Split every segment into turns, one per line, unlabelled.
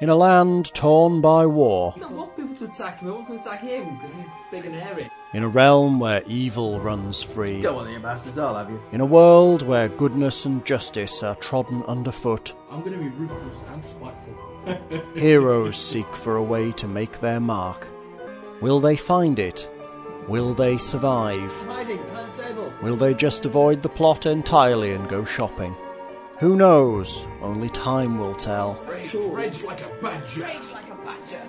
in a land torn by
Oh.
war,
I don't want people to attack him. I want people to attack him because he's big and hairy.
in a realm where evil runs free,
You don't want the ambassadors, I'll have you.
in a world where goodness and justice are trodden underfoot,
I'm going to be ruthless and spiteful.
heroes seek for a way to make their mark. Will they find it? Will they survive?
Hiding behind the table.
Will they just avoid the plot entirely and go shopping? Who knows? Only time will tell.
Rage, rage like a badger.
Rage like a badger.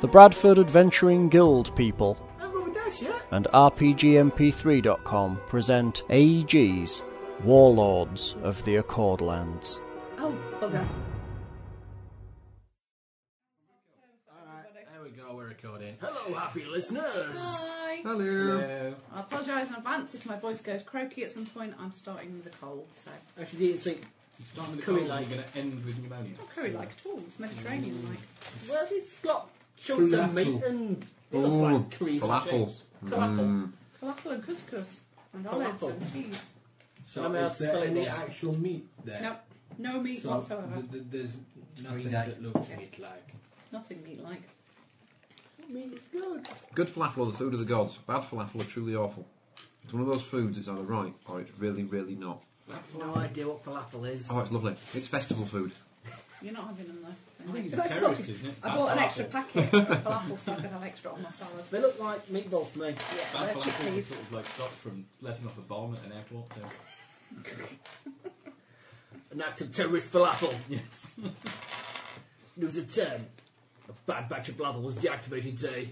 The Bradford Adventuring Guild people
And Robert Dash, yeah?
and RPGMP3.com present AEG's Warlords of the Accordlands.
Oh, bugger.
Alright, there we go, we're recording.
Hello, happy listeners.
Hi.
Hello.
I apologise in advance if my voice goes croaky at some point. I'm starting with a cold, so
Actually, didn't sleep.
You start with a
Curry
cold,
like.
you're going to end with pneumonia.
not curry like at all. It's
Mm.
Mediterranean like.
Well, it's got chunks of
Falafel.
meat and it looks
Ooh,
like curry
falafel. Hmm.
Falafel.
Falafel and couscous and olives
Falafel.
and cheese.
So
I'm
is there
outspelled.
any actual meat there?
No, no meat
So
whatsoever.
th- th- there's nothing
Green egg.
that looks meat-like.
Nothing meat like.
I mean, it's good.
Good falafel are the food of the gods. Bad falafel are truly awful. It's one of those foods that's either right or it's really, really not.
I have no idea what falafel is.
Oh, it's lovely. It's festival food.
You're not having them though.
I think he's a
But it's
terrorist,
not-
isn't he?
I
Bad
bought an
falafel.
extra packet of falafel so I could have extra on my salad.
They look like meatballs to me.
Yeah,
Bad falafel
they're
was
chickpeas.
sort of like stopped from letting off a bomb at an airport. so-
An act of terrorist falafel.
Yes.
There was a term. A bad batch of falafel was deactivated today.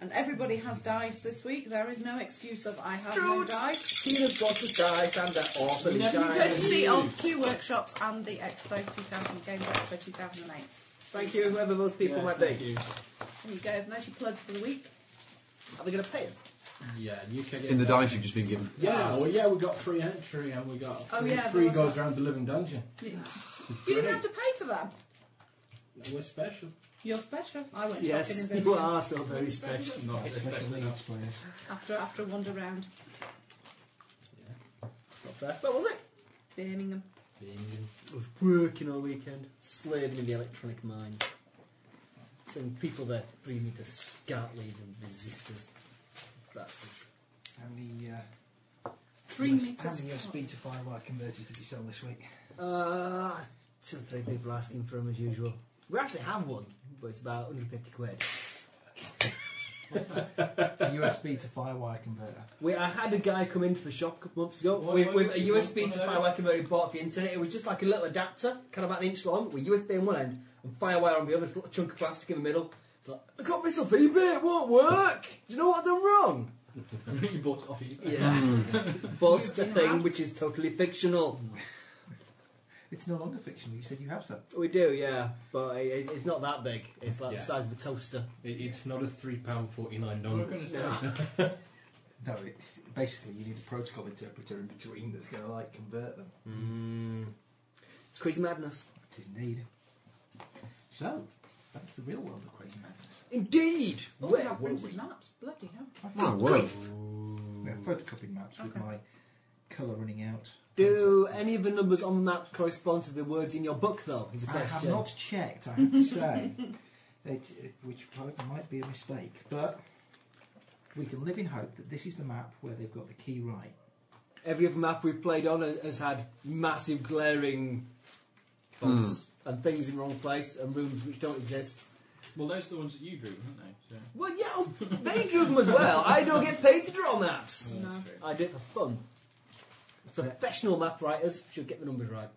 And everybody has dice this week. There is no excuse of I have no
Dude.
dice.
Tina's got to die, and that awfully
Never
die.
did.
Courtesy of Q Workshops and the Expo 2000 Games Expo 2008.
Thank you, whoever those people
Yes,
might
thank
be.
you.
There you go. And there's your plug for the week.
Are they going to pay us?
Yeah, and you can get
In the
that.
dice you've just been given.
Yeah, well, yeah, we got free entry and we got
Oh,
free,
yeah, there
free
was
goes
that.
around the living dungeon.
You didn't have to pay for them.
We're special.
You're special. I went
Yes,
shopping in
you
Birmingham
are so very special.
Not especially not
after after a wander round
Not fair. But was it?
Birmingham.
I was working all weekend, slaving in the electronic mines. Sending people there three metre scartlies and resistors. Bastards.
How many, uh,
Three
US how
metres.
many USB to FireWire converters did you sell this week?
Uh, two or three people asking for them as usual. We actually have one, but it's about 150 quid.
A USB to FireWire converter.
We, I had a guy come into the shop a couple months ago
What-
with,
what-
with a
what-
USB
what-
to
what-
FireWire converter he bought off the internet. It was just like a little adapter, kind of about an inch long, with USB on one end and FireWire on the other. It's got a chunk of plastic in the middle. It's like, I got this off eBay, it won't work! Do you know what I've done wrong?
you bought it off you.
Yeah. but the thing which is totally fictional.
It's no longer fictional. You said you have some.
We do, yeah. But it, it's not that big. It's like
Yeah.
the size of a toaster.
It, it's not a three pound forty nine
We're
dollar.
going to say
No.
No, it, basically you need a protocol interpreter in between that's going to like convert them.
Mm. It's crazy madness.
It is indeed. So, back to the real world of Crazy Madness.
Indeed!
Oh, we
Where
have
were
printed
we?
maps. Bloody hell.
My word.
We have photocopied maps with
Hmm. Okay.
my colour running out.
Do any of the numbers on the map correspond to the words in your book, though? Is a
I
question.
have not checked, I have to say, it, it- which probably might be a mistake, but we can live in hope that this is the map where they've got the key right.
Every other map we've played on has had massive glaring fonts and things in the wrong place and rooms which don't exist.
Well, those are the ones that you drew, weren't they? So,
Well, yeah, oh, they drew them as well. I don't get paid to draw maps.
that's
No.
true.
I do it for fun. Professional map writers should get the numbers right.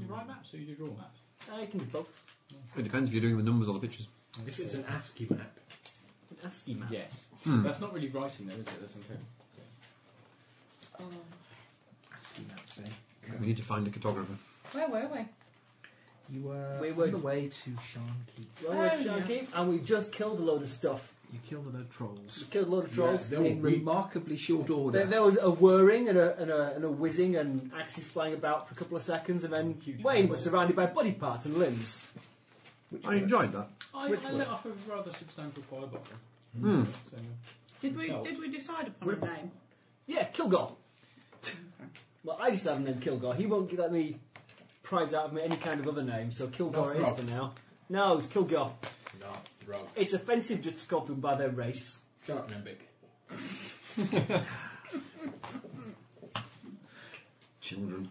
you write maps or you do draw maps?
I can do both.
It depends if you're doing the numbers or the pictures.
If it's an ASCII map,
An ASCII map.
Yes. That's not really writing, though, is it? That's okay.
Oh.
ASCII maps, eh?
We need to find a cartographer.
Where were we?
You were
We
on
would-
the way to Sharnkeep.
Well, we're
Oh, yeah.
Sharky, and we've just killed a load of stuff.
You killed a load of trolls.
We killed a load of trolls.
Yeah, they were
In
weak.
remarkably short order.
There, there was a whirring and a, and, a, and a whizzing and axes flying about for a couple of seconds, and then Wayne was surrounded by body parts and limbs.
Which
I
were-
enjoyed that.
I,
Which
I
one?
lit off a rather substantial fire bottle. So,
Did we
Hotel.
did we decide upon a name?
Yeah, Kilgore. Well, I decided to name Kilgore. He won't let me prize out of me any kind of other name, so Kilgore it is for now. No, it's Kilgore.
Not rogue.
It's offensive just to call them by their race.
Sharp Nembic.
Children.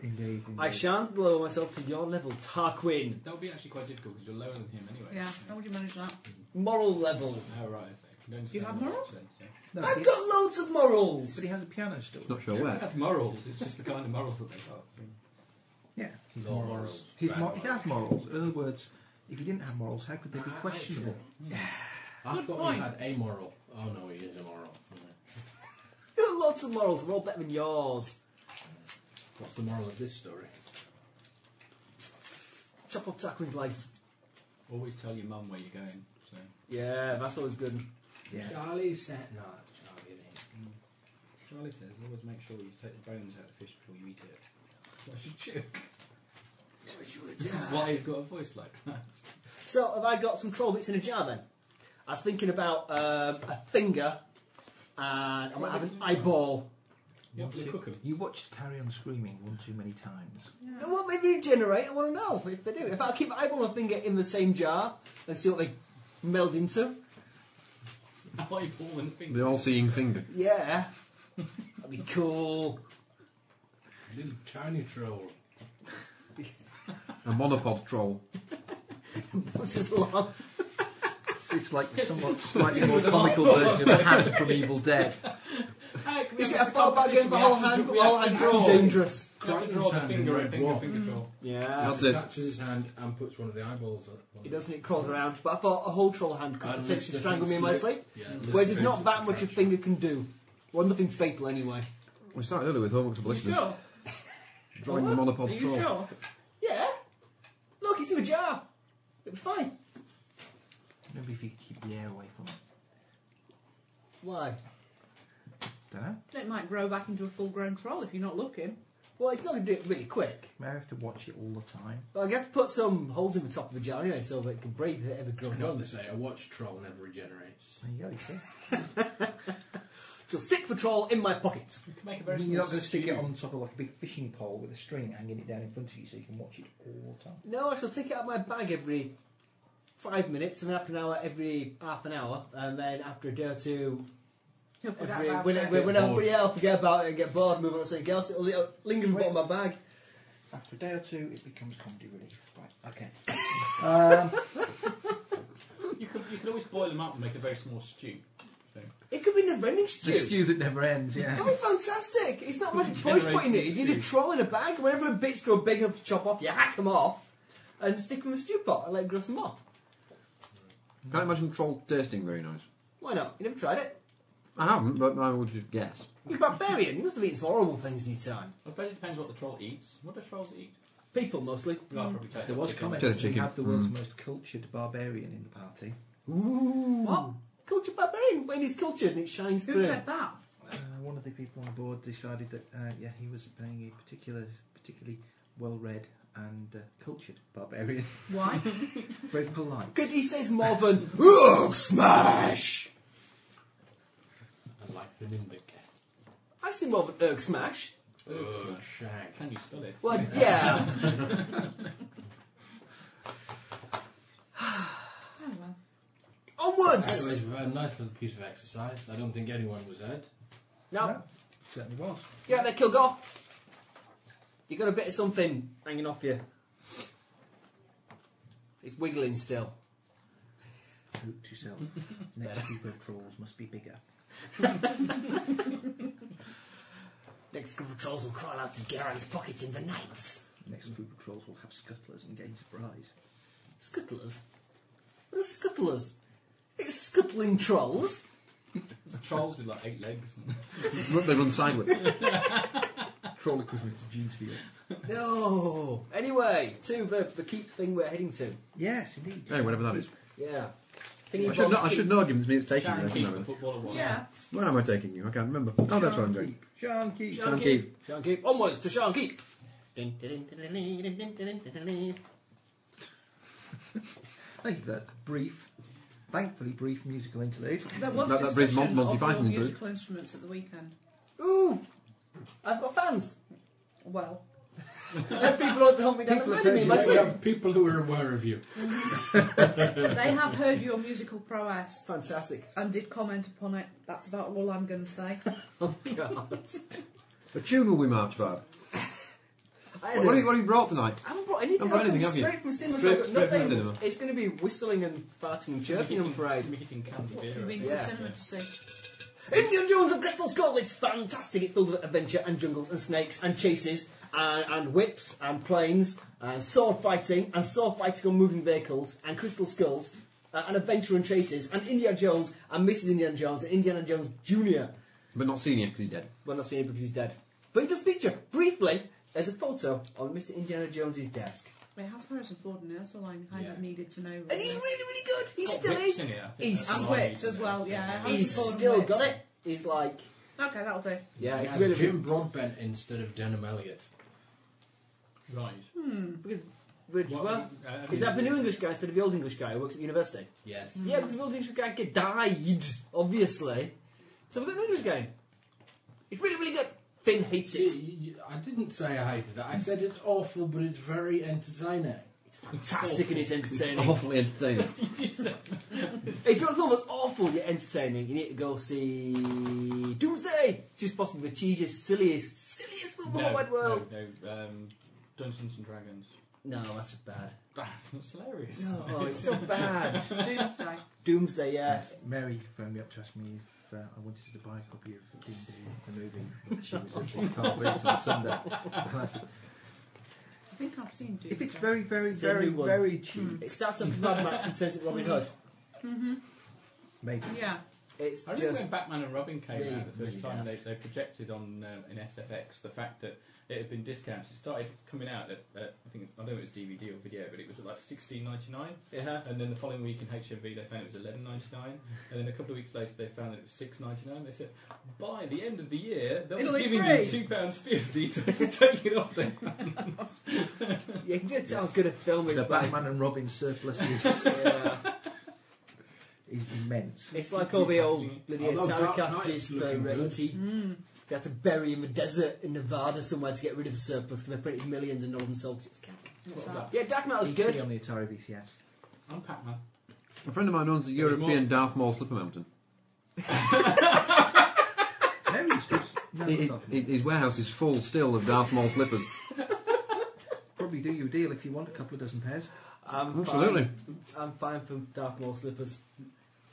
Indeed.
I shan't lower myself to your level, Tarquin.
That would be actually quite difficult because you're lower than him anyway.
Yeah, how would you manage that?
Moral level.
Oh, right, I see. Condensed
You have
level,
morals?
so- so-
No,
I've
he-
got loads of
But
morals.
he has a piano still.
Not sure where.
That's morals, it's just the kind of morals that they've got.
Yeah, he's
No
morals.
morals.
He's
Bad
mor- he has morals. In other words, if he didn't have morals, how could they be
Ah,
questionable?
I
Good
thought
point.
he had amoral. Oh no, he is amoral. Yeah.
I've got lots of morals. They're all better than yours.
What's the moral of this story?
Chop off Tarquin's legs.
Always tell your mum where you're going. So.
Yeah, that's always good.
Yeah.
Charlie said. No, that's Charlie, isn't it? Mm. Charlie says always make sure you take the bones out of the fish before you eat it. What a joke. This is why he's got a voice like that.
So, have I got some troll bits in a jar then? I was thinking about um, a finger and I might have an eyeball.
You have to
Watch it-
cook 'em.
You watched Carry On Screaming one too many times.
Now, What made me regenerate? I want to know if they do. If I keep eyeball and finger in the same jar and see what they meld into,
Eyeball and
The
finger.
all-seeing finger.
yeah, that'd be cool.
Little tiny troll.
A monopod troll.
What's his long?
It's, it's like the somewhat slightly more comical version of the hand from Evil Dead.
Is it a foul bad game for whole hand? But whole hand's too dangerous.
You have to draw the finger and finger, finger draw.
Yeah.
That's it.
Touches his hand and puts one of the eyeballs on. on
He
the-
doesn't, it crawls around. But I thought a whole troll hand could
Unless
potentially
the
strangle me in
thing's
my
lit.
sleep.
Yeah,
Whereas it's not that much a finger can do. Well, nothing fatal anyway.
We started earlier with homework to
You
blisters.
sure?
Drawing the
Are
monopod
you
troll.
sure?
Yeah. Look, it's in a jar. It'll be fine.
Maybe if you could keep the air away from it.
Why?
Don't know.
It might grow back into a full-grown troll if you're not looking.
Well, it's not going to do it really quick.
May I have to watch it all the time?
But I have to put some holes in the top of the jar anyway, so that it can breathe if it ever
I
grows
know
up.
they say a watch troll never regenerates.
There you go. You see.
So stick the troll in my pocket.
You can make a
You're
very small
not going to stick
stew.
it on top of like a big fishing pole with a string hanging it down in front of you so you can watch it all the time.
No, I shall take it out of my bag every five minutes, and then after an hour, every half an hour, and then after a day or two,
He'll put
every,
that
when,
voucher.
when, when I,
bored.
yeah, I'll forget about it and get bored and move on to something else. It'll, it'll linger in the bottom of my bag.
After a day or two, it becomes comedy relief. Right. Okay. um,
You can, you can always boil them up and make a very small stew.
It could be an ending stew.
the stew that never ends. Yeah.
Oh, fantastic! It's not much choice
Generates
putting it.
the
You need a
stew.
troll in a bag. Whenever bits grow big enough to chop off, you hack them off and stick them in a stew pot and let it grow some more.
Can't imagine troll tasting very nice.
Why not? You never tried it.
I haven't, but I would just guess.
You're barbarian. You must have eaten some horrible things in your time.
I suppose it depends what the troll eats. What do trolls eat?
People mostly.
Well, I'll probably taste
There
like
was
chicken.
comment
Just
that we
chicken.
have the world's most cultured barbarian in the party.
Ooh.
What?
Cultured barbarian. When he's cultured and it shines
Who
through.
said that?
Uh, one of the people on board decided that uh, yeah, he was being a particular, particularly well-read and uh, cultured barbarian,
Why? Oh,
very polite.
Because he says more than "Ugh, smash."
I like the nimbic.
I say more than "Ugh, smash."
Ugh, shag. Can you spell it?
Well, yeah.
Oh, well.
Onwards.
Anyways, we've had a nice little piece of exercise. I don't think anyone was hurt.
Now,
No, certainly was.
you're out there, Kilgore. You got a bit of something hanging off you. It's wiggling still.
Hope to yourself. Next group of trolls must be bigger.
Next group of trolls will crawl out of Garen's pocket in the night.
Next group of trolls will have scuttlers and gain surprise.
Scuttlers? What are scuttlers? It's scuttling trolls.
It's trolls with like eight legs. And
Run- They run sideways.
Troll equivalent to gene stealer.
No. Anyway, to the, the keep thing we're heading to.
Yes, indeed.
Hey, whatever that is.
Yeah. Thingy
I should,
bong
know, I should
keep.
know given it's me that's taking you.
Sharon Keith, the
shouldn't I?
footballer one.
Yeah.
When am I taking you? I can't remember. Oh, that's what I'm doing.
Sean Keith.
Sean
Sean
Keep. Sean Keep. Onwards to Sean Keep. Dun, dun, dun, dun, dun, dun, dun, dun, dun, dun.
Thank you for that brief, thankfully brief musical interlude.
There was
That- that brings
discussion
Mon- Monty
of all
Python into it.
musical instruments at the weekend.
Ooh! I've got fans.
Well,
people ought to hunt me down and
People,
murder
have
me in
you.
my
We
sleep.
have people who are aware of you.
they have heard your musical prowess
Fantastic.
and did comment upon it. That's about all I'm going to say.
A tune will we march about.
I
What, what, have you, what have you brought tonight?
I haven't brought anything.
Haven't brought
I've come
anything, have you?
straight from cinema.
Straight-
so I've got
straight from
nothing.
cinema.
It's going to be whistling and farting and chirping, I'm afraid.
We're getting cans of beer.
You've been
I
to
Yeah.
the cinema to see.
Indiana Jones and Crystal Skull. It's fantastic. It's filled with adventure and jungles and snakes and chases and, and whips and planes and sword fighting and sword fighting on moving vehicles and Crystal Skulls uh, and adventure and chases and Indiana Jones and Mrs. Indiana Jones and Indiana Jones Junior.
But not seen yet because he's dead.
Well, not seeing him because he's dead. But he does feature briefly. There's a photo on Mr. Indiana Jones's desk,
It has Harrison Ford in it, that's all I kind
Yeah.
of needed to know. Really.
and he's really, really good. He
It's got
still
whips
is.
in it, I think.
He's-
That's
And
what I
whips
need
as
to
well,
know,
yeah.
He's
Harrison Ford and
still
whips.
got it. He's like,
Okay, that'll do.
yeah,
He
it's
has
really
Jim Broadbent instead of Denham Elliott. Right.
Because, which,
What-
well,
I- I
is that the
mean-
new English guy instead of the old English guy who works at university?
Yes.
Yeah, because the old English guy get- died, obviously. So we've got an English guy. in. It's really, really good. Finn hates
Y-
it.
y- I didn't say I hated it. I said it's awful, but it's very entertaining.
It's fantastic and it's entertaining.
Awfully entertaining.
if you want a film that's awful yet entertaining, you need to go see Doomsday, which is possibly the cheesiest, silliest, silliest film in the whole wide world.
No, no um, Dungeons and Dragons.
No, that's just bad.
That's that's hilarious.
No, Oh, it's so bad.
Doomsday.
Doomsday, yeah.
Mary phoned me up to ask me if uh, I wanted to buy a copy of D&D, the movie that she was in. She can't wait till Sunday. And I said,
I think I've seen Doomsday. Hmm.
if it's very, very,
It's a new
very,
one.
very cheap,
It starts off with Mad Max and turns into Robin Hood.
maybe.
Yeah.
It's
I remember
just
when Batman and Robin came
really,
out the first
really
time they, they projected on um, in SFX the fact that it had been discounted. It started coming out at, at I think I don't know if it was DVD or video, but it was at like sixteen ninety nine.
yeah.
And then the following week in HMV they found it was eleven ninety nine. And then a couple of weeks later they found that it was six ninety nine. They said by the end of the year they'll
It'll
be
be
giving you
free."
two pounds fifty to take it off them.
You can just tell how good a film is.
The
by-
Batman and Robin surplus is,
Yeah.
is immense.
It's like all the old Lydia
Although Dark
Tarka
Knight's
did for
looking good.
Rarity. They had to bury him in the desert in Nevada somewhere to get rid of the surplus because they printed millions and all themselves. It was cack.
What's that?
Yeah, Dark Knight was
ET
good.
on the Atari VCS.
I'm Pac Man.
A friend of mine owns a
There was
European Darth Maul slipper mountain.
Mary's just no,
He-
not.
he- his warehouse is full still of Darth Maul slippers.
probably do you a deal if you want a couple of dozen pairs.
I'm
Absolutely.
Fine. I'm fine for Dark Maul slippers.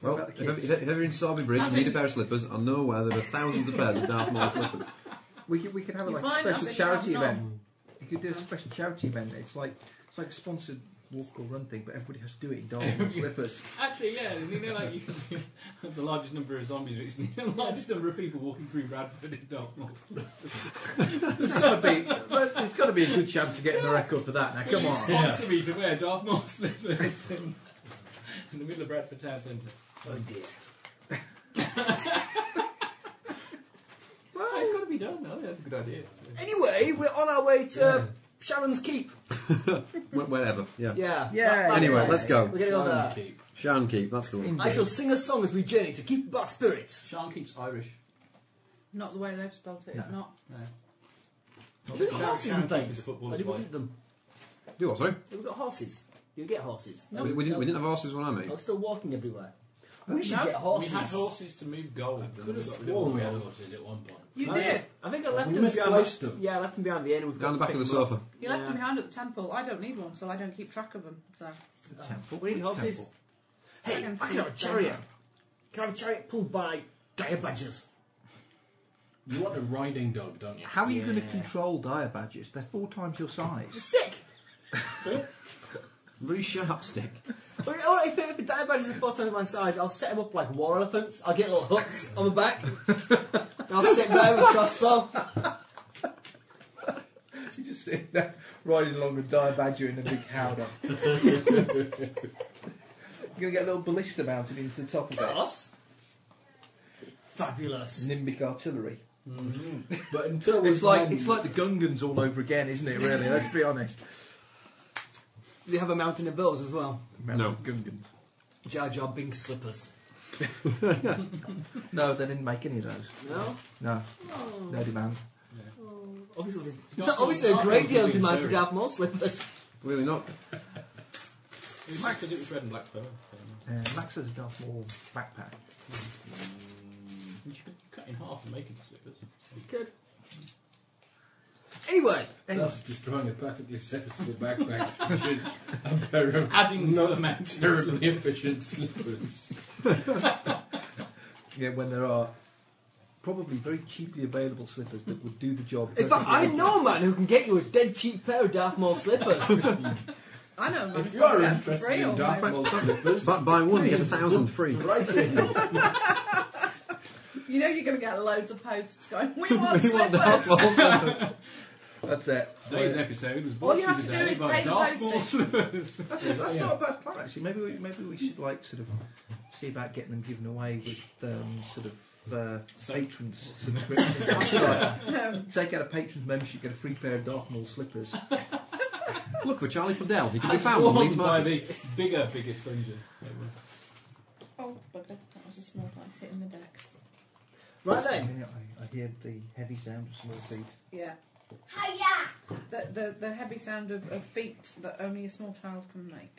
What
Well,
about the
if ever,
kids?
if ever in Sorby Bridge
That's
you need a
it.
pair of slippers, I know where there are thousands of pairs of Darth Maul slippers.
We could, we could have a
You
like
find us
special
if you have
charity
none.
event. You could do a special charity event. It's like it's like a sponsored walk or run thing, but everybody has to do it in Darwin with slippers.
Actually, yeah, you know, like you can, the largest number of zombies recently, the largest number of people walking through Radford in Dartmoor.
There's got to be there's got to be a good chance of getting the record for that. Now come on.
Sponsor me to wear Dartmoor slippers in, in the middle of Bradford Town Centre.
Oh dear.
Oh, it's got to be done. No, that's a good idea.
Anyway, we're on our way to Sharon's Keep.
Wh- Wherever, yeah.
Yeah.
Yeah.
Anyway, let's go.
We're getting on
Sharon
there.
Keep.
Sharon Keep, that's the one.
I shall sing a song as we journey to keep up our spirits.
Sean keeps Irish.
Not the way they've spelt it, it's
No.
not.
We've got horses
Sharon
and
Keep is
things.
a
Oh,
footballer's
I didn't
wife.
eat them.
Do what, sorry?
We've got horses. You get horses.
No.
We, we didn't, we didn't have horses when I
I
made.
was still walking everywhere. Uh, We should
No,
get horses.
We had horses to move gold. and
Could
we
have
got rid of
sworn we had
them.
horses at one point.
You
Oh,
did.
yeah. I think I left
We
them behind.
misplaced them.
Yeah, I left them behind the end. and We've got
Down the
to
back of
pick
the
them up.
sofa.
You left
Yeah.
them behind at the temple. I don't need one, so I don't keep track of them. So
The temple.
We need
Which
horses.
temple?
Hey, I
I
can
don't
have a
think
chariot.
so.
Can I have a chariot pulled by dire badgers?
You want a riding dog, don't you?
How are you going to control dire badgers? They're four times your
A
size.
stick.
Very sharp stick.
All right, if, if the dire badgers are four times my size, I'll set them up like war elephants. I'll get little hooks on the back. I'll sit there with a crossbow.
You just sitting there riding along a dire badger in a big howler. You're going to get a little ballista mounted into the top of it.
Us? Fabulous.
Nimbic artillery.
But until
It's like it's like the Gungans all over again, isn't it? Really, let's be honest.
They have a mountain of those as well.
No.
Gungans.
Jar Jar Binks slippers.
No, they didn't make any of those.
No? Oh.
No, no demand.
Obviously,
Not-
obviously a
not
great deal of
really
demand for
very-
Dab Mall slippers.
Really not.
It was because it was red and black fur.
Uh, Max has a Darth Maul backpack.
You could cut in half and make into slippers.
Good. Anyway,
Anyway,
That's destroying a perfectly serviceable backpack. a pair of
Adding to the
not
match.
terribly efficient slippers.
Yeah, when there are probably very cheaply available slippers that would do the job.
in fact, I know a man who can get you a dead cheap pair of Darth Maul slippers.
I know.
If you are interested
real,
in dark mode slippers,
But buy one, get a thousand free.
right in.
You know you're going to get loads of posts going, we want
We want
slippers.
That's it.
Today's episode was
All
brought
you
to
have
you
to do is
today by
pay the
Darth Maul
postage.
slippers.
that's, that's not a bad plan actually. Maybe we, maybe we should like sort of see about getting them given away with um, sort of uh, patrons subscriptions. It's like, take out a patrons membership, get a free pair of Darth Maul slippers.
Look for Charlie Padell. He can be
As
found on Leeds
warned by
Market.
the bigger, biggest stranger.
Oh, bugger. That was a small dice hitting the deck.
right
I,
then,
mean, I, I hear the heavy sound of small feet.
Yeah. Hiya! The, the, the heavy sound of, of feet that only a small child can make.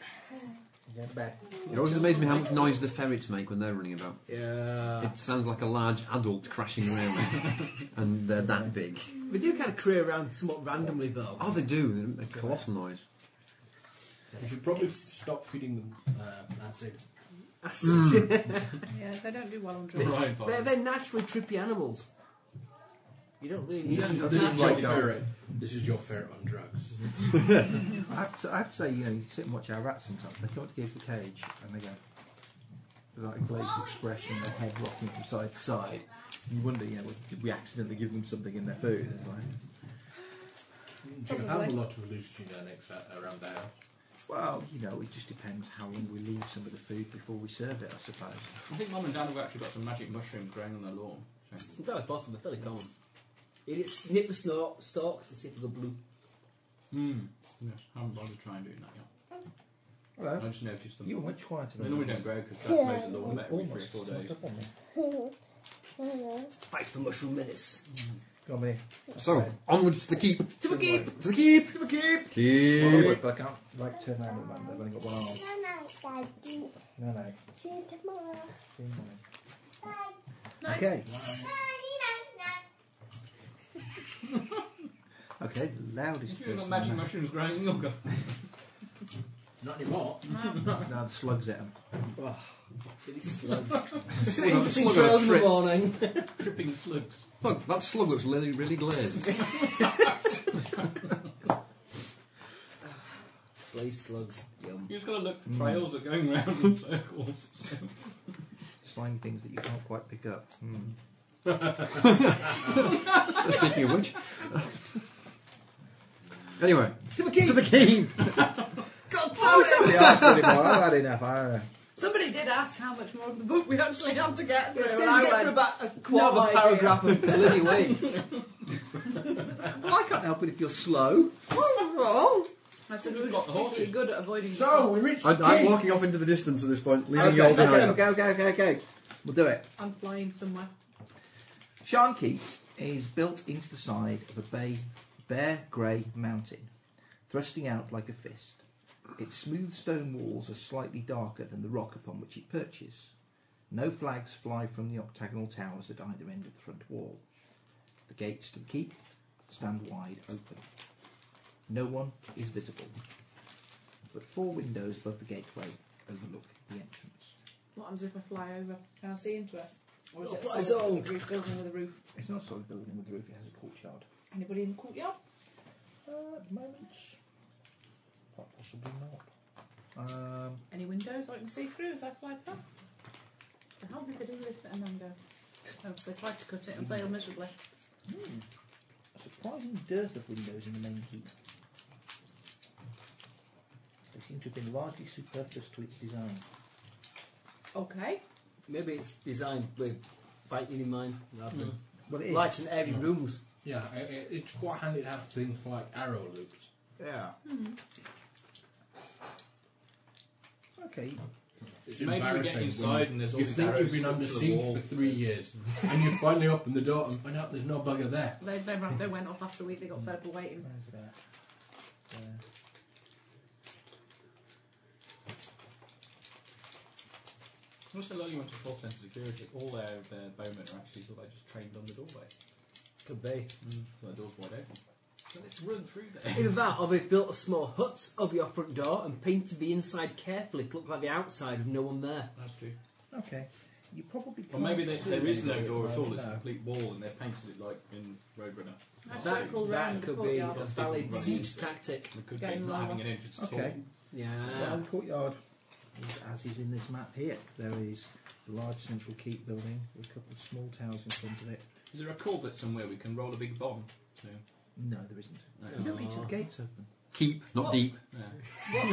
Yeah, bad.
It always amazes me how much noise the ferrets make when they're running about.
yeah,
It sounds like a large adult crashing around, and they're that big.
they do kind of career around somewhat randomly though.
Oh, they do. They make a colossal noise.
You should probably stop feeding them uh, acid.
Yeah, they don't do well on
Or
drugs.
iron
They're,
fire.
they're naturally trippy animals. You don't really need
This
them.
is-
They
this
don't
is your
like that.
ferret. This is your ferret on drugs.
I have, to, I have to say, you know, you sit and watch our rats sometimes. They come up to the edge of the cage and they go with like a glazed expression, their head rocking from side to side. And you wonder, you know, did we accidentally give them something in their food? And it's like,
You have a
Probably.
lot of hallucinogenics a- around the house.
well, you know, it just depends how long we leave some of the food before we serve it, I suppose.
I think mum and dad have actually got some magic mushrooms growing on their lawn.
It's entirely possible, they're fairly common. Eat it, snip the snort, stalk, and see if they go blue.
Hmm. Yes, I haven't bothered trying doing that yet.
Hello.
I just noticed them.
You're much quieter
They
than
normally
I
don't
was.
grow because dad mows the lawn about every three or
Almost
four days.
snuck up on me.
Fight the mushroom menace.
Got me.
So onwards to the keep.
To a keep!
To the keep.
To a keep!
Well, I
Keep.
work, but I can't like turn around at the moment. I've only got one arm. No, no. See you tomorrow. Okay. Okay. The loudest.
Have you got
person
magic
I know.
mushrooms growing in your garden?
Not anymore.
No, the slugs at them.
Interesting
slug on a
trails in the
trip.
morning.
Tripping slugs.
Look, that slug looks really, really glazed.
Blaze slugs. Yum.
You just got to look for trails that are going round in circles. So,
Slimy things that you can't quite pick up. Hmm.
Speaking of which. Anyway,
To a keep!
to the keep.
God damn it!
I've had enough. I've had enough. I-
Somebody did ask how much more of the book we actually had to get through.
It says
and I
you get
went,
through about a quarter
No
of a
idea.
paragraph of bloody way.
Well, I can't help it if you're slow.
I said,
We've
we're
got the
particularly
horses.
good at avoiding
So
the
we reached
I,
the
I'm
keep.
walking off into the distance at this point, leaving
Okay,
you all
okay,
behind.
okay, okay, okay, okay. We'll do it.
I'm flying somewhere.
Sharn Keep is built into the side of a bay, bare grey mountain, thrusting out like a fist. Its smooth stone walls are slightly darker than the rock upon which it perches. No flags fly from the octagonal towers at either end of the front wall. The gates to the keep stand wide open. No one is visible, but four windows above the gateway overlook the entrance.
What happens if I fly over? Can I see into it? Or is it
Oh,
a
it's
solid
all-
brick building with a roof?
It's not a solid building with a roof, it has a courtyard.
Anybody in the courtyard?
Uh, at the moment, quite possibly not. Um,
Any windows I can see through as I fly past? How did they do this bit of mango? Oh, they tried to cut it and failed miserably.
a hmm. surprising dearth of windows in the main keep. They seem to have been largely superfluous to its design.
Okay.
Maybe it's designed with biting in mind rather than
Well, it is.
light and airy rooms.
Yeah, i i- it's quite handy to have things like arrow loops.
Yeah.
Okay,
It's
Maybe we get
embarrassing when
inside and there's all
You
these
think
arrows
you've been
stuck
under
to the
siege
wall.
for three years, and you finally open the door and find out there's no bugger there.
They, they, ran- they went off after a week, they got fed up waiting.
Where's that? There.
What's the only one to full sense of security? All their, their bowmen are actually sort of like just trained on the doorway.
Could be.
So the door's wide open. So Hmm. let's run through there.
Either that, or they've built a small hut over your front door and painted the inside carefully to look like the outside with no one there.
That's true.
Okay. You probably
Or maybe
can't
there,
see
there is no
anything
door at all,
right
it's a
now.
complete wall and they're painted it like in Roadrunner.
I
That-
circled
that
round the
could be
courtyard.
a valid
Right.
siege tactic.
We could be
Going
not
lower.
having an entrance at
Okay.
Yeah.
Down uh, the courtyard, is- as is in this map here, there is the large central keep building with a couple of small towers in front of it.
all. Is there a culvert somewhere we can roll a big bomb to?
No, there isn't.
No.
You don't need to the gates open.
Keep, not
What?
deep.
Yeah.
Why-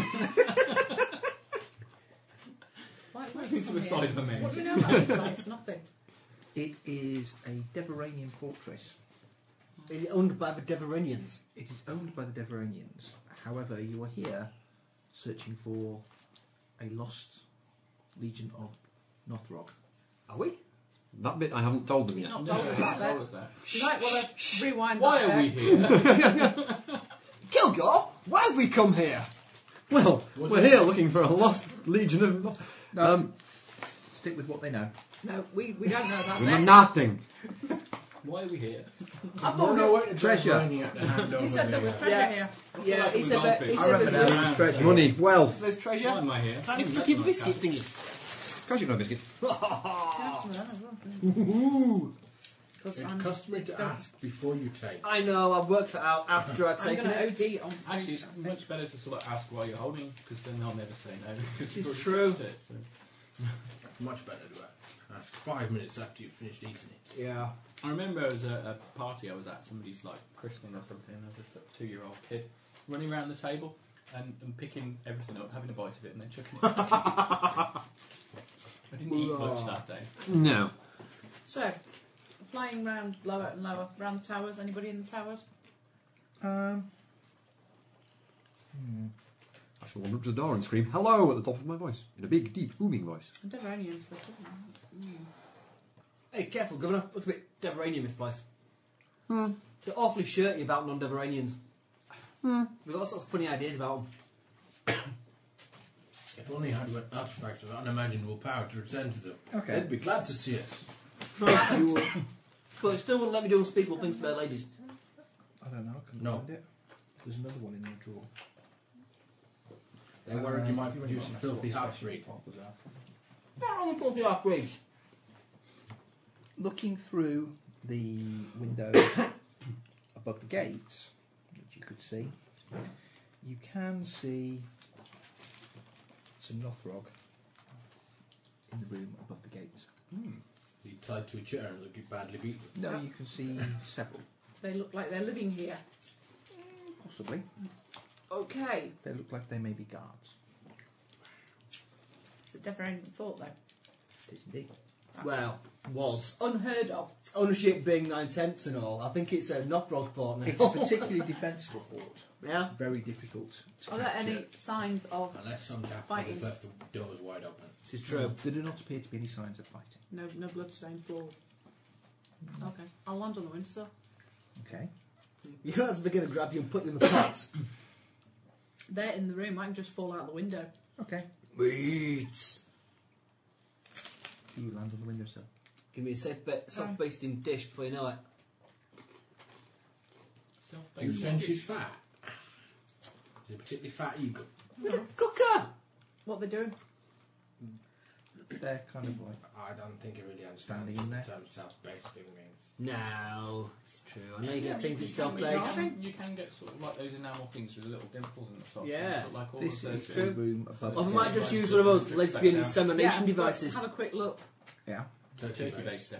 why
Where's into
come
the
here?
side of a man?
What do we know about this place? Nothing.
It is a Deveranian fortress.
Is it owned by the Deverinians?
It is owned by the Deveranians. However, you are here searching for a lost legion of Northrog.
Are we?
That bit I haven't told them
It's
yet.
not
No,
told us about
tell
that.
us that.
You might want to uh, rewind
Why
that
are we
bit.
here?
Kilgore, why have we come here?
Well, we're here looking for a lost legion of
No. stick with what they know.
No, we, we don't know about
We're
that.
nothing.
Why are we here?
I thought
no way to
Treasure.
drive mining at the hand
You
over
said there was
there.
treasure
Yeah.
here.
Yeah,
like
he
it
said
was
that. He
on fish.
I
said
reckon
that
that was treasure.
Money, wealth.
there's treasure.
Why am I here?
And it's
Hmm,
fucking
that's nice
biscuit thingy.
Of course you've got a biscuit.
Because
It's customary to ask before you take.
I know, I worked that out after I'd
I'm
taken
going
it.
to OD on
house. Actually, it's much better to sort of ask why you're holding, because then they'll never say no. Because
It's
you've already
true.
touched It, so.
Much better to ask five minutes after you've finished eating it.
Yeah.
I remember it was a, a party I was at, somebody's like christening or something, and I was a two year old kid running around the table and, and picking everything up, having a bite of it, and then chucking it back. I didn't eat much that day.
No.
So, flying round lower and lower, round the towers. Anybody in the towers?
Um,
I shall wander up to the door and scream hello at the top of my voice, in a big, deep, booming voice.
And Deveranians, they're talking.
Hey, careful, Governor. Looks a bit Deveranian, this place. They're awfully shirty about non Deveranians. We've got all sorts of funny ideas about them.
If only I had an artifact of unimaginable power to return to them.
Okay.
They'd be glad to see us.
But they still wouldn't let me do unspeakable things to their ladies.
I don't know. I couldn't
No.
find it. There's another one in the drawer.
They're worried you might
Um,
produce a filthy half breed.
They're on the filthy half breed.
Looking through the window above the gates, which you could see, you can see some Nothrog in the room above the gates.
Be tied to a chair and look badly beaten.
No, you can see several,
They look like they're living here.
possibly.
Okay.
They look like they may be guards.
It's a Deveranian fault, though.
It is indeed.
That's
Well, was.
unheard of.
Ownership being nine tenths and all, I think it's a Nothrog fort
It's a
now.
particularly defensible fort.
yeah?
Very difficult to
Are there any
capture.
signs of
Unless some captain
Fighting.
has left the doors wide open.
This is true.
There do not appear to be any signs of fighting.
no no bloodstained floor? Okay, I'll land on the window. sill.
Okay.
You don't have to begin to grab you and put you in the pot.
They're in the room. I can just fall out the window.
Okay.
Wait.
You land on the windowsill.
Give me a safe bet, soft based in dish before you know it.
You saying she's fat? Is it particularly fat eagle?
Cooker!
What they're doing?
They're kind of like
I don't think I really understand
Standing in there.
the term self-based thing means.
No, it's true. I know you get things in
you,
self
can, you,
based.
can, you can get sort of like those enamel things with the little dimples and stuff.
Yeah.
Sort of like all
this
of
is
those.
the room above.
Or
the
they might
gate.
just use one of those lesbian insemination
Yeah,
devices.
Have a quick look.
Yeah.
Turkey,
Turkey baster.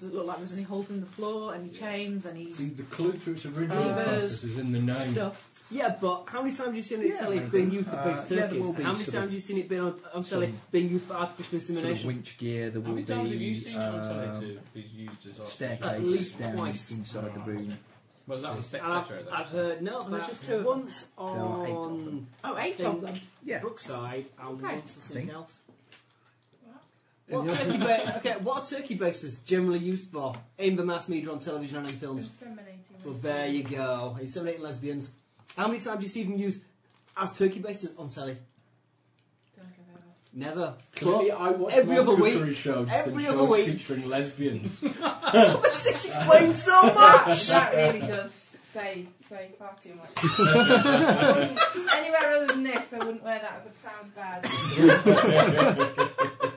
Does it look like there's any holes in the floor? Any chains? Any
See, the clue to its original
Beavers.
purpose is in the name.
stuff?
Yeah, but how many times have you seen it
Yeah,
telly
maybe.
being used for
Uh,
based
yeah, there
turkeys?
will be
how many
sort
times
of
have you seen it being on, on telly being used for artificial
Sort of
insemination?
winch gear. There
How
will
many
be
times have you seen it on
um,
telly to be used as
staircase
At least
down
twice.
inside the room.
Well, that was set
And I've,
cetera, though.
I've heard no,
And there's just two
that
of
once
are eight of
on
them.
Oh, eight of them.
Yeah.
Brookside and
Okay.
once on something
Think.
else. What turkey ba- okay, what are turkey bases generally used for in the mass media on television and in films?
Inseminating.
Well, there you go. Inseminating lesbians. How many times do you see them used as turkey bases on telly?
Don't think I've ever-
Never.
Clearly, I watch
Every
more
other week.
cookery shows than
Every other
shows
week.
featuring lesbians.
But it explains so much.
that really does say say far too much. I wouldn't- Anywhere other than this, I wouldn't wear that as a proud badge.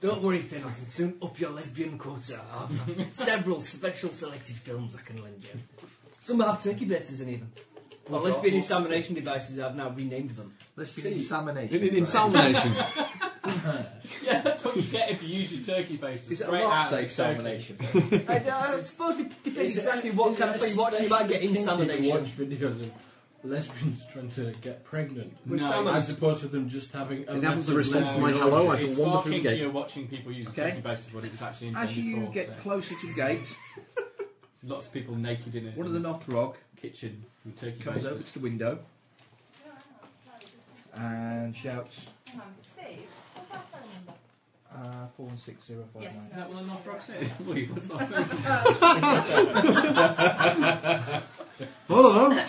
Don't worry, Finn. I can soon up your lesbian quota. I've several special selected films I can lend you. Some have turkey bases in them. Well, lesbian insemination devices. I've now renamed them.
Let's
See.
do insemination.
In, in, in salmonation.
yeah, that's what you get if you use your turkey bases.
Is it a
straight out of
lark-safe
the turkey.
salmonation?
I, I suppose it depends
Is it-
exactly what
is
kind
it
of thing you watch. You might get
especially kinky to
insemination.
watch videos of lesbians trying to get pregnant.
With
No,
salmon.
As opposed to them just having a
It happens
massive
in response to my
lesbian
hello.
orgy.
I feel
It's far
wonderfully gay.
kinkier watching people use
Okay.
turkey based of what it was actually intended
As you
for.
get
so.
closer to the gate,
So lots of people naked in a
one of the Northrog
kitchen with turkey
comes
based.
over to the window and shouts,
Hang on, Steve, what's our phone number?
uh, 416059.
Yes,
Is that what a Northrock said? Wait, what's that?
Hold on.
How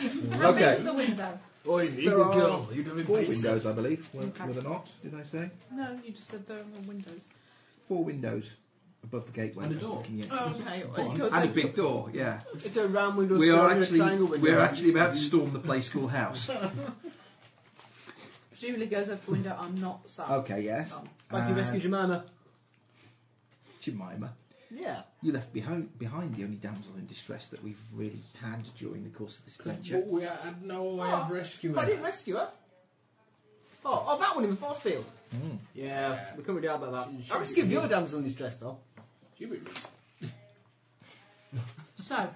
big
Okay.
is the window?
Oi, you
There
good
are
girl. You're doing
Four
basic.
windows, I believe. Were,
Okay.
were there not? Did I say?
No, you just said there are no windows.
Four windows above the gateway.
And a door.
Looking in.
Oh, okay.
Go on.
And a big door, yeah.
It's a round window.
We are
square window,
actually
triangle window.
we are actually about to storm the play school house.
Presumably goes out the window. I'm not sorry.
Okay, yes.
Um,
Fancy
Uh,
rescue Jemima.
Jemima,
Yeah.
you left behind behind the only damsel in distress that we've really had during the course of this adventure.
But we had no way of rescuing
I didn't
her.
rescue her. Oh, oh, that one in the force field. Yeah,
Yeah.
we couldn't do about that.
She- she-
I rescued the other damsel in distress though.
You would-
So,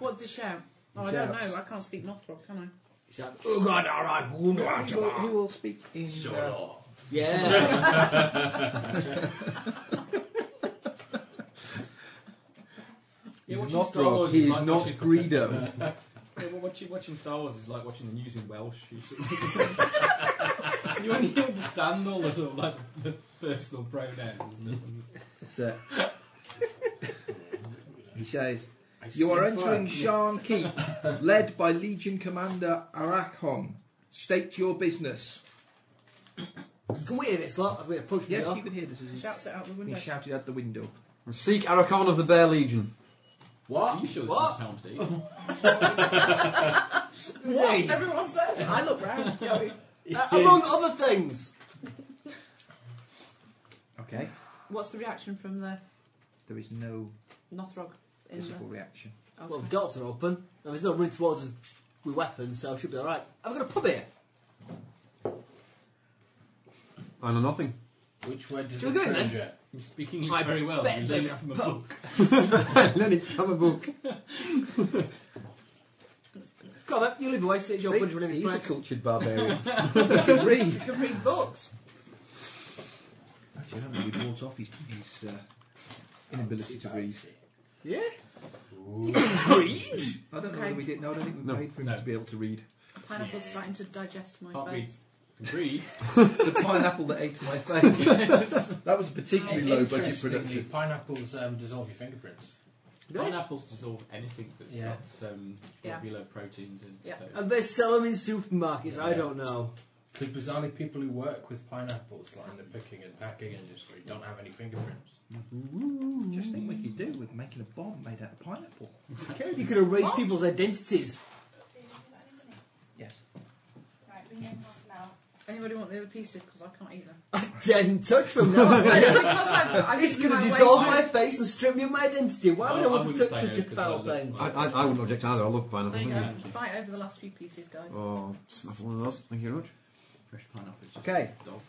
what's the shout? Oh, I don't know. I can't speak Northrop, can I?
He's like, oh god, alright, we'll do it.
Who will, who will speak in? uh,
Yeah.
Yeah,
He's
watching
not
Star
Rob.
Wars
He
is
is
like
not
watching-
Greedo.
Yeah, well, watching, watching Star Wars is like watching the news in Welsh. You, sort of- you only understand all the sort of like the personal pronouns. And
It's,
stuff.
uh, he says,
I
"You are
stand for
entering
it.
Shan Keep, led by Legion Commander Arachon. State your business."
Can we hear this lot as we approach the
Yes,
door?
you can hear this. As
Shouts it out the
he
window.
shouted out the window.
Seek Aracon of the Bear Legion.
Are
What?
you sure this
What?
is Helm's Deep? Well,
Hey,
Everyone says. I look round. Yo,
uh, among other things.
Okay,
what's the reaction from the
there is no
Northrog? In
physical
the...
reaction.
Well,
Okay.
the doors are open, and there's no room towards us with weapons, so it should be alright. I've got a pub here.
I know nothing.
Which way does
Shall
the
we go in then?
treasure?
You're speaking English
I
very well.
bet
You
there's
learned
a
it from a
pub.
book.
Let it have a book.
Come on, then, you live away, sit your
See,
bunch of living
he's a
friends.
cultured barbarian. he can read.
You can read books.
Actually, I don't think he bought off his, his uh, inability to read.
Yeah? Agreed!
I don't know
Okay.
whether we did. No, I don't think we
No.
paid for him
No.
to be able to read.
Pineapple's starting to digest my
Can't
face.
read. Can read.
The pineapple that ate my face. that was a particularly low budget
Interestingly,
production.
Pineapples um, dissolve your fingerprints.
Pineapples dissolve anything that's
Yeah.
got um,
Yeah.
regular proteins and
Yeah.
so.
Um,
And they sell them in supermarkets, I
Yeah.
don't know.
Because bizarrely, people who work with pineapples, like in the picking and packing industry, don't have any fingerprints.
Just think we could do with making a bomb made out of pineapple.
Okay, you could erase people's identities.
Yes.
Right, bring in half an hour.
Anybody want the other pieces? Because I can't eat them.
Didn't touch them, no.
because I've, I've
It's
eaten
going
my
to
way
dissolve
through-
my face and strip me of my identity. Why would I,
I- I
want to
wouldn't
touch
say
such
no,
a
'cause
foul
I love
thing?
mine.
I, I, I wouldn't object either. I love pineapple.
There you go.
Mm.
Fight over the last few pieces, guys.
Oh, snap one of those. Thank you very much.
Fresh pineapples. just
Okay.
Dogs.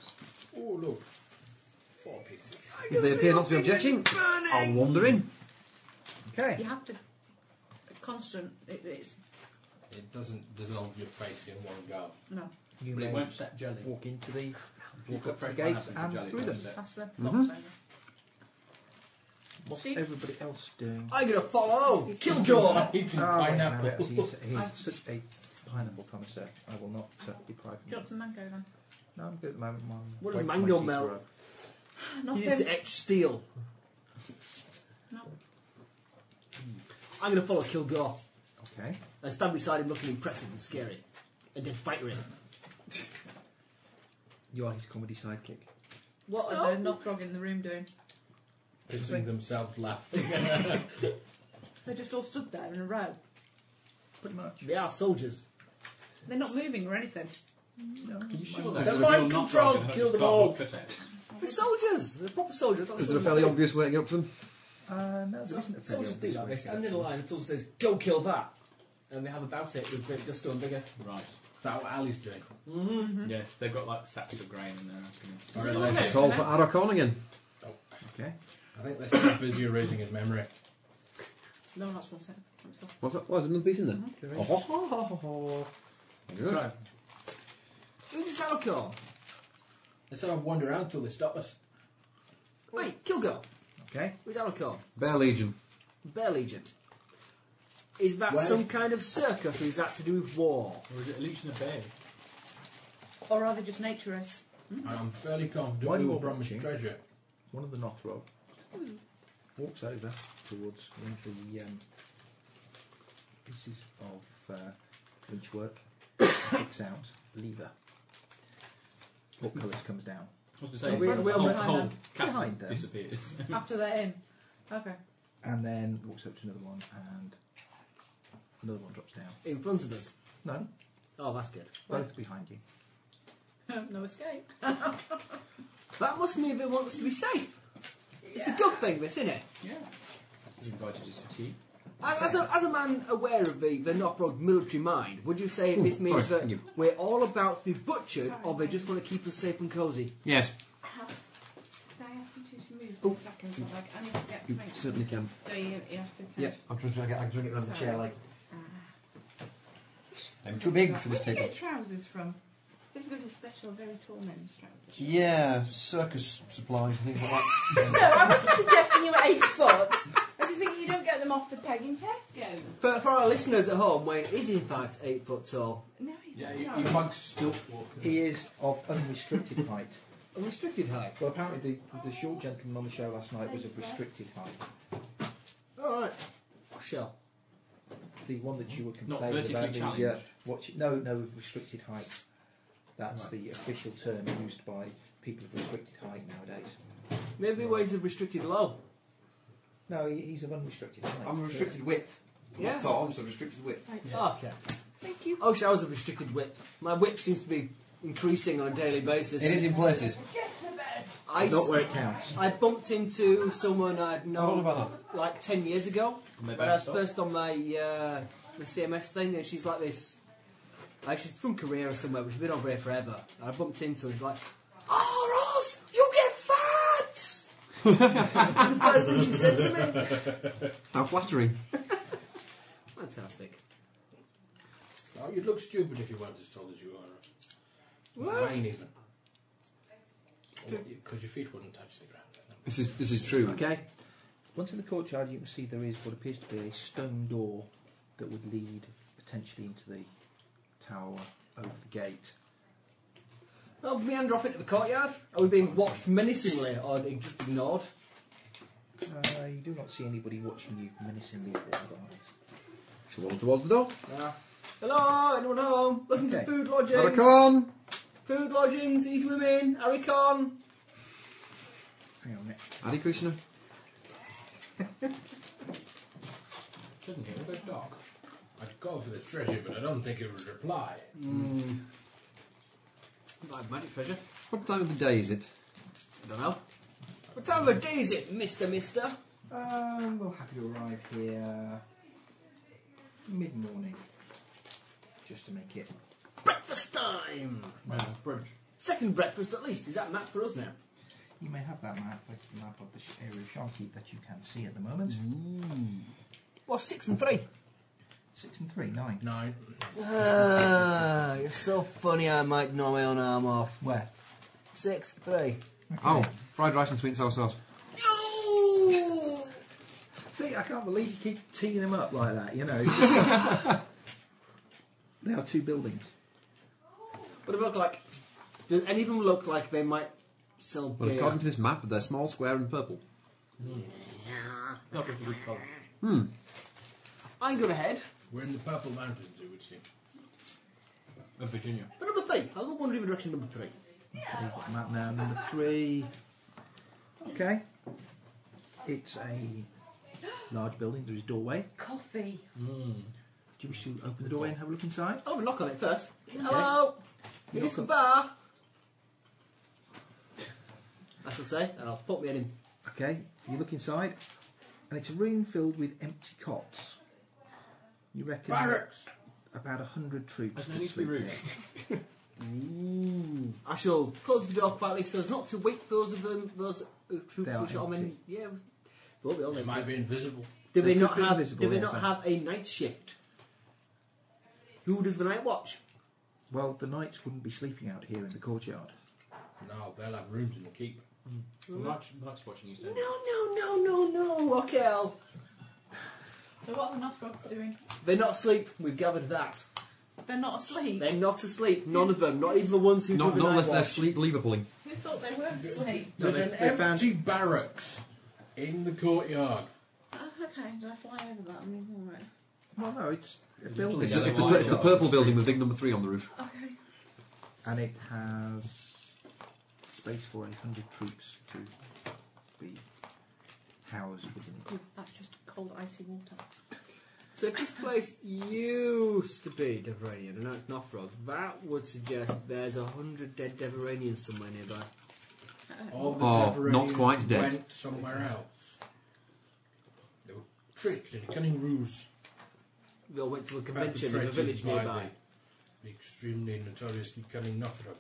Oh, look. Four pieces.
If they appear not to be objecting, I'll wander in.
You
Okay.
have to constant. It, it's
It doesn't dissolve your face in one go.
no
You
But
may
it won't set jelly.
walk into the
You've
walk
got
up to the
fresh
gates
pineapples
and
Mm-hmm.
jelly,
through
don't
them.
set.
that's the
Mhm.
box over.
What's
Steve?
everybody else doing?
I'm gonna follow Kilgore.
Eating
Oh, wait, no,
pineapple.
yes, he's, he's such a pineapple connoisseur. I will not uh,
Do
deprive
you
him.
want some mango then?
No, I'm good at the moment. My,
What does
my- my
mango
teeth
melt?
are up.
You need
Nothing.
to etch steel.
No.
I'm gonna follow Kilgore
Okay.
and stand beside him, looking impressive and scary, and then fight him.
You are his comedy sidekick.
What are the knock in the room doing?
Pissing themselves laughing.
They're just all stood there in a row.
Pretty much.
They are soldiers.
They're not moving or anything.
Are you sure
They're
that's
mind controlled, kill them all.
Cut out.
They're soldiers. They're proper soldiers. Not
Is there a
soldiers.
fairly obvious way to get up to them?
Uh, no, there isn't a fairly
Soldiers do
obvious
that.
way
They
to
stand
go.
in a line and someone says, "Go kill that," and they have about it with Great Gusto and Bigger.
Right.
Mm-hmm.
Is that what Ali's doing?
Yes, they've got like sacks of grain in there. asking them.
Is
Alright,
it
I'll
all
just
right,
Call
isn't
for
it?
Aracon again.
Okay.
I think they're still busy erasing his memory.
No, that's one second. That's all.
What's that? Was another piece in there?
Mm-hmm.
Oh, ho, ho, ho, ho, ho. Good.
So,
Who's this Alcor?
Let's have a wander around till they stop us.
Wait, Kilgore.
okay.
Who's Alcor?
Bear Legion.
Bear Legion. Is that
Where's-
some kind of circus, or is that to do with war?
Or is it a legion of bears?
Or are they just naturists?
And I'm fairly confident
Why
we
do
will
you
promise
Hmm. watching?
treasure.
One of the Northrop walks over towards one of the um, pieces of uh, winchwork, picks out lever. Portcullis comes down.
I was going to say,
We're-
the
we're
whole,
behind
whole
them.
castle
Behind them.
disappears.
After they're in. Okay.
And then walks up to another one, and another one drops down.
In front of us.
No,
Oh, that's good.
both behind you.
no escape.
That must mean they want us to be safe. It's a good thing, this, isn't it?
yeah. He's invited us to tea.
As, as, a, as a man aware of the, the Northrog military mind, would you say this means
sorry,
that
thank you.
we're all about to be butchered, or they just want to keep us safe and cosy?
Yes.
Can I ask you two to move for a second? But, like, I need to get
You
something.
certainly can.
So you, you have to kind
Yeah, I'm trying to get, I can drag it around the chair like. I'm too
of...
big for this
Where do you
table.
get trousers from? There's got a special, very tall men's trousers.
Yeah, circus supplies and things like that.
No, I wasn't suggesting you were eight foot. I just think you don't get them off the peg in Tesco.
For, for our listeners at home, Wayne is in fact eight foot tall.
No, he's
Yeah,
not.
he, he mugs stilt walking.
He is of unrestricted height.
A restricted height.
Well, apparently the, the short gentleman on the show last night was of restricted height.
Alright. Shell.
The one that you were
Not
complaining
vertically
about. The, uh,
challenged.
watch, no, no, with restricted height. That's the official term used by people of restricted height nowadays.
Maybe Wayne's a restricted low.
No, he, he's of unrestricted height.
I'm a restricted width. I'm
Yeah.
Not tall, I'm just a restricted width.
Okay.
Thank you.
Oh, Shell's a restricted width. My width seems to be increasing on a daily basis.
It is in places.
Get to bed.
I,
Not
s-
where it counts.
I bumped into someone I'd
How old
known
about
like 10 years ago.
And they
When I was
bounced off.
first on my uh, the CMS thing, and she's like this. Like she's from Korea or somewhere, but she's been over here forever. And I bumped into her, she's like, "Oh, Ross, you get fat." That's the first thing she said to me.
How flattering.
Fantastic.
Oh, you'd look stupid if you weren't as tall as you are. Nine even. Because your feet wouldn't touch the ground.
This is this is true.
Okay. Once in the courtyard, you can see there is what appears to be a stone door that would lead potentially into the tower over the gate.
Well, meander off into the courtyard. Are we being watched menacingly or just ignored?
Uh, you do not see anybody watching you menacingly with their eyes.
Shall we towards the door?
Uh, Hello, anyone home? Looking
Okay.
for food lodgings.
Aracon!
Food lodgings. These women. Aricon.
Hang on a minute.
Hare Krishna.
Shouldn't it? What about Doc? I'd call for the treasure, but I don't think it would reply.
Magic treasure.
What time of the day is it?
I don't know. What time of day is it, Mister Mister?
Um, we'll have you arrive here mid morning, just to make it.
Breakfast time.
brunch.
Second breakfast at least. Is that map for us now?
You may have that map. That's the map of the sh- area of Sharky that you can see at the moment.
Well, six and three.
Six and three, nine.
Nine.
Ah, you're so funny. I might gnaw my own arm off.
Where?
Six, three.
Oh, fried rice and sweet and sour sauce.
No.
See, I can't believe you keep teeing him up like that, you know. they are two buildings.
But it look like. Does any of them look like they might sell
Well,
beer?
according to this map, they're small, square, and purple.
That was a good colour.
Hmm.
I'm going to head
We're in the Purple Mountains, it would seem.
Of Virginia.
for number three. I'll go wandering in direction number three.
Map now, number three. Okay. It's a large building. There is a doorway.
Coffee.
Do you wish to open the doorway and have a look inside?
I'll have a knock on it first. Hello? Is this the bar? I shall say, and I'll put me head in.
Okay, you look inside, and it's a room filled with empty cots. You reckon
Barracks.
about a hundred troops
There's no
could
need to be
sleep
rude.
here.
Ooh. I shall close the door quietly so as not to wake those of them, those uh, troops
They are
which are men.
empty.
Yeah, they'll be on
It might be invisible.
Do they
They could
not
be
have?
invisible,
Do they
yes,
not
sir.
have a night shift? Who does the night watch?
Well, the knights wouldn't be sleeping out here in the courtyard.
No, they'll have rooms in the keep.
Much, much watching you
No,
stand.
no, no, no, no. Okay, Al.
So what are the Nosfrogs doing?
they're not asleep. We've gathered that.
They're not asleep.
They're not asleep. None of them. Not even the ones who
Not,
do the
not
night
unless they're
watch.
sleep leverpooling.
We thought they were asleep.
No,
There's
they-
an
they found-
empty barracks in the courtyard.
Oh, okay, did I fly over that? I mean, all right.
Well, no, it's a building,
It's,
Yeah,
the- it's
they
the,
might
it's the
be.
purple building with big number three on the roof.
Okay.
and it has space for a hundred troops to be housed within it.
Ooh, That's just cold, icy water.
So if this place used to be Deveranian and now it's not frog, that would suggest there's a hundred dead Deveranians somewhere nearby.
All the
Oh,
Deveranians
not quite dead.
went somewhere else. They were tricked in a cunning ruse.
They all went to a convention in a
perpetrated
village
by
nearby.
The, the extremely notoriously cunning Nothrog.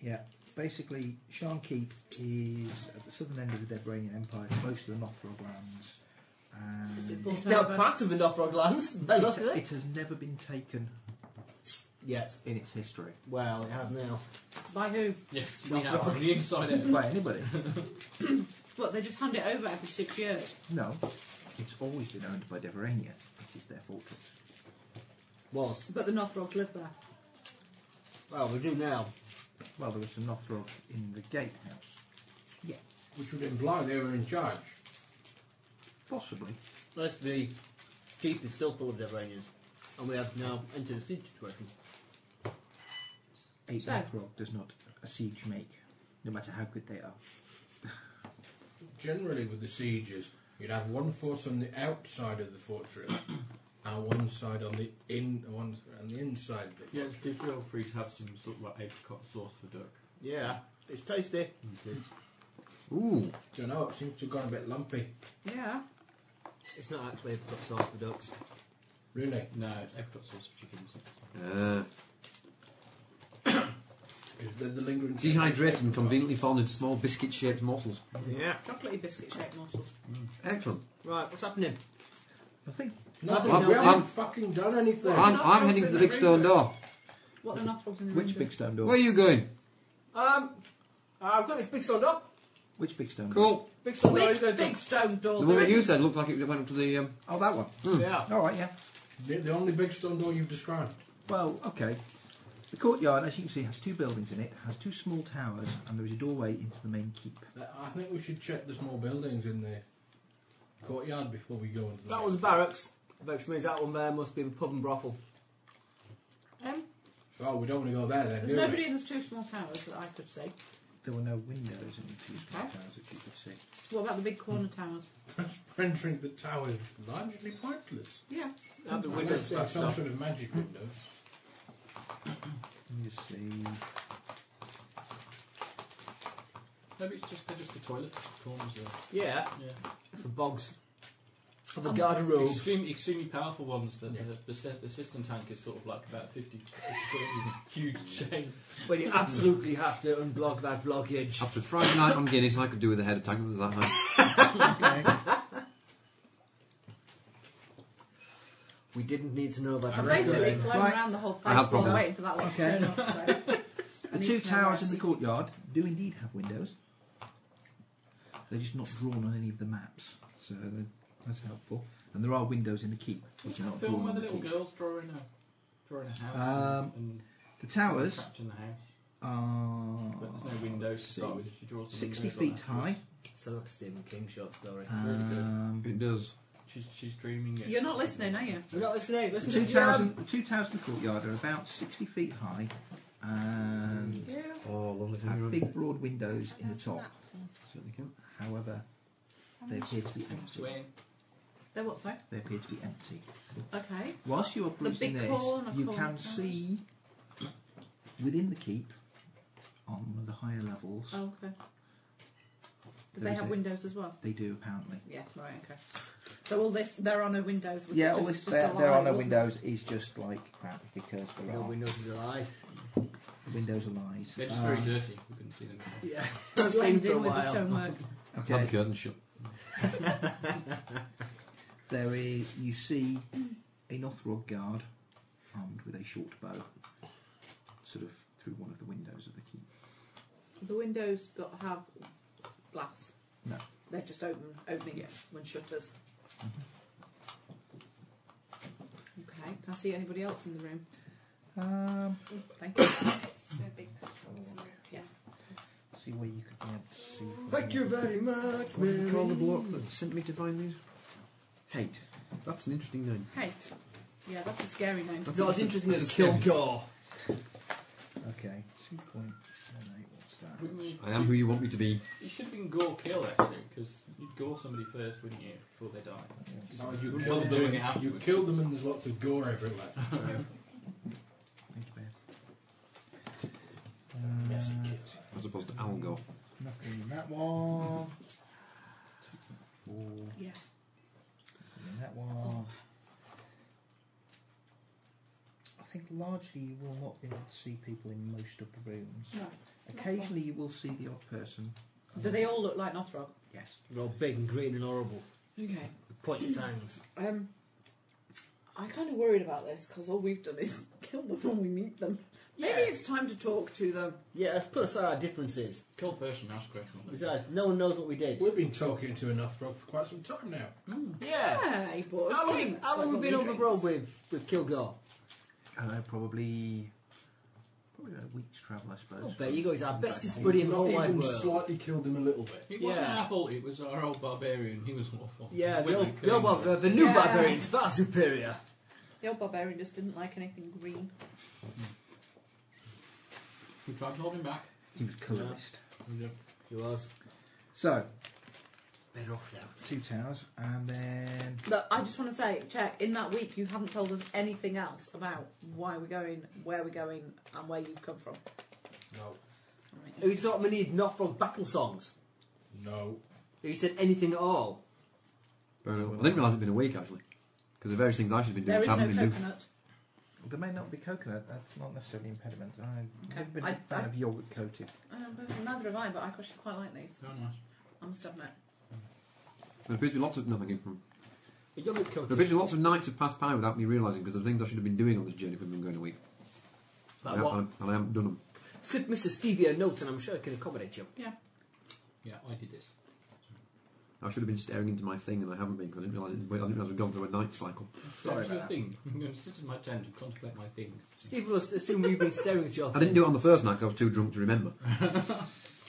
Yeah, basically, Sharn Keep is at the southern end of the Deveranian Empire, close to the Nothrog lands. And
It's now part of the Northrog lands. By the look
it,
at
it
it.
has never been taken
Yet.
in its history
Well, it has now.
By who?
Yes, we have. On the inside end.
by anybody.
What, they just hand it over every six years?
No, it's always been owned by Deverania. It is their fortress.
Was.
But the Northrogs live there.
Well, we do now.
Well, there was some Nothrog in the gatehouse,
Which would imply they were in charge.
possibly.
Unless the keep is still full of Deveranians. And we have now entered a siege situation.
A
So-
Nothrog does not a siege make, no matter how good they are.
Generally, with the sieges, you'd have one force on the outside of the fortress and one side on the in one on the inside. Of the
Yeah, do feel free to have some sort of like apricot sauce for duck.
Yeah. It's tasty.
Ooh,
Don't know. It seems to have gone a bit lumpy.
Yeah.
It's not actually apricot sauce for ducks.
Really,
No, it's apricot sauce for chickens.
uh,
is there the lingering
dehydrated and conveniently found in small biscuit-shaped morsels.
Yeah.
Chocolatey biscuit shaped morsels.
Excellent.
Right, what's happening?
I think
Nothing.
Well,
we
I'm-
haven't fucking done anything.
I'm, I'm heading for the big stone door.
What the Northrogs in the
which
Mm-hmm.
room
big stone door?
Where are you going?
Um, I've got this big stone door.
Which big stone door?
Cool.
Big
do?
stone door.
Which
is going
big
to.
stone door.
The one that you said looked like it went up to the. Um,
Oh, that one.
Yeah.
All right, yeah.
The, the only big stone door you've described.
Well, okay. The courtyard, as you can see, has two buildings in it, has two small towers, and there is a doorway into the main keep.
I think we should check the small buildings in the courtyard before we go into the
That
next
was
one.
barracks, which means that one there must be the pub and brothel.
Um,
Oh, we don't want to go there then.
there's
do we?
nobody in those two small towers that I could see.
There were no windows in the two small towers that you could see.
What about the big corner towers?
That's rendering the tower largely pointless.
Yeah.
That'd be
Unless
windows
they have
type
some
stuff.
sort of magic window.
Let me just see.
Maybe it's just they're just the toilets, corners. Or,
Yeah,
yeah.
the bogs. For the garderobe.
Extreme, extremely powerful ones. That
Yeah.
the, the, se- the system tank is sort of like about 50 huge chain.
When you absolutely have to unblock that blockage.
after Friday night on Guinness, I could do with a head attack at that time.
We didn't need to know about
I'm
that.
basically
Right.
flying around the whole place
have
while
problems.
waiting for that one
Okay.
to turn up. So.
The two towers in the courtyard do indeed have windows. They're just not drawn on any of the maps, so they- that's helpful. And there are windows in the keep, which are not
Film
drawn
where
on
the
the
little
keep.
girls drawing a drawing a house.
Um,
and, and
the towers
trapped in the house.
are
But there's no windows to start with. She draws the
60
windows on
feet
that.
high.
Sounds like a Stephen King short story.
Um,
It does.
She's she's dreaming it.
You're not listening, are you?
We're not listening.
The
Listen
two
to the
towers, in, the two towers in the courtyard are about 60 feet high and
Oh, lovely.
have big broad windows in the top.
Certainly can.
However, they appear to be empty.
They're what, sorry?
They appear to be empty.
Okay.
Whilst you are
The
perusing
big
this,
horn, a
you
corn
can
tower.
see within the keep, on one of the higher levels,
Oh, okay. Do
There
they
is
have
a-
windows as well?
they do apparently.
Yeah, right, okay. So all this, they're on the windows. was
Yeah,
just-
all this
just
there,
a
there
lie,
are no
wasn't
windows is just like crap because there
No
are
windows is a lie.
the windows are lies.
They're just
Ah.
Um,
very dirty. We couldn't see them.
Yeah.
it?
That's been
Blend
for a
in with the
while.
stonework.
Okay.
Had the curtain shut.
There is, you see a Northrog guard armed with a short bow, sort of through one of the windows of the keep.
The windows got have glass.
No.
They're just open, openings and shutters. Okay, can I see anybody else in the room? Oh,
Um,
Thank you.
It's a big story.
Yeah.
see where you could be able to see. from
Thank you
here.
very much.
What did you call the
Mary.
block that sent me to find these? Hate. That's an interesting name.
Hate. Yeah, that's a scary name.
That's
No, it's interesting as Kilgore.
Okay, two point one eight. What's that?
Wouldn't you?
I am who you want me to be.
You should have been gore kill actually, because you'd gore somebody first, wouldn't you, before they die?
No, you,
We're
killed
doing
them,
it
you
afterwards.
killed them and there's lots of gore everywhere.
Thank you, babe.
As opposed to Al Gore.
Nothing Uh, in that one. Two point four.
Yeah.
And that one. I think largely you will not be able to see people in most of the rooms.
No.
Occasionally you will see the odd person.
Do they all look like Northrop?
Yes.
They're all big and green and horrible.
Okay.
Pointy fangs.
Um, I'm kind of worried about this because all we've done is kill them when we meet them. Maybe
Yeah.
it's time to talk to them.
Yeah, let's put aside our differences.
Kill first and ask questions.
Besides, no one knows what we did.
We've been talking to enough for quite some time now.
Yeah.
Hey, boys.
How long,
drinks,
how long
like
have we been
lovely
over the road
drinks.
with, with Kilgore?
Uh, probably, probably about a week's travel, I suppose.
Oh, there you go. He's our
Back
bestest
home.
buddy in the
Not
whole wide
even
world.
slightly killed them a little bit.
It wasn't
Yeah.
our fault, it was our old barbarian. He was awful.
yeah,
When
the, old,
we
the,
killed
old,
him.
barbar- the new
Yeah.
barbarian's far superior.
The old barbarian just didn't like anything green.
We tried to hold him back.
He was colourist.
He was.
So,
Better off now.
two towers, and then
Look, I just want to say, check. In that week, you haven't told us anything else about why we're going, where we're going, and where you've come from.
No,
He taught me need not from battle songs.
no.
He said anything at all.
Fair enough. I didn't realise it'd been a week actually. Because the various things I should have been doing
There
which
is no
I haven't been doing.
coconut.
there may not be coconut. That's not necessarily an impediment. I've
Okay.
never been a
I-
fan
I-
of yogurt coated.
Um, neither have I, but I actually quite like these.
So nice.
I must admit.
There appears to be lots of nothing in from.
A yogurt coat.
There appears to be lots of nights have passed by without me realising because there are things I should have been doing on this journey if we've been going a week.
Like
and, I,
what?
and I haven't done them.
Slip Mr. Stevie a note and I'm sure I can accommodate you.
Yeah.
Yeah, I did this.
I should have been staring into my thing and I haven't been because I didn't realise it- I didn't realise we'd gone through a night cycle.
Step
about
to your
that.
thing. I'm going to sit in my tent and contemplate my thing.
Stevie will assume we've been staring at your
I didn't do it on the first night because I was too drunk to remember.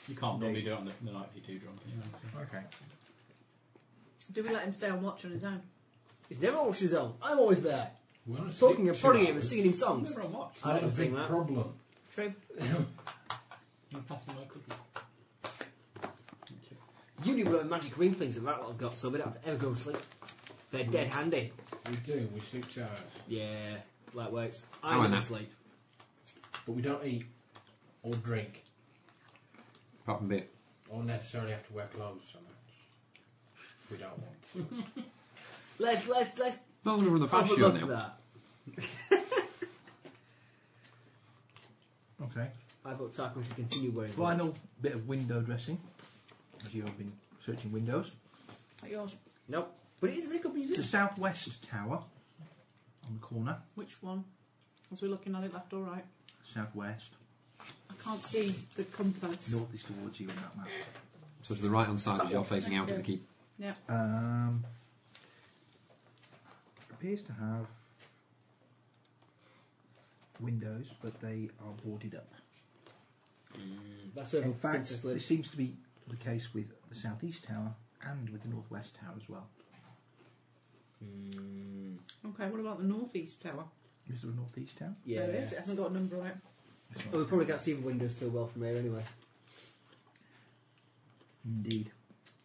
You can't normally do it on the, the night if you're too drunk. Anyway, so.
Okay.
Do we let him stay and watch on his own?
He's never on his own. I'm always there.
We're not
Talking and
asleep
prodding
two
him and
hours.
singing him songs.
Never on watch.
I
Not
don't
a
sing
big
that.
problem.
True.
I'm passing my cookies.
You need one of the magic ring things that that lot have got so we don't have to ever go to sleep. They're dead handy.
We do. We sleep two hours,
Yeah, that works.
Oh,
I
I
never
know.
sleep.
but we don't eat or drink
Apart from beer.
or necessarily have to wear clothes so much. If we don't want to.
Let's, let's, let's
Sounds like we're on the fast show
overlook
now.
that.
Okay.
I thought Tarquin should continue wearing
Final
gloves.
bit of window dressing, as you have been searching windows.
Like yours.
Nope. But it is a makeup
The
museum.
southwest tower on the corner.
Which one? As we're looking at it, left or right?
Southwest.
I can't see the compass.
North is towards you on that map.
So to the right hand side as you're facing out of the keep.
Yeah.
Um, appears to have windows, but they are boarded up.
That's where
In
the
fact,
princess lives.
this seems to be the case with the southeast tower and with the northwest tower as well.
Okay, what about the northeast tower?
Is there a northeast tower?
Yeah.
There is, it hasn't got a number on it.
Oh, we probably can't see the windows too well from here anyway.
Indeed.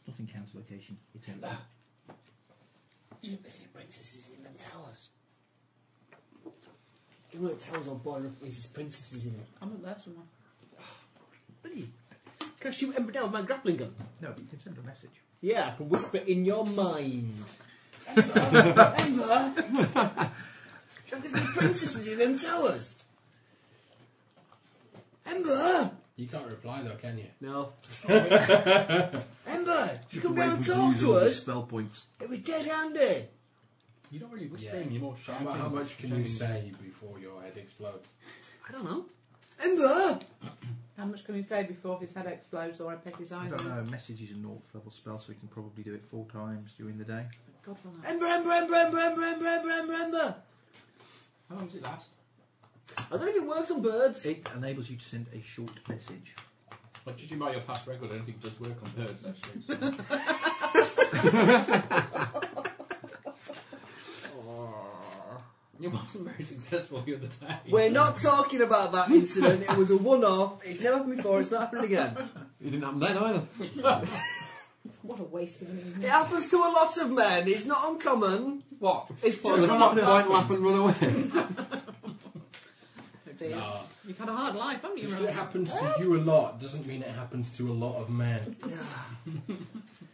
Nothing counts location. It's empty.
Ah. Two missing princesses in them towers. One of the towers on board is his princesses in it.
I'm up there somewhere.
Really? Can I shoot Ember down with my grappling gun?
No, but you can send a message.
Yeah, I can whisper in your mind. Ember! Ember! Look, there's some princesses in them towers! Ember!
You can't reply though, can you?
No.
Ember,
Ember! You come down and talk to us!
Spell points.
It'd be dead handy!
You don't really whispering, you're more shouting.
How, mu- how much can
Shouting.
you say before your head explodes?
I don't know. Ember!
How much can he say before his head explodes or I peck his
I
eyes
don't
out?
know. Message is a north level spell, so we can probably do it four times during the day.
God, will know.
Ember, Ember, Ember, Ember, Ember, Ember, Ember, Ember, Ember!
How long does it last?
I don't know if it works on birds.
It enables you to send a short message.
Like, judging by your past record, I don't think it does work on birds, actually. So. It wasn't very successful the other day.
We're not talking about that incident. It was a one-off. It's never happened before. It's not happening again.
It didn't happen then either.
What a waste of an
It
evening.
happens to a lot of men. It's not uncommon.
What?
It's
Well,
just
they
not.
might might laugh and run away.
Oh, dear. You've had a hard life, haven't you,
Just 'cause it
Ryan?
happens to you a lot doesn't mean it happens to a lot of men.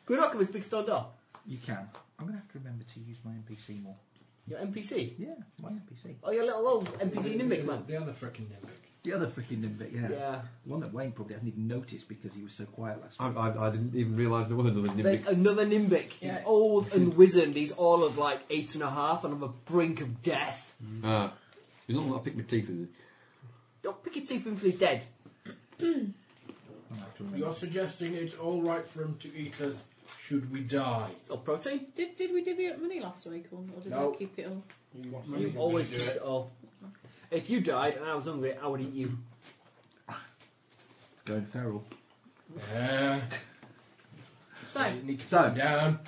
We're not going to big stand up.
You can. I'm going to have to remember to use my NPC more.
Your NPC.
Yeah, my NPC.
Oh, your little old NPC Nimbic man.
The other frickin' nimbic.
The other freaking Nimbic, yeah.
Yeah.
The one that Wayne probably hasn't even noticed because he was so quiet last
I,
week.
I, I didn't even realise there was another
There's
nimbic.
another Nimbic. He's
Yeah.
old and wizened. He's all of like eight and a half and on the brink of death.
Ah, he's not like pick my teeth, is he?
Don't pick your teeth until he's dead.
I'm going to have to remember.
You're suggesting it's all right for him to eat us should we die?
It's all protein.
Did, did we divvy up money last week or, or did
No.
I keep it all?
You want
You
something,
always
you're
do
gonna
it all. If you died and I was hungry, I would eat you.
It's going feral.
Yeah.
So,
You need to
So-
calm down.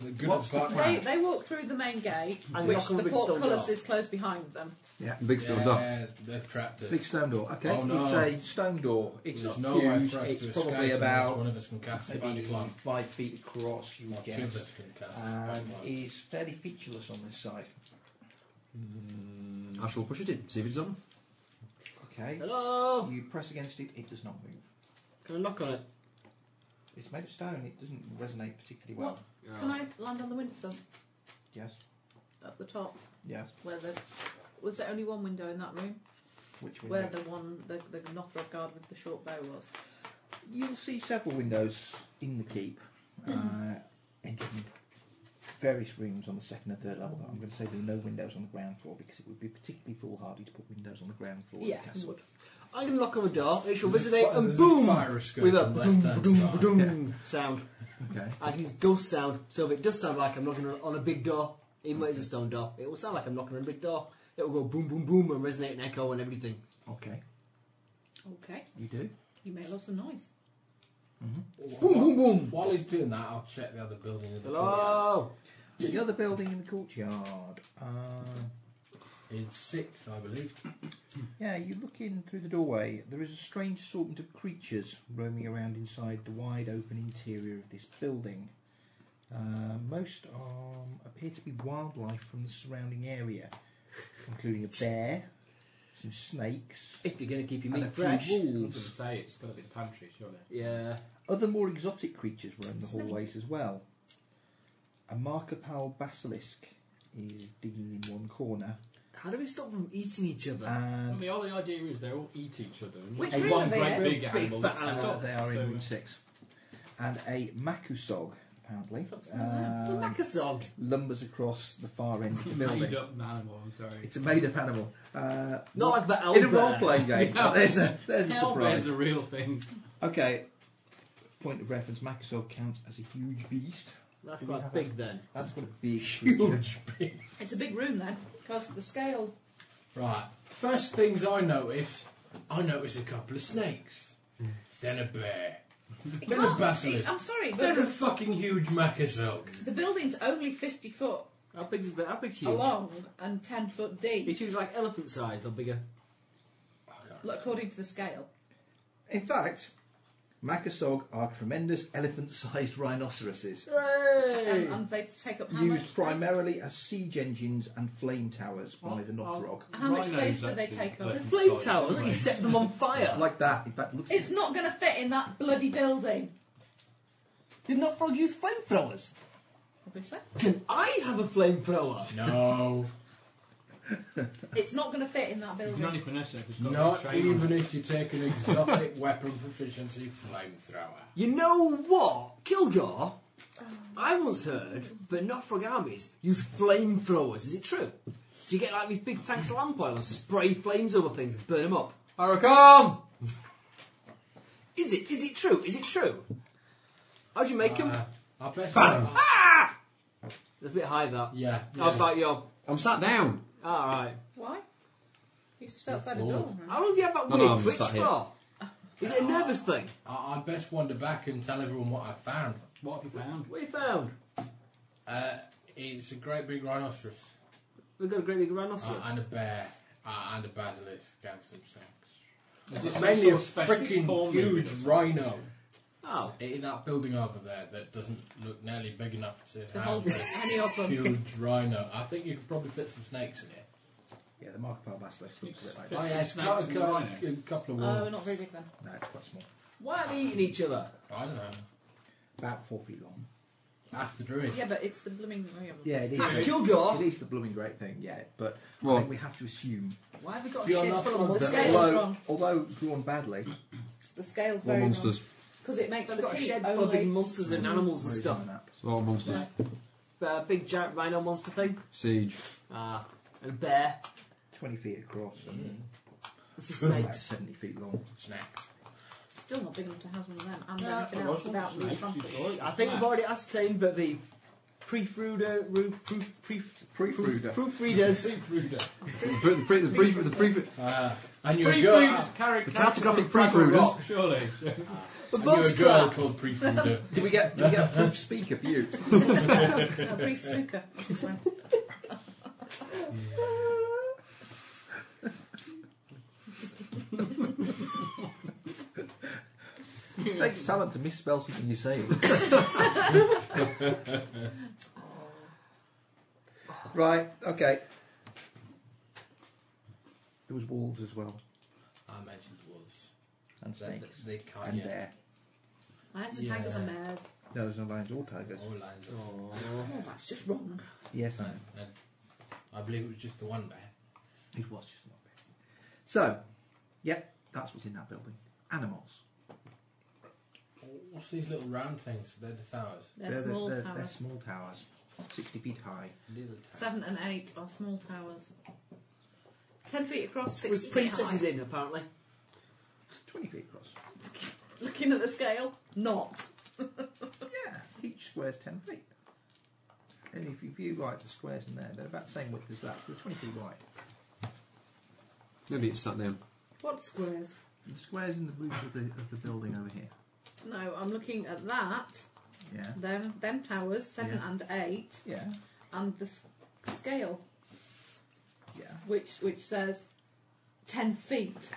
The good
What's the
part-
they, they walk through the main gate,
And
which
knock on
the
the big stone
portcullis
door.
is closed behind them.
Yeah.
Big feels off.
Yeah, they've trapped us.
Big stone door. Okay,
Oh, no.
it's a stone door. It's
There's
not
no way
huge.
for us
It's
to
probably
escape unless
about
one of us can cast it.
maybe
Bandit Clock.
five feet across. You
Or two of
guess.
us can cast
And
Bandit Clock.
is fairly featureless on this side.
I shall push it in, see if it's on.
Okay.
Hello.
You press against it, it does not move.
Can I knock on it?
It's made of stone. It doesn't resonate particularly well.
What? Can I land on the window
Yes.
at the top?
Yes.
Where the was there only one window in that room?
Which
Where
window?
the one the the Northrop guard with the short bow was.
You'll see several windows in the keep, uh, entering various rooms on the second and third level. I'm going to say there are no windows on the ground floor because it would be particularly foolhardy to put windows on the ground floor
Yeah,
of
it
the castle.
would.
I'm going to knock on the door. It shall
There's a
resonate
fi-
and
there's
boom.
A fire escape
with a
on the left-hand side.
boom, boom sound.
Okay.
I can use ghost sound, so if it does sound like I'm knocking on- on a big door, even though it's a stone door, it will sound like I'm knocking on a big door. It will go boom, boom, boom, and resonate and echo and everything.
Okay.
Okay,
You do.
you made lots of noise.
Boom, boom, boom.
While he's doing that, I'll check the other building. in the courtyard.
Hello.
The other building in the courtyard. Uh,
It's six, I believe.
Yeah, you look in through the doorway. There is a strange assortment of creatures roaming around inside the wide open interior of this building. Uh, most are, appear to be wildlife from the surrounding area, including a bear, some snakes,
If you're going to keep your
and
meat
a
fresh.
few
I was going to
wolves.
say, it's got to be the pantry, surely.
Yeah.
Other more exotic creatures roam the hallways as well. A marcopal basilisk is digging in one corner,
How do we stop them eating each other?
I
and
mean, all the idea is they all eat each other. And
Which
it's
room
one
are they
great
in?
big
Big
animal
fat
that
animal.
uh,
stops.
they are in
So,
room six, and a makusog apparently.
The
um,
Macasog.
lumbers across the far end of the
it's a
building.
made-up animal, I'm sorry.
It's a made-up animal. Uh,
Not like
what-
the
in a
owlbear.
role-playing game.
No.
There's a there's a
Hell, there's
surprise.
a real thing.
Okay, point of reference, Makassar counts as a huge beast.
That's
Do we
quite
have
big
a-
then.
That's quite a big huge
It's a big room then, because the scale.
Right. First things I notice, I notice a couple of snakes, then a bear,
It
then a
can't-
basilisk,
it- I'm sorry, but
then a
the,
fucking huge macassog.
the building's only 50 foot
How big's it? How big's huge?
long and 10 foot deep,
It's huge, like elephant sized or bigger.
look, according to the scale.
In fact, Makasog are tremendous elephant-sized rhinoceroses,
Hooray!
And, and they take up how much?
used primarily as siege engines and flame towers by the Northrog.
How much space do they take up?
Flame tower, look, he set them on fire.
Like that, in fact, look,
It's not going to fit in that bloody building,
Did not frog use flamethrowers?
obviously.
Can I have a flamethrower?
No,
It's not going to fit in that building.
Not even necessary if it's got
not
no training.
even if you take an exotic weapon proficiency flamethrower.
You know what? Kilgore, I once heard that Northrog armies use flamethrowers. Is it true? Do you get like these big tanks of lamp oil and spray flames over things and burn them up?
Hurricane!
Is it? Is it true? Is it true? How'd you make them?
Uh, I bet.
Bang! That's a bit high, that.
Yeah.
How about your...
I'm sat down.
Alright.
Why? You stood outside a door. man.
How long do you have that
No,
weird
no, I'm
twitch
sat here.
for? Is it a nervous thing?
I, I best wander back and tell everyone what I found.
What have you found?
What have you found?
Uh, it's a great big rhinoceros
We've got a great big
uh,
rhinoceros.
and a bear uh, and a basilisk and some snakes.
Is it
It's
some
mainly a
sort of special
freaking
spawn
huge
movement or something?
rhino
oh.
in that building over there that doesn't look nearly big enough to,
To
have
hold
a
any of them.
huge rhino. I think you could probably fit some snakes in it.
yeah, the Markiplier Basilisk looks a bit like
Oh,
that.
yeah,
some
it's
snakes
got a
in the
cou-
rhino.
a couple of
Oh,
walls.
not very big then.
No, it's quite small.
Why are they eating each other?
I don't know.
About four feet long.
Ask the druid.
Yeah, but it's the blooming room.
Yeah, it is.
That's Kilgore.
It is the blooming great thing, yeah. But
Well-
I think we have to assume,
Why have we got a
Beyond
shed
that
full of
that
scale's
monsters?
although,
wrong.
although drawn badly,
The scale's
More
very
monsters.
Because it makes
They've
the
got a
heat
shed full of big
only.
monsters and animals and
Where is
stuff.
it on the map?
It's a lot of monsters.
Uh, big giant rhino monster thing.
Siege.
Ah, and a bear.
twenty feet across and
And some
about
snakes.
seventy feet long.
Snacks.
Still not big enough to have one of them and
Yeah,
anything
There
else
was one
without
snake,
the
you
trumpet.
saw it.
I think we've already ascertained that the pre-fruder, ru, pre, pre,
Pre-fruiter.
proofreaders,
The pre- the pre- the pre- the pre-
Uh, and you're a
Three
girl.
fruits carried
the cartographic proofreaders.
Surely.
the
And you're a
boat's
girl
crap.
called Prefruder.
Do we get do we get a proof speaker for you?
A brief snooker. obviously.
It takes talent to misspell something you say. right, okay. There was wolves as well.
I mentioned wolves.
And
They,
snakes.
they can't
And
yeah.
bear.
Lions and tigers
Yeah.
and bears.
No, there's no lions or tigers.
All lines of-
Oh, that's just wrong.
Yes, I know.
and, and I believe it was just the one bear.
It was just not big. So, yep, that's what's in that building. Animals.
What's these little round things? They're the towers.
They're,
They're the-
small
they're- They're
towers.
small towers, 60 feet high.
Little towers.
Seven and eight are small towers. Ten feet across, six
With
feet high.
princesses in, apparently.
20 feet across.
Looking at the scale, not.
Yeah, each square's 10 feet. And if you view like the squares in there, they're about the same width as that, so they're 20 feet wide.
Nobody sat down.
What squares?
And the squares in the roof of the, of the building over here.
No, I'm looking at that.
Yeah.
Them, them towers, seven
Yeah.
and eight,
Yeah.
and the s- scale,
Yeah.
which which says ten feet,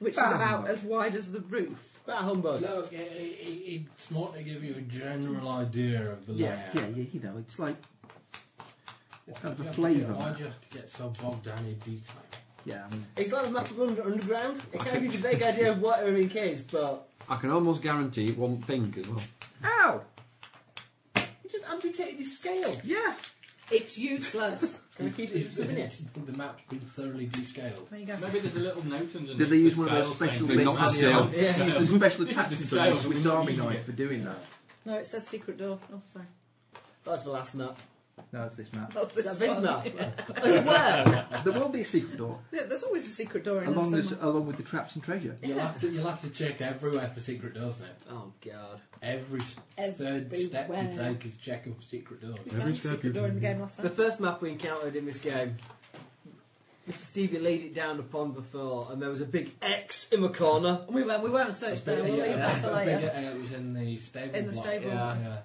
which
Bam.
is about as wide as the roof.
That humbug.
Look, it, it, it- it's more to give you a general idea of the
Yeah,
layout.
yeah, yeah, you know, it's like. It's kind of
Yeah,
a
but
flavour.
Why
map.
do you have to get so bogged down in detail?
Yeah, I mean,
It's like a map of London Underground. It kind of gives you a vague idea of what everything is, but
I can almost guarantee it wasn't pink as well.
Ow!
you just amputated the scale.
Yeah!
It's useless.
Can we keep it
It's-
just a minute?
the map's been thoroughly descaled.
There you go.
Maybe there's a little note underneath.
Did they use one of
the
those
scale
special
thing.
Not the scale.
Yeah,
Yeah.
he's the special
This is the
attachment
scale,
on the
but we're
Swiss
not
Army
using
knife
it.
for doing that.
No, it says secret door. Oh, sorry.
That's the last map. Oh,
No, it's this map.
That's this That's this one. map. Yeah.
Where? There will be a secret door.
Yeah, there's always a secret door in
Along,
there
this,
somewhere.
along with the traps and treasure.
You'll have to you'll have to check everywhere for secret doors now.
Oh god!
Every s- third step you
Everywhere.
take is checking for secret doors.
We found a secret door in the game last
The
night.
first map we encountered in this game, Mr. Stevie laid it down upon the floor, and there was a big X in the corner.
We won't, we won't search there. We'll leave that for
I think
later.
it was in the stable.
In the
block.
stables.
Yeah.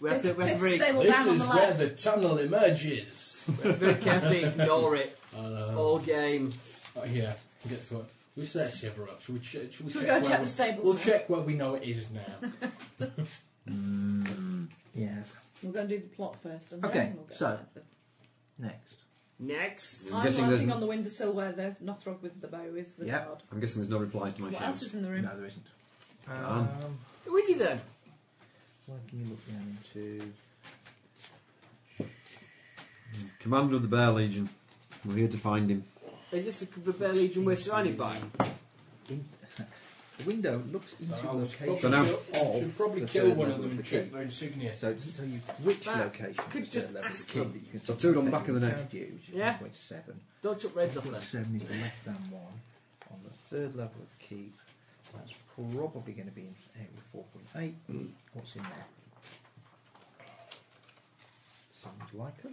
We had to, we had to really,
Stable
This
down on
is
the
where
left.
the tunnel emerges. uh,
we had to very carefully ignore it all game.
Oh, yeah, guess what? We set Shiver up. Should we, che- should we
Should
check?
we go
where
check
we-
the stables
We'll
now?
check what we know it is now.
Yes.
We're going to do the plot first. And
Okay,
then we'll go
so.
back.
Next.
Next.
I'm
I'm
guessing there's
working
n-
on the windowsill where the Nothrog with the bow is. With
Yeah.
the rod.
I'm guessing there's no replies to my
What else
shouts.
is in the room?
No, there isn't.
Um,
Um,
Who is he then?
where can you look down into?
Commander of the Bear Legion. We're here to find him.
Is this the, the Bear Legion we're surrounded by?
The window looks into the
Should probably
location
Dunno.
kill-
of
should probably
the
kill
third
one of
level
them and
the
check
key.
their insignia.
So it doesn't tell you which
That
location.
could
the
just
third level is
ask
from
him.
that You can
So
see
two
from
on
the
back of the
location
net.
around you, which is
Yeah.
1.7.
Don't chuck reds off us.
1.7 is the left hand one on the third level of the keep. That's probably going to be in area 4.8. What's in there? Sounds likely.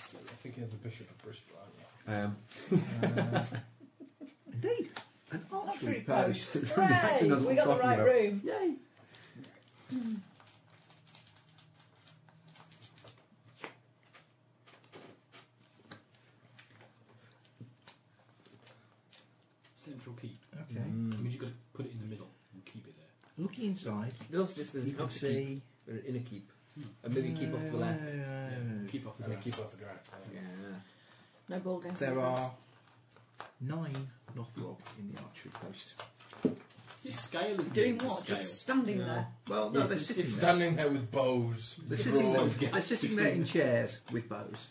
I think you're the Bishop of Bristol, aren't you?
Um,
Uh, indeed, an archery
Archery
post.
Hooray!
another
We
one
got the
talking
right
about.
room.
Yay!
Central keep.
Okay.
It means you've got to put it in the middle and keep it there.
Looking inside,
Those just
you can see.
They're in a keep. And maybe keep off to the left.
Yeah, keep off the
And
grass.
keep off the ground.
Yeah.
No ball games.
There
no
are nine Northrog in the archery post.
This scale is
games. Doing
the
what?
Scale.
Just standing there.
Well, no, they're
It's
sitting there.
standing there with bows.
They're sitting there,
Brawls get
they're sitting there in chairs with bows.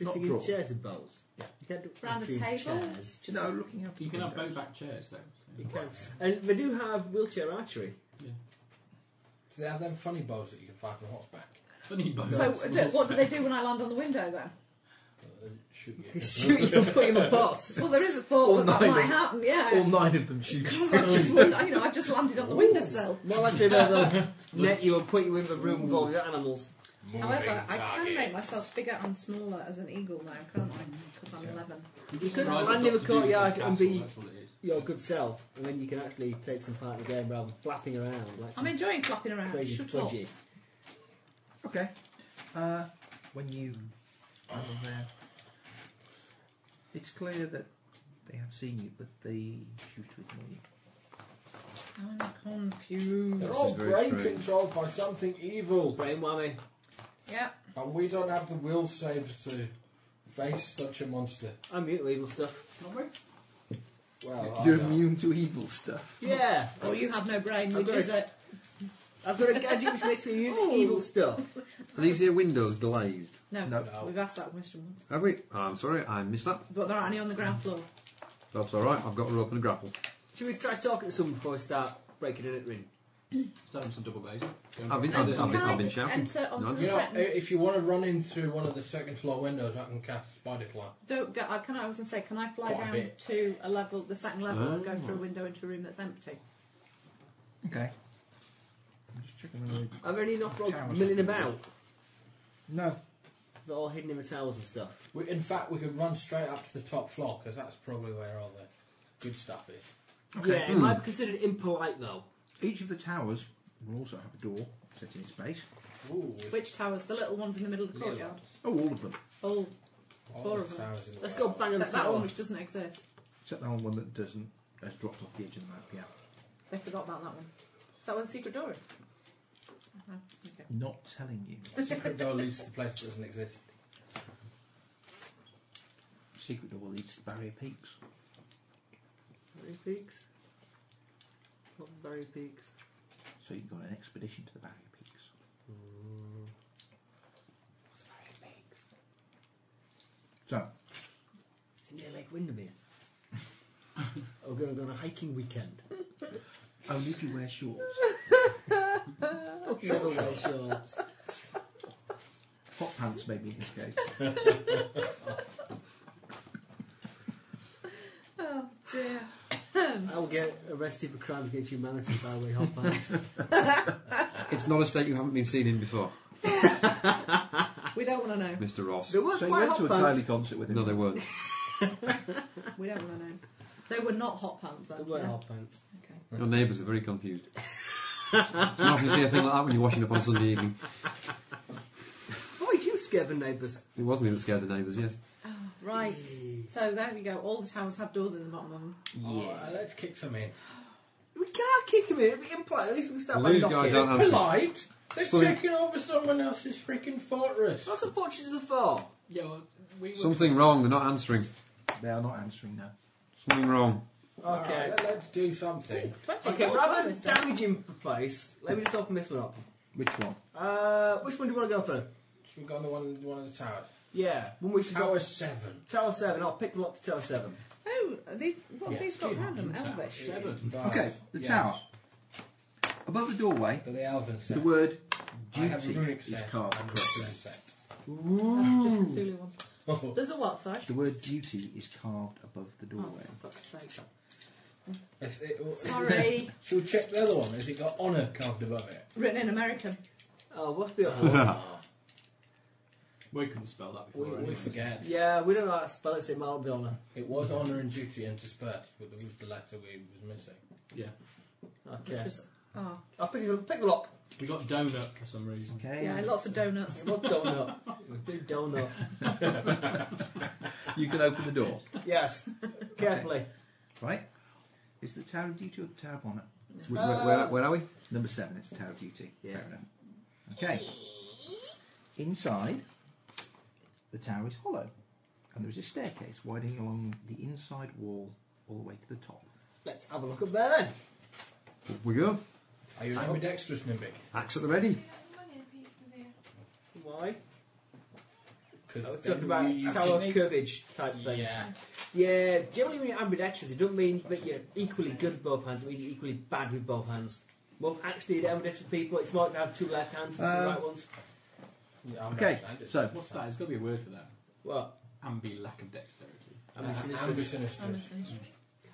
Not
Sitting in
drawn.
chairs and bowls.
Yeah.
You can't do
Round a
two
table?
Chairs.
No, looking out.
You can have bow
windows.
back chairs though.
You can. And they do have wheelchair archery.
Do they have them funny bows that you can fire from horseback?
Funny bow.
So do, what do they do when I land on the window then?
Uh, shoot
They
you.
shoot you and put you in a pot.
Well, there is a thought
All
that that
nine
might
of-
happen. Yeah.
All nine of them shoot.
Because I've just, won- you know, I've just landed on the windowsill.
More likely they'll they'll net you and put you in the room with all the animals.
However, I can make myself bigger and smaller as an eagle now, can't I? Because I'm 11.
You could
Ride
land in the
Doctor Doolittle
courtyard and
castle,
be
That's all it is.
your good self, and then you can actually take some part in the game rather than flapping around like
I'm
some
enjoying flapping around.
crazy
Shut
pudgy.
up.
Okay. Uh, when you land on there, it's clear that they have seen you, but they choose to ignore you.
I'm confused.
They're all
is very
brain
strange.
controlled by something evil,
Brain whammy.
Yeah.
and we don't have the will saves to face such a monster.
I'm mute evil stuff.
Well, I
You're
don't.
immune to evil stuff.
Yeah.
Or Oh, you have no brain, which
got
is a.
I've got a gadget which makes me immune to evil stuff.
Are these here windows glazed?
No,
No.
we've asked that question once.
Have we? Oh, I'm sorry, I missed that.
But there aren't any on the ground floor.
That's alright, I've got a rope and a grapple.
Should we try talking to someone before we start breaking in at ring?
Selling some double glazing.
I've been, I've been, I've been, I've been shouting.
Enter onto
No,
the
You know, i-
second.
if you want to run in through one of the second floor windows, I can cast Spider Climb.
Don't go. I, can I, I was going to say, can I fly
Quite a
down
bit.
to a level, the second level, and go
Oh.
through a window into a room that's empty?
Okay. I'm just checking the
Are there any Nothrog
Towers.
milling about?
No.
They're all hidden in the towers and stuff.
We, in fact, we could run straight up to the top floor because that's probably where all the good stuff is.
Yeah,
Hmm.
it might be considered impolite though.
Each of the towers will also have a door set in its base.
Ooh,
Which towers? The little ones in the middle of the courtyard.
Oh, all of them.
All
all
Four
the
of them.
towers in the
Let's go
world.
bang on the
except that one
tower.
which doesn't exist.
Except that one that doesn't, that's dropped off the edge of the map, yeah.
They forgot about that one. Is that where the secret door is? Uh-huh. Okay.
Not telling you.
Secret door leads to the place that doesn't exist.
Secret door leads to Barrier Peaks.
Barry Peaks. Not Barry Peaks.
So you've got an expedition to the Barrier Peaks.
Barry Peaks.
So,
It's near Lake Windermere. We're going to go on a hiking weekend.
only if you wear shorts.
Never wear shorts.
Hot pants, maybe in this case.
Oh dear.
I'll get arrested for crimes against humanity by way of hot pants.
It's not a state you haven't been seen in before,
We don't want to know.
Mr. Ross.
They weren't So you quite went hot to a pants. Kylie
concert with him?
No, they weren't.
We don't want to know. They were not hot pants then.
They were
no.
hot pants.
Okay.
Your neighbours are very confused. it's not often you see a thing like that when you're washing up on a Sunday evening.
Why did you scare the neighbours?
It was me that scared the neighbours, yes.
Right. So there we go. All the towers have doors in the bottom of them.
Alright, let's kick some in.
We can't kick him in. It'd be impolite. At least we can start
Well,
by
these
knocking.
guys aren't answering.
Polite? They're
So-
taking over someone else's freaking fortress.
What's the fortress of the four?
Yeah, well, we were
Something wrong, they're not answering.
They are not answering now.
Something wrong.
Okay.
Alright, let's do something.
Okay, rather than damaging the place, let me just open this one up.
Which one?
Uh, which one do you want to go for?
Should we go on the one, one of the towers?
Yeah, one which is
Tower 7.
Tower 7. I'll pick them up to Tower 7.
Oh, these, what
Yeah.
have these got
Yeah.
random
Tower
Elvish?
Seven.
Okay, the tower. Above the doorway,
The elven set.
the word
I have a
duty
runic
is
set.
carved
and a
across.
runic set.
Just Cthulhu ones.
Oh,
There's a what, sorry?
The word duty is carved above the
Oh,
doorway.
for fuck's sake.
if it- if-
Sorry.
She'll check the other one. Has it got honour carved above it?
Written in American.
Oh, what's the other one?
We couldn't spell that
We,
before.
we
anyway.
forget.
yeah, we don't know how to spell it, so it might be on there.
It was honour and duty interspersed, but there was the letter we was missing.
Yeah.
Which
Okay.
was, oh,
I'll pick, them- pick the lock.
We got donut for some reason.
Okay.
yeah, lots of donuts.
Lock donut. Do donut.
You can open the door.
Yes. Carefully.
Right? Is the Tower of Duty or the Tower of Honour?
Where, where, where are we?
Number seven, it's Tower of Duty. Fair enough. Okay. Inside, the tower is hollow, and there is a staircase widening along the inside wall all the way to the top.
Let's have a look at there then.
Up we go.
Are you ambidextrous, Nimbic?
Axe at the ready.
Why?
Because
I was talking about tower curvage type things.
Yeah.
Yeah, generally when you're ambidextrous, it doesn't mean that you're equally good with both hands, it means you're equally bad with both hands. Well, actually, the ambidextrous people, it's not to have two left hands and two
Uh,
right ones.
Yeah, I'm
Okay,
right, I did.
so
What's that? There's got to be a word for that.
Well,
Ambi lack of dexterity.
I'm
Uh,
just-
ambidextrous.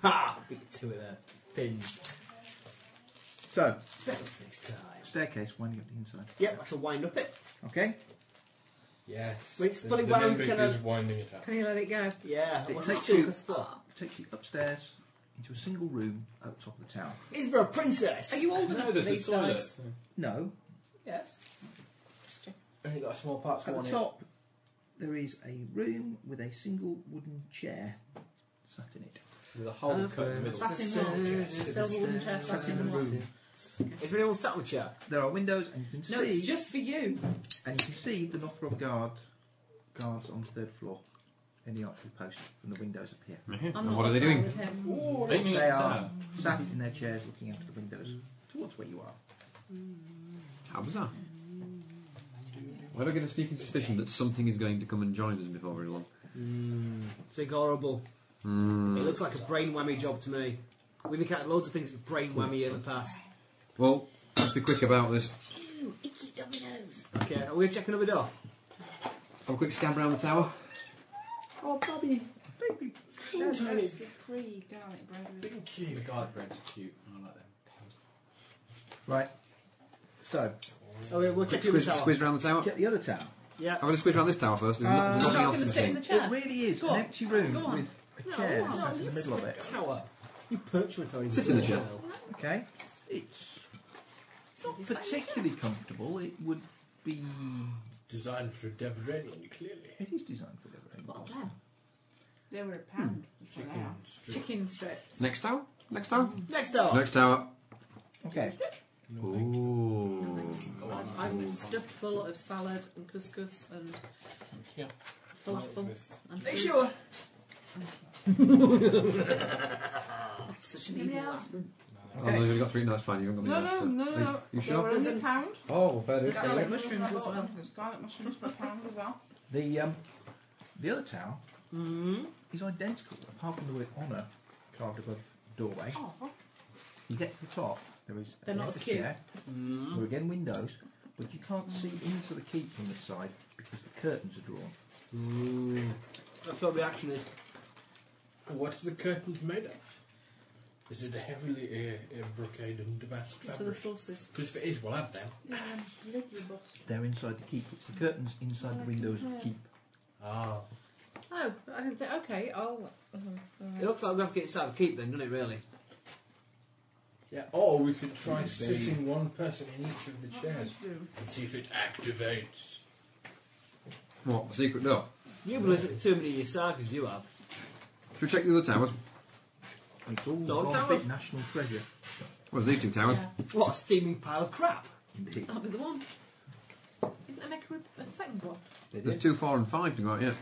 Ha! Beat two of them. Finn.
so
Better next time.
staircase winding up the inside.
Yep, I shall wind up it.
Okay.
Yes.
Wait, it's
the,
fully
the
wound,
Nimbic
can I-
is winding it up.
Can you let it go?
Yeah, I
It
want
takes
to steal
you-
this floor.
Takes you upstairs into a single room at the top of the tower.
Is there a princess?
Are you old
No,
enough for
there's a
these
toilet.
dice?
No,
Yes.
And it got a small part
at the top there is a room with a single wooden chair sat in it.
With a hole cut in the middle.
Satin one. Silver wooden chair, satin one.
Is there anyone sat on a chair?
There are windows, and you can
No,
see
it's just for you.
And you can see the Northrop guard guards on the third floor in the archery post from the windows up here.
I'm
And
not
what are they
on
doing?
with him.
Aiming
They
at the
are
tower.
sat in their chairs looking out of the windows towards where you are.
How bizarre. Why do I get a sneaking suspicion that something is going to come and join us before very long?
It's like horrible. It looks like a brain whammy job to me. We've encountered loads of things with brain whammy in the past.
Well, let's be quick about this.
Okay, are we checking another door?
Have a quick scan round the tower.
Oh, Bobby, baby.
That's the free garlic bread. with-
The garlic bread's cute. I like that.
Right. So,
Okay, we'll check
Quick
the other
squeeze,
tower.
squeeze round the tower.
get the other tower.
Yeah.
I'm going to squeeze round this tower first. There's, no- there's
Uh, I'm
nothing
not
else
going
to be
to sit in
seen.
the chair.
It really is
Go
an
on.
empty room
Go on.
with a
No,
chair
no,
sat in the
you
middle of it.
Tower. You perch on a
Sit in the chair.
Okay. It's
It's not the same.
particularly comfortable. It would be.
Designed for Dev Redland, clearly.
It is designed for everything.
What are
They were a pound. before
Chicken
that.
they?
strip.
Chicken strips.
Next tower? Next tower?
Next tower.
Next tower.
Okay.
No, thank you.
Ooh.
I'm, I'm stuffed full of salad and couscous and
Yeah.
falafel. And
Are you
food.
sure?
That's such an
Anybody
evil
else?
one.
Oh, no, you've got three. No, it's fine. You haven't got the
No, no, no,
Are you-
no.
Are you
There
sure?
was a pound.
Oh, fair
There's
dues.
garlic mushrooms as well.
There's garlic mushrooms for a pound as well.
The um, the other tower
Mm-hmm.
is identical, apart from the word honour carved above the doorway. You get to the top, there is
They're
an
not
extra
as cute.
chair, there are again windows, but you can't see into the keep from this side. because the curtains are drawn.
Mm. That's what reaction is.
What's the curtains made of? Is it a heavily uh, uh, brocade and damask
To the
fabric?
sources.
Because if it is, we'll have them.
Yeah, lovely boss.
They're inside the keep. It's the curtains inside the windows of the keep.
Ah.
Oh, I didn't think. Okay, I'll. Uh,
It looks like we have to get it out of the keep then, doesn't it, really?
Yeah, or we could try
Maybe.
sitting one person in each of the chairs and see if it activates.
What? The secret door?
You been looking at too many of your sagas you have.
Should we check the other towers?
It's all
Dog
gone a
towers?
bit national treasure.
What's these two towers?
What a steaming pile of crap.
Indeed.
That'll be the one. Didn't they make a, re- a second one?
There's two, four, and five to go out yet.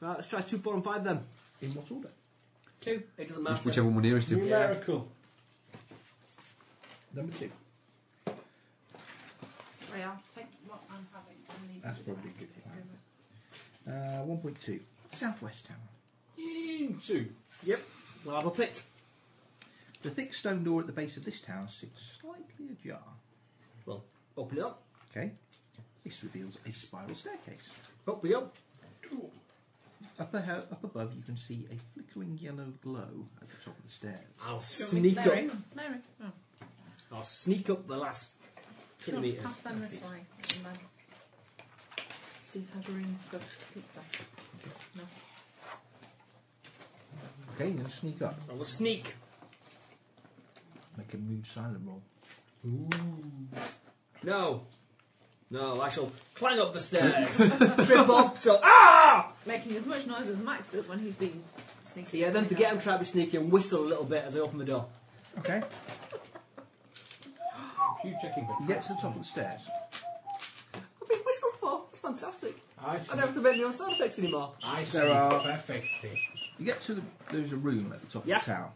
Right, let's try two, four, and five then.
In what order?
Two.
It doesn't matter.
Whichever one we're nearest to.
Numerical.
Number two.
Right, I'll take what I'm having. and leave
That's
the
probably a
rest
good
of it
plan.
over.
Uh, 1.2. Southwest Tower.
Into. Yep. We'll have a pit.
The thick stone door at the base of this tower sits slightly ajar.
Well, open it up.
Okay. This reveals a spiral staircase.
Up we go.
Up, aho- up above, you can see a flickering yellow glow at the top of the stairs.
I'll
Do you want me-
sneak
Mary?
up.
Mary. Oh.
I'll sneak up the last
Do you
two
want to
metres.
pass them this way? And then Steve has room for pizza. No.
Okay, you're going to sneak up.
I will sneak.
Make a move silent roll.
No. No, I shall climb up the stairs. Trip up, so. Ah!
Making as much noise as Max does when he's being sneaky.
Yeah, then forget I'm trying to be sneaky and whistle a little bit as I open the door.
Okay.
Few checking, but
You get to the top of the stairs.
I've been whistled for. It's fantastic.
I
I don't have to make my own sound effects anymore.
I see
There are-
perfectly.
You get to the, there's a room at the top
Yeah.
of the tower.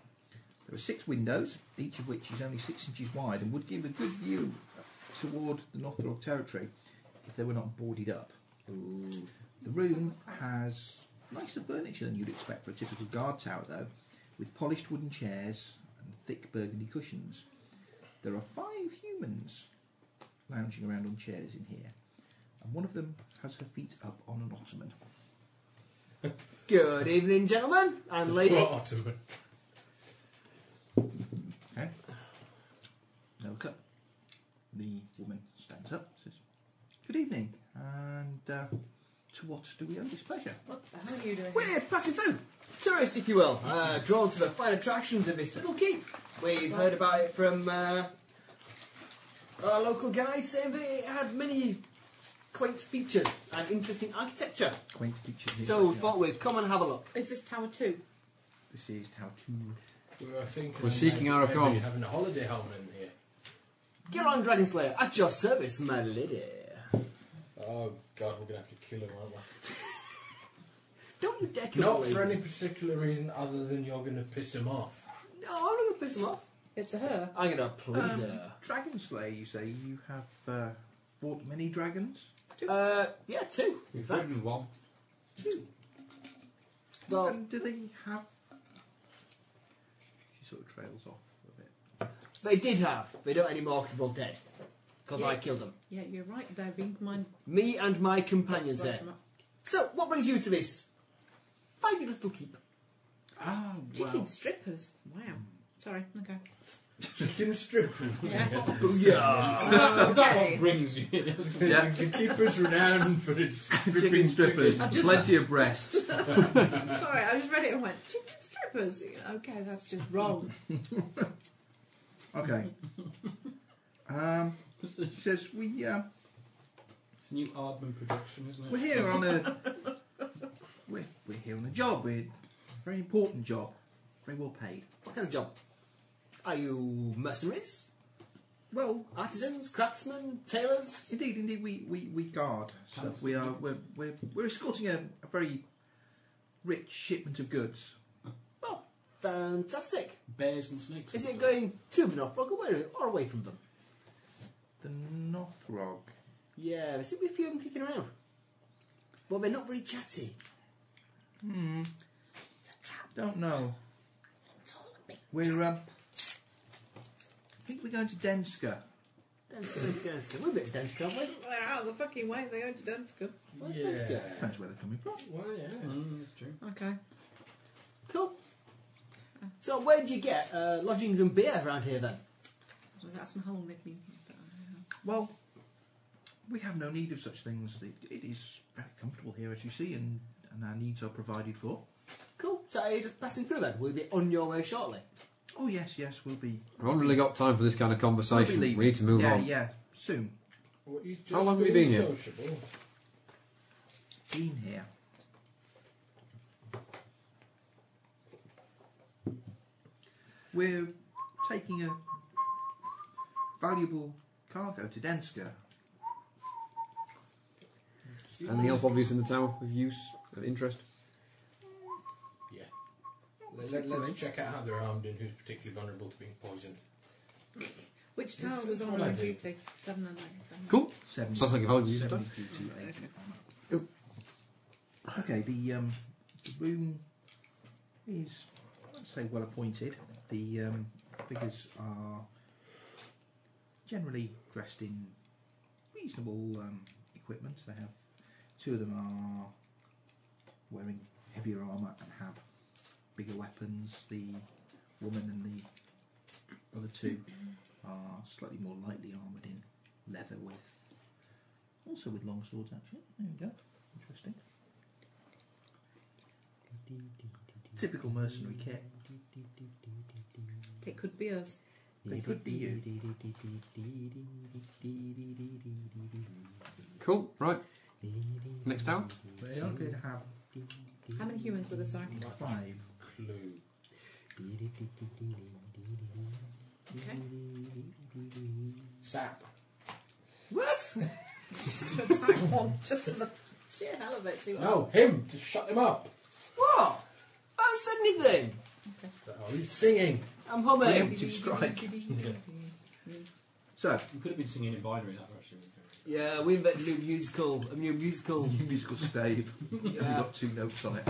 There are six windows, each of which is only six inches wide and would give a good view toward the Northrog territory if they were not boarded up. The room has nicer furniture than you'd expect for a typical guard tower, though, with polished wooden chairs and thick burgundy cushions. There are five humans lounging around on chairs in here, and one of them has her feet up on an ottoman.
Good evening, gentlemen and lady.
Poor Ottoman.
Okay. They look up. The woman stands up says, Good evening, and uh, to what do we owe this pleasure?
What the hell are you doing?
We're passing through. Tourists, if you will, uh, drawn to the fine attractions of this little keep. We've heard about it from uh, our local guide saying that it had many quaint features and interesting architecture.
Quaint features here.
So we thought we'd come and have a look.
Is this Tower 2?
This is how to.
We were thinking
We're seeking
about
our
uh, maybe
account.
having a holiday home in here.
Giron Dragonslayer, at your service, my lady.
Oh God, we're gonna have to kill him, aren't we?
Don't you dare kill a
Not
lady.
for any particular reason other than you're gonna piss him off.
No, I'm not going to piss him off. Um,
It's a her.
I'm going to please her.
Um, Dragon Slayer, you say you have uh, fought many dragons?
Uh, yeah, two. in
we've
fact.
ridden one.
Two.
Well-
and do they have. She sort of trails off a bit.
They did have. They don't anymore because they're all dead. Because I
Yeah.
killed them.
Yeah, you're right. They're being mine.
Me and my companions
Right,
there.
Matt.
So, what brings you to this tiny little keep? Oh,
Ah,
Chicken strippers. Wow. Sorry. Okay.
Chicken strippers.
Yeah.
Yeah.
That
Okay.
one brings you. in.
Yeah.
The keeper's renowned for its stripping
strippers,
chicken.
plenty of breasts.
Sorry, I just read it and went, chicken strippers. Okay, that's just wrong.
Okay. Um, she says, We. Uh,
New Ardman production, isn't it?
We're here on a we're, we're here on a job. We're a very important job, very well paid.
What kind of job? Are you mercenaries?
Well,
Artisans? Craftsmen? Tailors?
indeed, indeed, we we, we guard stuff. We are we're we're, we're escorting a, a very rich shipment of goods.
Well, fantastic.
Bears and snakes.
Is
and
it
stuff.
going to Norfolk or, where- or away from them?
The Northrog.
Yeah, there seem to be a few of them kicking around. But they're not very chatty.
Don't know. We're um. I think we're going to Denska.
Denska, Denska, Denska. We're a bit Denska, aren't we?
They're out of the fucking way. They're going to Dunsker.
Where's Denska?
Depends where they're coming from.
Well, yeah.
that's true.
Okay.
Cool. So where did you get uh, lodgings and beer around here then?
Was that some hole nipping?
Well, we have no need of such things. It, it is very comfortable here, as you see, and, and our needs are provided for.
Cool. So are you just passing through then? We'll be on your way shortly.
Oh yes, yes, we'll be.
We haven't really got time for this kind of
We'll be
conversation.
leaving.
we need to move
yeah,
on.
Yeah, soon.
Well, he's just
How long have you
being
been here?
sociable.
Been here. We're taking a valuable cargo to Denska.
Anything else obvious in the tower of use, of interest?
Let, let, let's check out how they're armed and who's particularly vulnerable to being poisoned.
Which
Yes,
tower
that's
was on
what I
our
do.
duty? Seven and eight.
Cool.
Seven-
Sounds like a valuable use of
72
time.
to 80 on up. Okay, the, um, the room is, I'd say, well appointed. The um, figures are generally dressed in reasonable um, equipment. They have two of them are wearing heavier armour and have bigger weapons. The woman and the other two are slightly more lightly armoured in leather with also with long swords, actually. There we go. Interesting. Typical mercenary kit.
It could be us.
They could be you.
Cool, right. Next tower?
They are going to have
How many humans were there? Sorry.
five.
Clue.
Okay.
Sap.
What?
Attack one just in the sheer hell of it. See what
No, him. Just shut him up.
What? I haven't said anything.
Oh, he's singing.
I'm humming.
Preemptive strike. So,
You could have been singing in binary, that actually would be
Yeah, we invented a new musical. A new musical.
musical stave. You've only got two notes on it.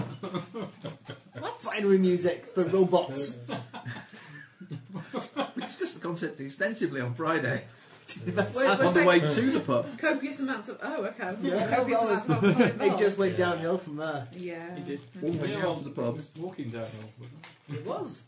Binary music for robots.
We discussed the concept extensively on Friday
Wait,
on
was
the
there
way to the pub.
copious amounts of? Oh, okay.
Yeah.
copious
Oh,
amounts of alcohol
it just went
Yeah.
downhill from there.
involved. Yeah.
He did.
All the way
Yeah,
down to the
It
pub.
was walking downhill, wasn't it?
It was.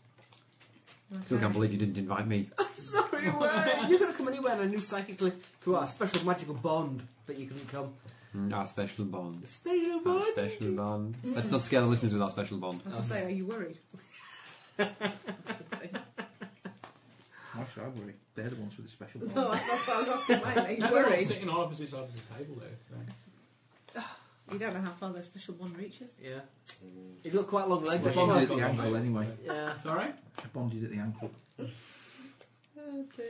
Still can't believe you didn't invite me.
Sorry, where? You're going to come anywhere and I knew psychically through our special magical bond that you couldn't come.
Mm, our special bond.
Special
Our
bond?
special bond. Let's not scare the listeners with our special bond.
I was just say, are you worried?
Why should I worry? They're the ones with the special
No,
bond.
that's not what I was asking. Mate, are you
No, they're all
worried?
sitting on opposite sides of the table there.
You don't know how far their special one reaches.
Yeah. He's got quite long legs.
They're
hasn't
bonded at
he?
the ankle anyway.
Yeah.
Sorry?
They're bonded at the ankle.
Oh dear.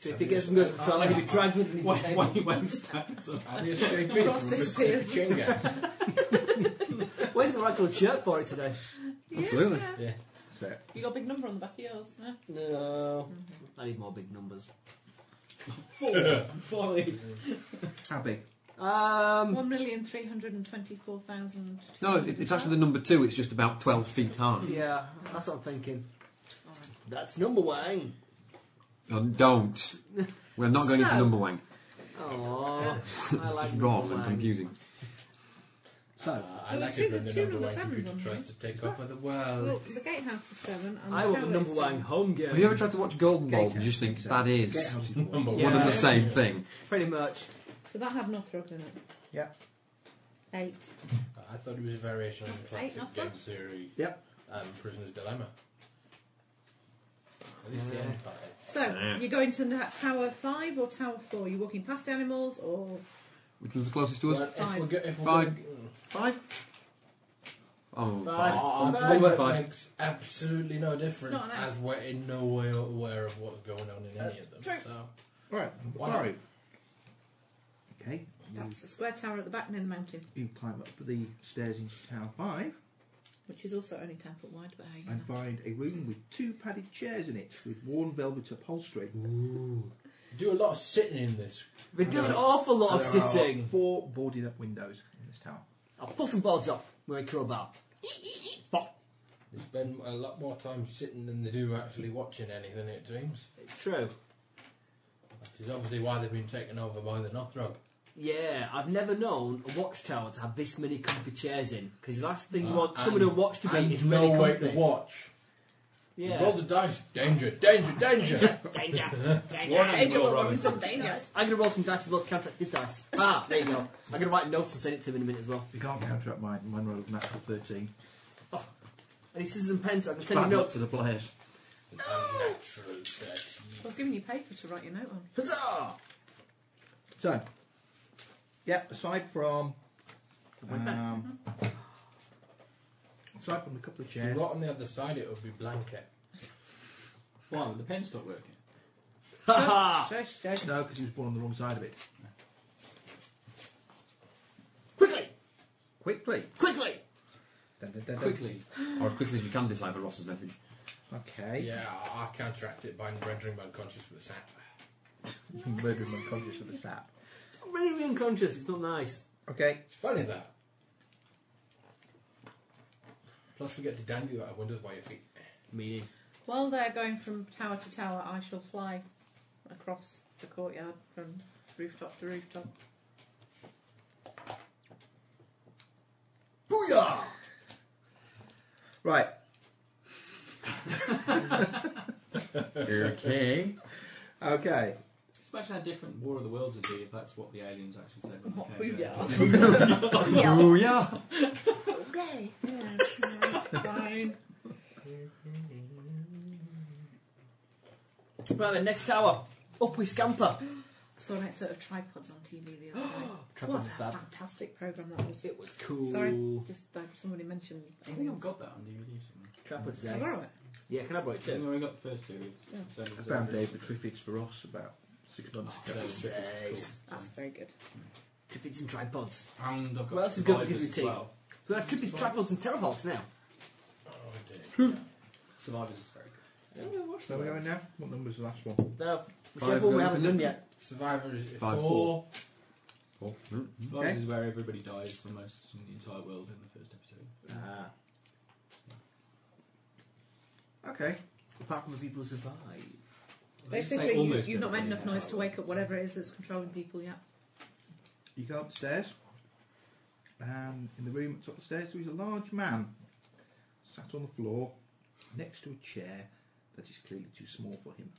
So if he gets and goes to the toilet, he'll be dragged underneath the
Why,
table.
why, why stands up?
And the escapee
Ross
from Mr.
disappears.
Chinga.
Where's the right colour shirt for it today?
Absolutely.
Yes, yeah.
That's it.
You got a big number on the back of yours. No?
No. I need more big numbers.
Four. Folly.
How big?
Um,
One million three hundred and twenty-four thousand.
No, no, it- it's actually the number two. It's just about 12 feet high.
yeah, that's what I'm thinking. That's number one.
Oh, don't. We're not going into
So-
number wang.
Oh, I
It's
like
just
number
wrong and
one.
confusing.
So,
I
Well,
like
two-
it when the
there's two
number
number
one
sevens
computer
on
tries to take over the world.
Well, the gatehouse is seven. And
I
the
want the
tower
number
is
one
seven.
home game.
Have you ever tried to watch Golden Balls and you just think
Gatehouse.
that is
Gatehouse is one.
Number
one
one.
and
Yeah.
the same thing?
Pretty much.
So that had Nothrog in it.
Yep.
Eight.
I thought it was a variation on the
Eight,
classic
nothing.
game theory
Yep.
um, Prisoner's Dilemma. At least the end part is.
So you're going to na- Tower Five or Tower Four? You're walking past the animals, or
Which one's the closest to us?
Well, if we're go- if we're
Five.
gonna-
Five? Oh,
Five.
five.
Oh,
Five.
It
Five.
makes absolutely no difference
Not an
as we're in no way aware of what's going on in any of them.
true.
So,
Right, number
Why not?
five. Okay,
Mm.
you,
that's the square tower at the back near the mountain,
you climb up the stairs into Tower 5
which is also only ten foot wide. But hey, you
and
know.
find a room with two padded chairs in it with worn velvet upholstery.
do a lot of sitting in this.
They do an awful lot of
There are
sitting.
Four boarded up windows in this tower.
I'll pull some boards off with a crowbar. Bop.
They spend a lot more time sitting than they do actually watching anything, it seems.
It's true.
Which is obviously why they've been taken over by the Northrog.
Yeah, I've never known a watchtower to have this many comfy chairs in. Because the last thing
Uh,
what someone
and-
who watched to
and
be is
no
really
way
comfy.
to watch.
Yeah.
Roll the dice. Danger, danger, danger.
danger, danger,
Warning,
danger,
Will
Robinson,
Robinson.
danger. I'm going to roll some dice as well to counteract his dice. Ah, there you go. I'm going to write notes and send it to him in a minute as well.
You can't counteract mine. Mine rolled a natural 13.
And he scissors and pens, so I can
It's
send him
bad luck
notes.
for the players.
Unnatural dirty.
I was giving you paper to write your note on.
Huzzah!
So, yeah, aside from. Um, aside from a couple of
If you
chairs.
wrote on the other side, it would be blanket.
Well, the pen's not working.
no,
Shush, shush.
because he was born on the wrong side of it.
Quickly!
Quickly!
Quickly!
Dun, dun, dun, dun.
Quickly. or as quickly as you can decipher Ross's message.
Okay.
Yeah, I I counteract it by rendering him unconscious with a sap.
Murder him unconscious with a sap.
I'm really unconscious, it's not nice.
Okay.
It's funny that. Plus, we get to dangle you out of windows by your feet.
Meaning.
While they're going from tower to tower, I shall fly across the courtyard from rooftop to rooftop.
Booyah! Right.
okay.
Okay.
Just imagine how different War of the Worlds would be if that's what the aliens actually said. When they came down.
Booyah.
Booyah.
Okay. Yeah, yeah, fine.
Right then, next tower. Up we scamper.
I saw an excerpt of tripods on TV the other day.
Tripods is
what
bad.
a fantastic program that was.
It was cool.
Sorry, just uh, somebody mentioned.
I think I've got that on DVD somewhere.
Tripods is
I
nice.
borrow it.
Yeah, can I borrow it
I think
too?
I got the first series.
Yeah.
So it
I
was
found
a-
Dave the Triffids for Ross about six months
Oh,
ago.
that was
Nice.
cool.
That's very good.
Tripods and tripods.
And I've got
What else is good
Survivors
to give you
as
tea?
well.
We have tripods, tripods and terrahawks now.
Survivors is very good.
So we're going now? What number was the last one?
No,
Five
whichever one we
going
haven't
to
done
Nick.
yet.
Survivor is
Five,
four.
Oh, mm.
Survivors
Okay.
is where everybody dies almost in the entire world in the first episode.
Ah,
Okay.
apart from the people who survive.
They just say
Basically, you,
almost
you've not made enough
everybody in the
noise
entire
to wake up whatever it is that's controlling people yet.
You go upstairs. Um, in the room at the top of the stairs, there is a large man sat on the floor next to a chair that is clearly too small for him.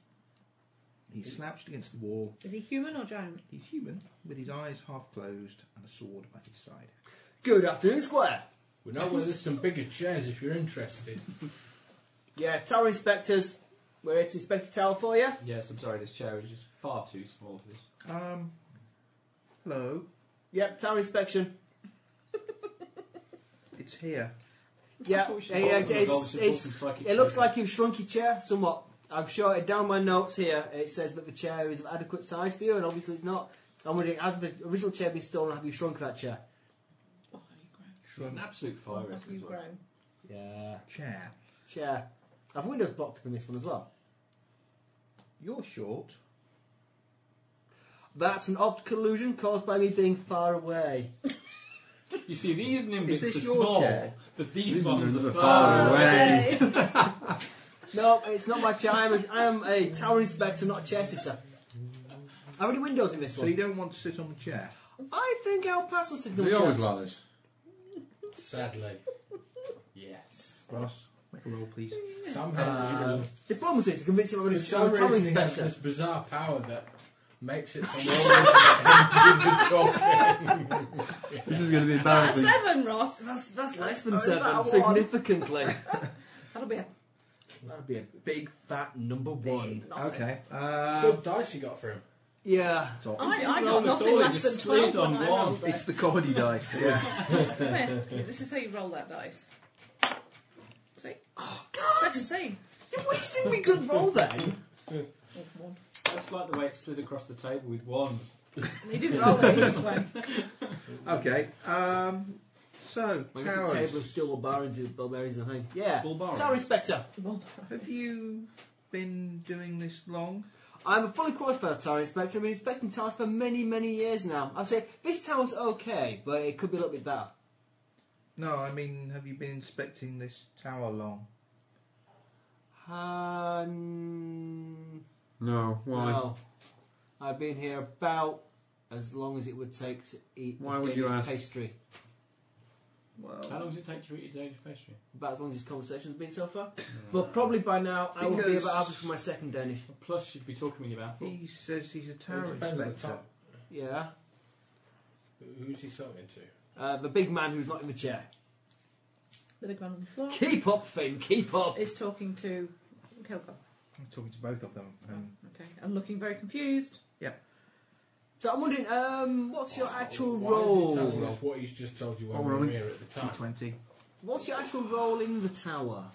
He's slouched against the wall.
Is he human or giant?
He's human, with his eyes half closed and a sword by his side.
Good afternoon, Square.
We know where there's some bigger chairs if you're interested.
Yeah, tower inspectors. We're here to inspect the tower for you.
Yes, I'm sorry, this chair is just far too small for this.
Um, hello.
Yep, tower inspection.
It's here.
Yeah,
what we should
it-
call
it-
some
it's-
of Robert's
it's-
important psychic
it looks
program.
like you've shrunk your chair somewhat. I'm sure it, down my notes here it says that the chair is of adequate size for you, and obviously it's not. I'm wondering, has the original chair been stolen? Have you shrunk that chair?
Oh, are you grown?
It's an absolute fire
Oh,
Have
risk
you
as well.
grown?
Yeah.
Chair.
Chair. I've windows blocked up in this one as well.
You're short.
That's an optical illusion caused by me being far away.
You see, these
Is
nimbus
this
are
your
small,
chair?
but these ones
Far
are far
away.
No, it's not my chair. I'm a, I'm a tower inspector, not a chair sitter. How many windows in this
So you
one?
don't want to sit on the chair?
I think I'll pass on signal.
Do you
chair.
always like this?
Sadly,
Yes.
Ross, make a roll, please. Uh,
somehow you
The problem is to convince him I'm
for
going to
some
a tower
reason he has
inspector.
this bizarre power that makes it someone talking.
This is going to be
That's
embarrassing.
seven, Ross.
That's that's less than
Oh, is that
seven,
a one?
significantly.
That'll be a
That'd be a big fat number one.
nothing.
Okay. Uh,
Good dice you got for him.
Yeah.
top.
I, I
roll
got
at
nothing
all, it
less
just
than
slid
twelve when
on
I
one.
rolled
It's
it.
the comedy dice. Yeah.
Come here. This is how you roll that dice. See,
Oh God!
seventeen.
You're wasting me good roll then.
Oh, come on.
That's like the way it slid across the table with one.
And He didn't roll it. He just went.
Okay. Um, so
I guess the table of
towers.
steel barons is barbarians, I think. Yeah.
Bulbarians.
Tower inspector.
Well,
Have you been doing this long?
I'm a fully qualified tower inspector. I've been inspecting towers for many, many years now. I'd say this tower's okay, but it could be a little bit better.
No, I mean, have you been inspecting this tower long?
Um,
No, why?
no. I've been here about as long as it would take to eat
Why
a
would you
Danish
ask?
pastry.
Well,
How long does it take to eat a Danish pastry?
About as long as this conversation's been so far. But probably by now I will be
Because-
about halfway through my second Danish.
Plus, you'd be talking with your mouth full.
He says he's a
Well,
tower
it depends on the
inspector.
top.
Yeah.
Who's he talking to?
Uh, the big man who's not in the chair.
The big man on the floor
Keep up, Finn. Keep up.
is talking to Kilgore.
I'm talking to both of them. Um,
Okay, and looking very confused.
yeah.
So I'm wondering, um, what's your actual
Why is he telling
role?
us what he's just told you when
Oh,
we were
rolling.
here at the time?
Twenty.
What's your actual role in the tower?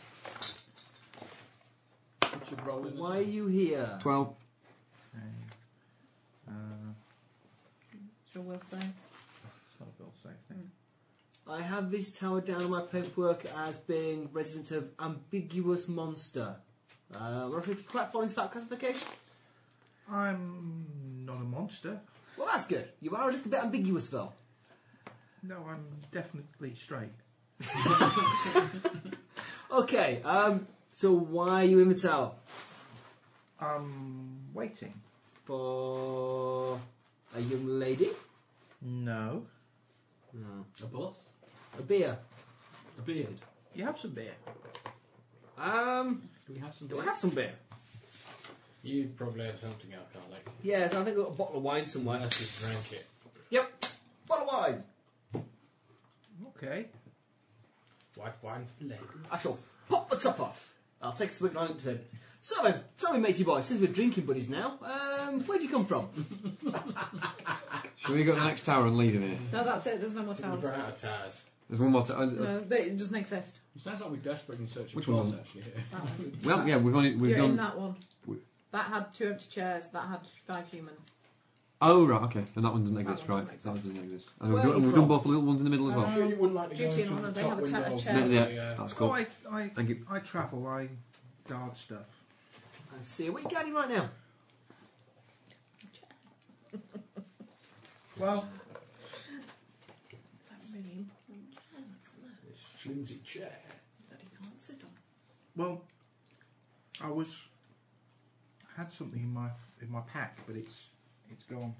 What's your role in this?
Why are you here?
Twelve. Uh,
Sure, will say.
it's not a build safe thing.
I have this tower down on my paperwork as being resident of ambiguous monster. Uh, we're actually quite falling into that classification.
Hmm. I'm not a monster.
Well, that's good. You are a little bit ambiguous, though.
No, I'm definitely straight.
Okay, um, so why are you in the tower?
I'm waiting.
For a young lady?
No.
No.
A boss?
A beer?
A beard?
You have some beer.
Um,
Do we have some
do I
beer?
have some beer?
You probably have something alcoholic.
Yes, I think I've got a bottle of wine somewhere.
I just drank it.
Yep, bottle of wine.
Okay.
White wine for the lady.
I shall pop the top off. I'll take a swig and turn. So then, tell me, matey boy, since we're drinking buddies now, um, where'd you come from?
Shall we go to the next tower and leave him here?
No, that's it. There's no more
We've run
towers.
out of tires.
There's one more uh, tower.
No, they, it doesn't exist.
It sounds like we're desperate in search of
Which
jobs,
one?
actually.
That one.
Well, yeah, we've only we've
You're
done.
in that one.
we-
That had two empty chairs. That had five humans.
Oh right, okay. And that one doesn't exist,
one
right?
doesn't
That one
exist.
doesn't exist. And
Where
we've,
are
done,
you
we've done
from?
both the little ones in the middle as well.
Uh-huh.
I'm sure you wouldn't like to go
Duty
into the
and honour, they
top
have a
window.
tenor
of
chair.
the,
yeah,
uh,
that's
Oh,
cool.
I, I,
Thank you.
I travel. I guard stuff.
I see. What are you guarding right now?
Well,
Is that really important chairs? Look,
This flimsy chair.
that he can't sit on.
well, I was had something in my in my pack, but it's it's gone.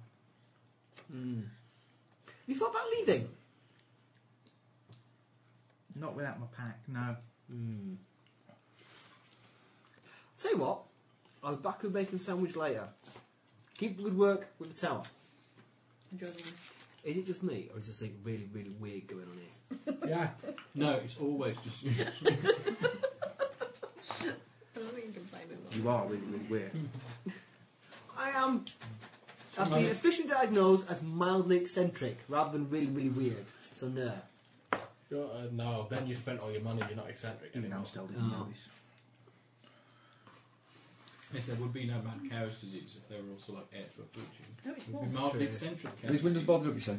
You thought about leaving?
Not without my pack. No.
Tell you what, I'll be back with bacon sandwich later. Keep the good work with the tower.
Enjoy the wine.
Is it just me, or is there something really, really weird going on here?
Yeah.
No, it's always just you.
I don't think you can blame him.
You are really really weird.
I am. I've been officially diagnosed as mildly eccentric rather than really, really weird. So, no.
You're, uh, no, then you spent all your money. You're not eccentric
Even
anymore.
Amstel didn't
Oh.
know this.
They said would be no mad cow's disease if they were also like heir to a fortune.
No, it's
Would be
not.
mildly eccentric
Are these
cow's
windows
disease.
boarded up, you say?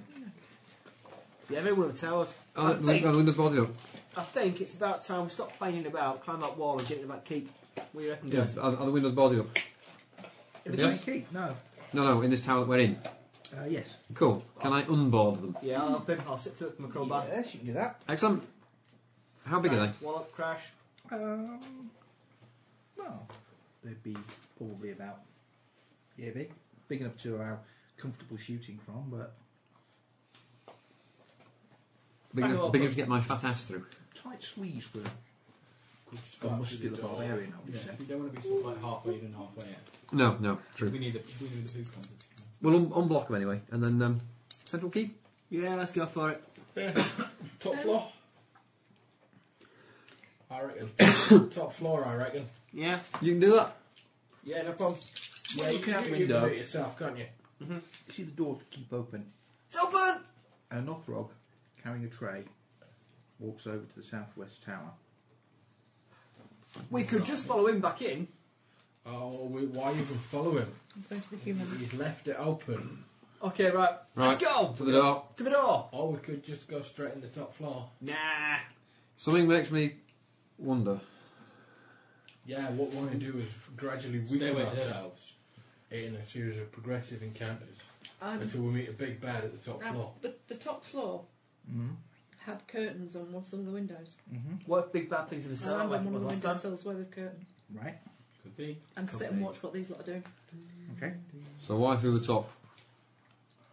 Yeah, maybe one of the towers.
Are
I
the,
think-
are the windows boarded up?
I think it's about time we stop feigning about, climb that wall and jump into that keep. What do you reckon,
Yeah.
guys?
Are, are the windows boarded up?
Did
Yes?
I keep? No.
No, no. In this tower that we're in.
Uh, yes.
Cool. Can I unboard them?
Yeah, I'll, pin, I'll sit to it with my crowbar.
Yes, you can do that.
Excellent. How big are they?
Wall up, crash.
Um, well, they'd be probably about yeah big, big enough to allow comfortable shooting from, but
Big
Bang
enough,
on.
big enough to get my fat ass through.
tight squeeze for
We'll just
a
go out through
muscular
the door.
barbarian, I would
Yeah,
say.
we don't want to be sort of like halfway in and halfway out.
No, no,
We
true.
need the we need the poop concept.
We'll un- unblock them anyway, and then um, central key.
Yeah, let's go for it. Um,
Top floor. I reckon. Top floor. I reckon.
Yeah,
You can do that.
yeah, no problem.
Yeah, you can have you, you can do it yourself, can't you?
You see the door keep open,
It's open!
and an Othrog carrying a tray walks over to the southwest tower.
We could just follow him back in.
Oh, we, why even follow him?
I'm going to the humans.
He's left it open.
Okay, right. Let's go!
to the door.
To the door!
Or we could just go straight in the top floor.
Nah.
Something makes me wonder.
Yeah, what we want to do is gradually weaken
Stairway to Hell.
ourselves in a series of progressive encounters
Um,
until we meet a big bad at the top
Now,
floor.
The, the top floor had curtains on one side of the windows.
What if big bad things in the
I
cellar
land
like
on
it
one of
was last
the window
time?
sills where there's curtains.
Right?
Could be.
And sit and watch what these lot are doing.
Okay.
So why through the top?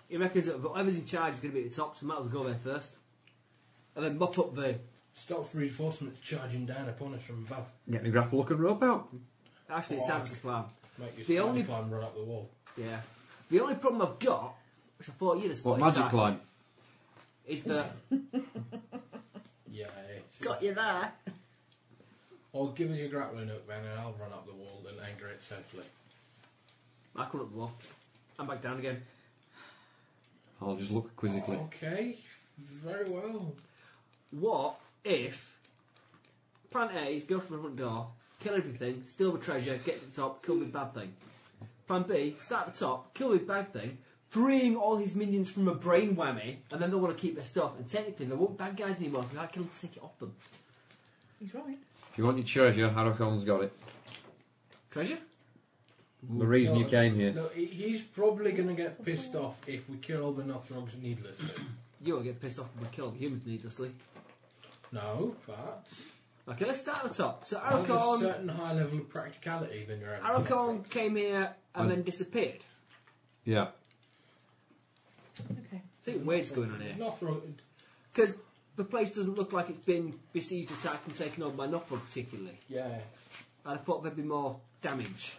He reckons that whoever's in charge is going to be at the top, so might as well go there first. And then mop up the.
Stops reinforcements charging down upon us from above.
Get any grapple hook and rope out.
Actually, it sounds like a plan.
Make your
The
spider
only-
climb right up the wall.
Yeah. The only problem I've got, which I thought you'd have
What
spotted
magic
time,
climb?
is that
Yeah.
Got you there.
Or give us your grappling hook, then, and I'll run up the wall and anchor it safely.
I come up the wall. I'm back down again.
I'll just look quizzically.
Okay. Very well.
What if plan A is go for the front door, kill everything, steal the treasure, get to the top, kill the bad thing? Plan B, start at the top, kill the bad thing, freeing all his minions from a brain whammy, and then they'll want to keep their stuff, and technically they won't bad guys anymore because I can take it off them.
He's right.
If you want your treasure, Harakon's got it.
Treasure?
The reason you came here.
No, he- he's probably going to get pissed off if we kill all the Nothrogs needlessly.
You'll get pissed off if we kill all the humans needlessly.
No, but
Okay, let's start at the top. So
there's a
Aracon,
certain high level of practicality than your average.
Aracon came here and then disappeared.
Yeah.
Okay.
See weird's going on here.
Nothrog.
Because the place doesn't look like it's been besieged, attacked, and taken over by Nothrog particularly.
Yeah.
I thought there'd be more damage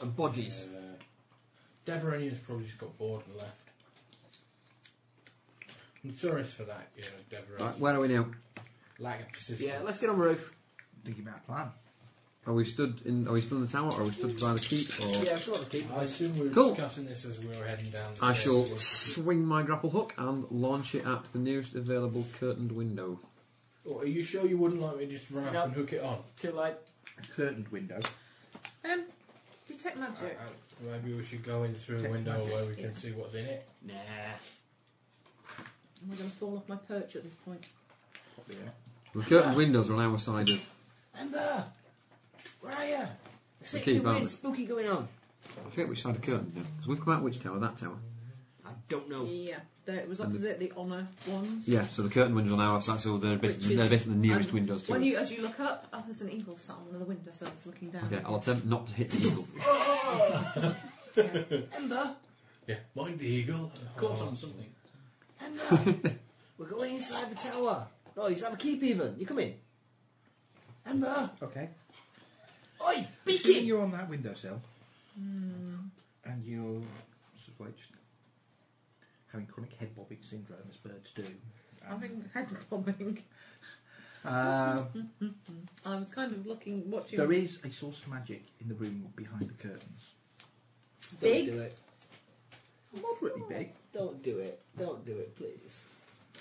and bodies.
Uh, Deveranian's probably just got bored and left. Notorious for that, you know, Deveranian.
Right, where are we now?
Lack of persistence.
Yeah, let's get on the roof.
Thinking about a plan.
Are we stood in? Are we still in the tower? Or are we stood by the keep? Or
Yeah, I've got the key.
I assume we were
Cool.
discussing this as we were heading down. The
I shall
stairs.
swing my grapple hook and launch it at the nearest available curtained window.
Or Are you sure you wouldn't like me to just run up
No.
and hook it on?
Too late.
A curtained window.
Um, detect magic.
Uh, maybe we should go in through a
Detect
window
magic.
where we
Yeah.
can see what's in it.
Nah.
Am I going to fall off my perch at this point?
Yeah.
The curtained windows are on our side of
Amber! Where are you? There's
The
something
key,
weird
aren't we?
spooky going on.
I forget which side of curtain now. Because we've come out which tower? That tower.
I don't know.
Yeah. There, it was opposite the honour ones.
Yeah, so the curtain windows on our side, so they're
Which
basically,
is-
they're basically the nearest
and
windows to
When
us.
you, as you look up, oh, there's an eagle sat on one of the windowsills looking down.
Okay, I'll attempt not to hit the eagle.
Amber!
Yeah, mind the eagle.
Of course, on something.
Amber! We're going inside the tower. No, you have a keep even. You come in. Amber!
Okay.
Oi!
Assuming
Beaky!
you're on that windowsill, Mm. and you're sort of like just having chronic head bobbing syndrome, as birds do.
I'm having head bobbing.
Um,
I was kind of looking, watching.
There is a source of magic in the room behind the curtains.
Don't
Big.
do it.
Moderately big.
Don't do it. Don't do it, please.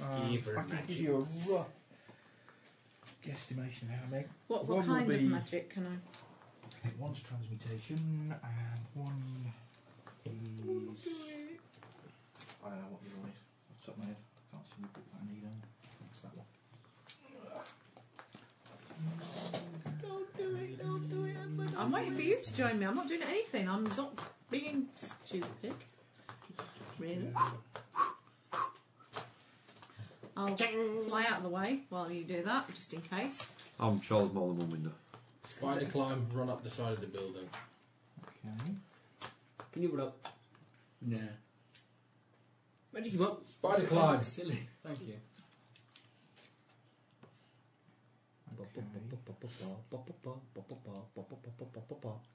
Um,
Evil
I can
magic.
give you a rough guesstimation of how big.
What, what
One will
kind of
be-
magic can I?
I think one's transmutation and one is. I don't know what the other is. Off the top of my head. I can't seem to put that in either. That's that one.
I'm waiting for you to join me. I'm not doing anything. I'm not being stupid. Really? I'll fly out of the way while you do that, just in case.
I'm sure there's more than one window.
Spider climb, run up the side of the building.
Okay.
Can you run up?
Yeah.
Magic him up.
Spider climb.
Silly. Thank you.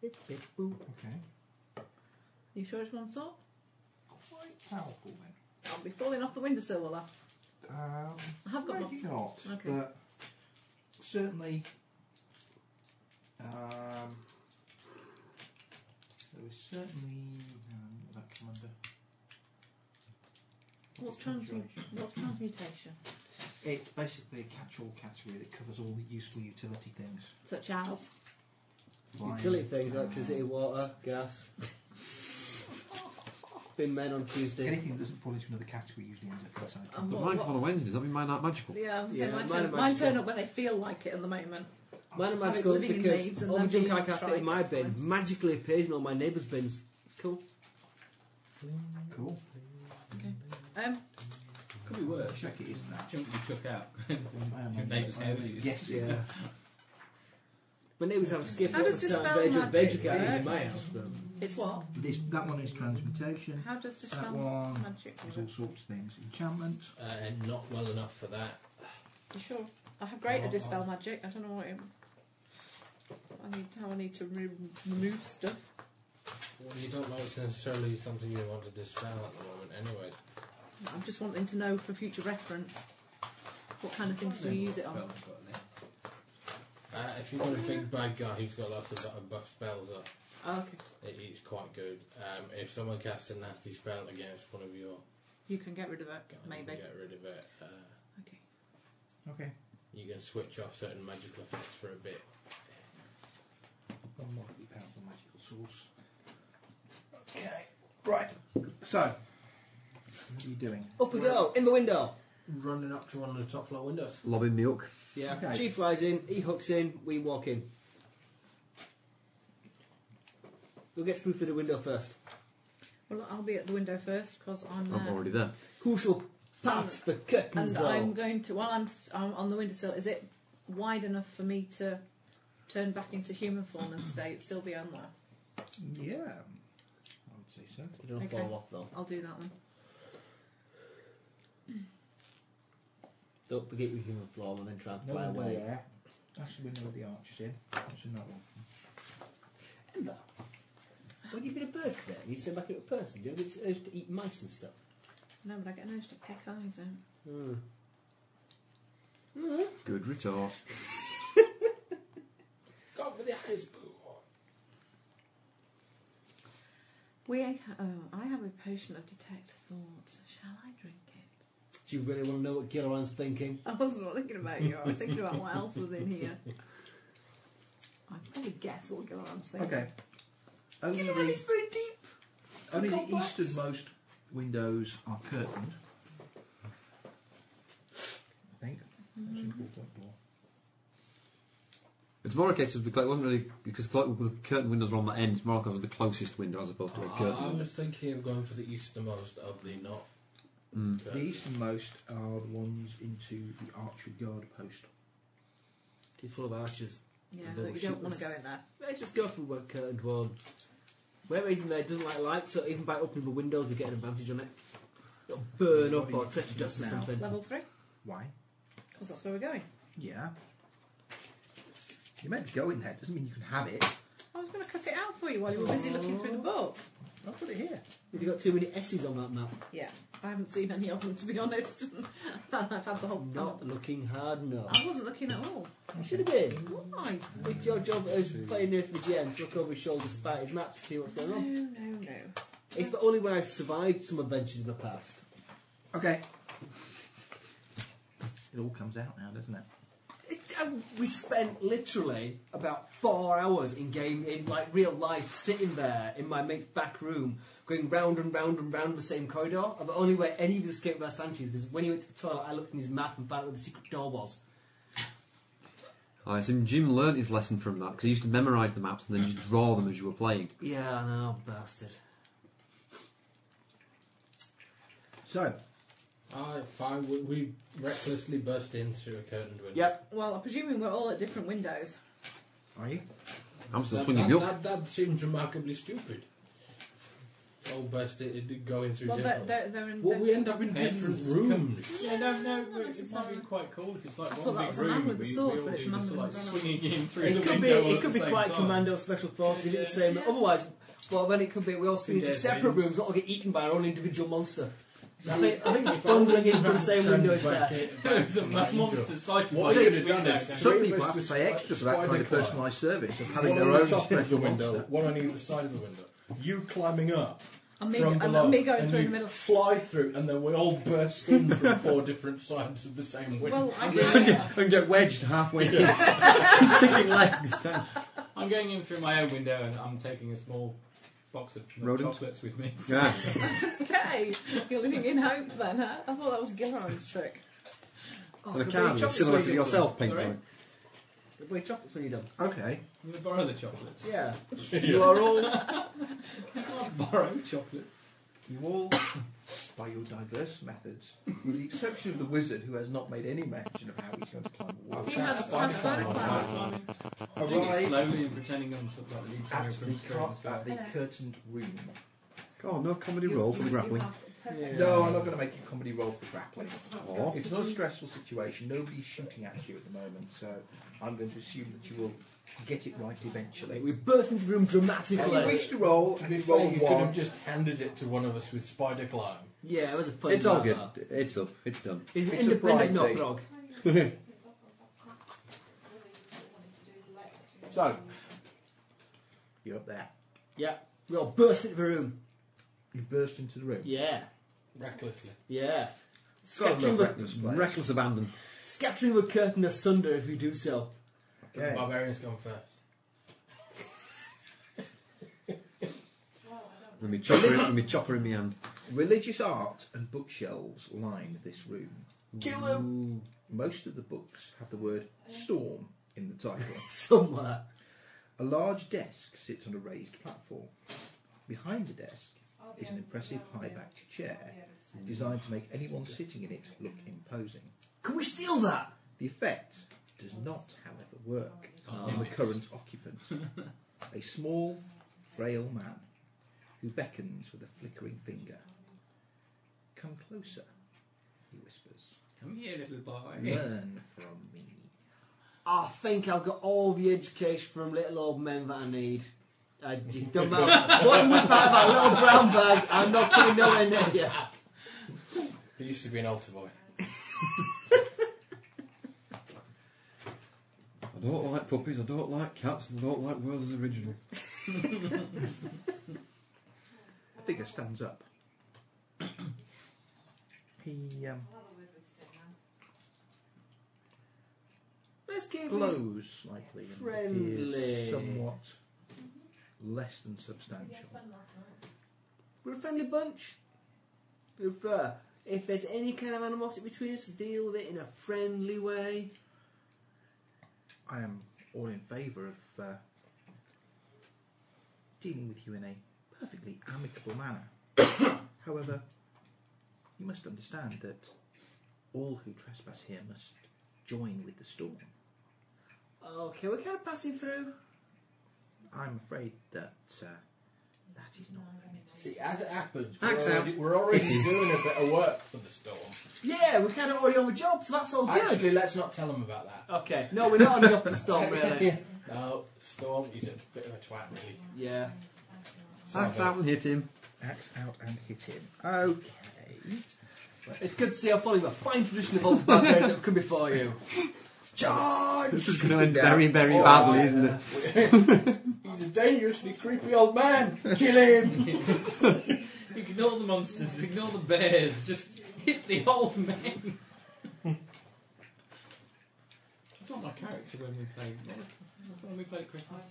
Okay.
You sure it's one sort?
Quite powerful then.
I'll be falling off the windowsill, will I?
Um,
I have got
maybe
one.
not,
Okay.
but certainly um, there was certainly um, what that come under.
What's, transmu- what's transmutation?
It's basically a catch-all category that covers all the useful utility things.
Such as?
Utility things, electricity,
um,
water, gas. Been men on Tuesday.
Anything that doesn't fall into another category usually ends up outside.
Um,
But
What-
mine
what-
come on a Wednesday, does that mean mine aren't magical?
Yeah, I was saying,
Yeah, mine
mine, turn,
are
mine turn
magical.
up when they feel like it at the
Mine
moment.
are
Have it
magical
living in
because
Leeds and
all the
then
junk
being
I can't fit in
strike
my
at
bin
times.
magically appears in all my neighbours' bins. It's cool.
Cool.
Um,
Could be worse.
Check it, isn't that?
Junk you took out.
I am
Your
on-
neighbour's
I am on-
houses.
Yes. Yeah.
My neighbours have a skip
How
all
does
the time.
dispel
They ju-
magic
They just get
work?
into my house. But
It's what?
This, that one is transmutation.
How does
that
dispel
one
magic
is all sorts of things. Enchantment.
Uh, not well enough for that.
You sure? I have greater
Oh,
dispel
oh.
magic. I don't know what it, I need. How I need to remove, remove stuff.
Well, you don't know it's necessarily something you want to dispel at the moment, anyways.
I'm just wanting to know for future reference. What kind of things do you use it on?
Uh, if you've got a big bad guy who's got lots of uh, buff spells up,
Oh, okay.
it, it's quite good. Um, if someone casts a nasty spell against one of your
You can get rid of it,
guys,
maybe.
you get rid of it. Uh,
Okay.
Okay.
You can switch off certain magical effects for a bit.
One might be powerful magical source. Okay. Right. So, what are you doing?
Up we go, in the window.
Running up to one of the top floor windows.
Lobbing me hook.
Yeah.
Okay.
She flies in, he hooks in, we walk in. Who gets through through the window first?
Well, I'll be at the window first because I'm.
I'm
uh,
already there.
Who shall part the curtains
And
though?
I'm going to. While I'm, s- I'm on the windowsill, is it wide enough for me to turn back into human form and stay? Still be on there.
Yeah. I would say so.
You don't
Okay.
fall off though.
I'll do that then.
Don't forget your human form and then try and
No
fly
window
away.
there. That's the window with the arches in. That's in that one.
Ember, when you've been a bird for that, you turn back into a person. You don't get urged to eat mice and stuff.
No, but I get an urge to peck eyes out.
Good retort.
Go for the eyes, boo.
We. Oh, I have a potion of detect thoughts. Shall I drink it?
Do you really want to know what Gillilan's thinking?
I wasn't thinking about you. I was thinking about what else was in here. I can probably guess what Gillilan's thinking.
Okay. Only the,
very deep.
only the
complex.
easternmost windows are curtained. I think. That's in four point four.
It's more a case of the cloak wasn't really because the, cloak, the curtain windows were on that end. It's more a case of the closest window as opposed to a curtain.
I was thinking of going for the easternmost of the not.
Mm.
The easternmost are the ones into the archer guard post.
She's full of archers.
Yeah,
And
but you
bullshit.
don't want to go in there.
Let's just go for one curtained one. Whoever is in there doesn't like light, so even by opening the windows, we get an advantage on it. It'll burn up or touch dust or
Now.
something.
Level three,
Why?
because that's where we're going.
Yeah. You meant to go in there, doesn't mean you can have it.
I was going to cut it out for you while you were busy looking through the book.
I'll put it here.
Have you got too many S's on that map?
Yeah, I haven't seen any of them to be honest. I've had the whole.
Not looking hard enough.
I wasn't looking at all.
You should have been.
Why?
It's your job as playing nurse with GM to look over his shoulder, spite his map to see what's going
No,
on.
no, no.
It's the only way I've survived some adventures in the past.
Okay. It all comes out now, doesn't it?
It, and we spent literally about four hours in game, in like real life, sitting there in my mate's back room, going round and round and round the same corridor. And the only way any of us escaped without Sanchez was when he went to the toilet. I looked in his map and found out where the secret door was.
I assume Jim learnt his lesson from that because he used to memorise the maps and then just draw them as you were playing.
Yeah, I know, bastard.
So,
I fine. We, we recklessly burst in through a curtained window.
Yep.
Well, I'm presuming we're all at different windows.
are you?
I'm still
That,
swinging
that,
you up.
that, that seems remarkably stupid. All burst it, it going through
Well, they're,
different.
they're, they're in.
well,
Well,
we end up in different rooms.
Yeah, no, no, it, it might be quite cool if it's like
I thought
one
that
big
was a
room.
man with a
we,
sword,
we all
but it's
do
a man
this,
with a
like
banana.
swinging in through the
It could be,
window. all
it
at
could
the
be
same
quite
time.
commando special forces, you do the same.
Yeah.
Otherwise, well, then it could be we all swing into
dead
separate
ends.
rooms that'll get eaten by our own individual monster. I think, I think bundling in from the same window is
Back
best.
it,
It
back
was a
it,
ma-
back it.
monster sighted
What
by
you
the
could've done
window.
is
down.
three
Some
of
people
us
have to
with
pay extra for that
spider
kind of
climb.
personalised service of having
One
their
on the
own
top edge of the
special
window,
monster.
one on either side of the window. You climbing up.
And me-
from
and
below,
me going
and
through
you
the middle.
Fly through, and then we all burst in from four different sides of the same window.
well I can.
and get wedged halfway. Kicking legs.
I'm going in through my own window and I'm taking a small box of
Rodent?
chocolates with me.
Yeah.
okay, you're living in hope then, huh? I thought that was Gillian's trick.
and a card with a silhouette of yourself, Pink Floyd.
Good boy, chocolates when you're done.
Okay.
You gonna borrow the chocolates.
Yeah. You are all.
Borrow chocolates.
You all, by your diverse methods, with the exception of the wizard who has not made any mention of how he's going to climb a
He has climbing.
Doing it
Arrive
slowly and pretending I'm sort of like the lead singer
at
from
the,
Scream.
cur- at the curtained room.
Oh, no comedy roll for the grappling.
No, I'm not going to make you comedy roll for grappling.
Oh.
It's not a stressful situation. Nobody's shooting at you at the moment, so I'm going to assume that you will get it right eventually.
We burst into the room dramatically.
And you wish to roll,
To
and
be
you
fair,
roll
you could have
one.
just handed it to one of us with spider climb.
Yeah, it was a funny
It's
night,
all good.
that.
It's up. It's done.
It's an
It's a
independent
bright
knock
thing.
So, you're up there.
Yeah. We all burst into the room.
You burst into the room.
Yeah.
Recklessly.
Yeah.
Gotta
Scattering
love
the,
reckless players.
Reckless abandon.
scattering the curtain asunder as we do so.
The barbarian's gone first.
Let me chopper, in, let me chopper in my hand.
Religious art and bookshelves line this room. Kill them! Most of the books have the word storm in the title.
Somewhere.
A large desk sits on a raised platform. Behind the desk is an impressive high backed chair designed to make anyone sitting in it look imposing.
Can we steal that?
The effect does not, however, work on the current occupant. a small, frail man who beckons with a flickering finger. Come closer, he whispers.
Come here, little boy.
Learn from me.
I think I've got all the education from little old men that I need. I d- don't matter. What's in the back of that little brown bag? I'm not coming nowhere near you.
He used to be an altar boy.
I don't like puppies. I don't like cats. And I don't like Werther's original.
The figure stands up. he um,
Let's keep this.
glows slightly and
Friendly.
appears somewhat less than substantial.
We're a friendly bunch. If, uh, if there's any kind of animosity between us, deal with it in a friendly way.
I am all in favour of uh, dealing with you in a perfectly amicable manner. However, you must understand that all who trespass here must join with the storm.
Okay, we're kind of passing through.
I'm afraid that uh, that is not permitted.
See, as it happens,
Axe
we're
out.
already, we're already doing a bit of work for the storm.
Yeah, we're kind of already on the job, so
Oh,
that's all good.
Actually, let's not tell them about that.
Okay, no, we're not on the up and
Oh,
storm, really.
No, Storm, he's a bit of a twat, really.
Yeah.
Axe out and hit him.
Axe out and hit him. Okay.
It's good to see how following the fine tradition of old barbarians that have come before you. Charge!
This is going to end very, very badly, isn't it?
He's a dangerously creepy old man. Kill him.
ignore the monsters, ignore the bears, just hit the old men. it's not my character when we play. That's when we played at Christmas.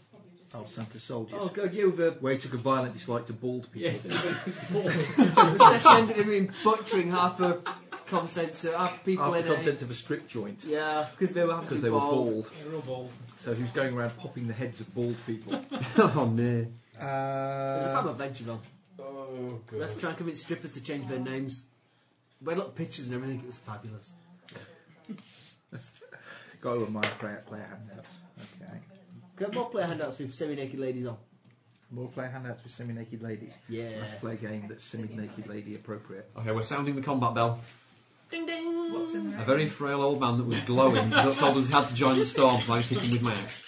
Oh, Santa soldiers.
Oh god, you the,
Way took a violent dislike to bald people.
Yes, everybody was bored.
the session ended in me butchering half of content to half people
Half the
in it.
content of a strip joint
Yeah, because they were half
because they were bald.
They're all bald.
So he was going around popping the heads of bald people.
oh no.
There's a
uh,
pub adventure though.
Oh,
We
good.
have to try and convince strippers to change their names. We had a lot of pictures and everything, it was fabulous.
got to my player, player handouts. Okay.
Got more player handouts with semi naked ladies on.
More player handouts with semi-naked ladies.
Yeah.
Let's play a game that's semi-naked lady appropriate.
Okay, we're sounding the combat bell.
Ding ding!
What's in
A
there?
very frail old man that was glowing that told us he had to join the storm, so I just hit him with my axe.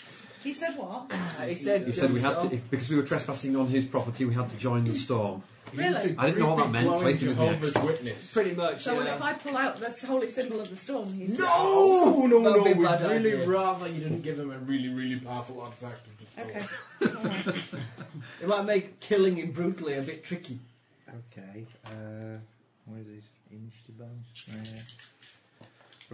He said what?
Uh, he said,
He said we had to, if, because we were trespassing on his property, we had to join the storm.
Really?
I didn't know what that meant.
Glowing
Waiting with the axe.
Jehovah's Witness.
Pretty much.
So
yeah.
if I pull out this holy symbol of the storm, he's
No, Oh, no,
That'd
no.
be a
We'd
bad
really
idea.
rather you didn't give him a really, really powerful artifact of the storm.
Okay.
It might make killing him brutally a bit tricky.
Okay. Uh, where's his initiative? There.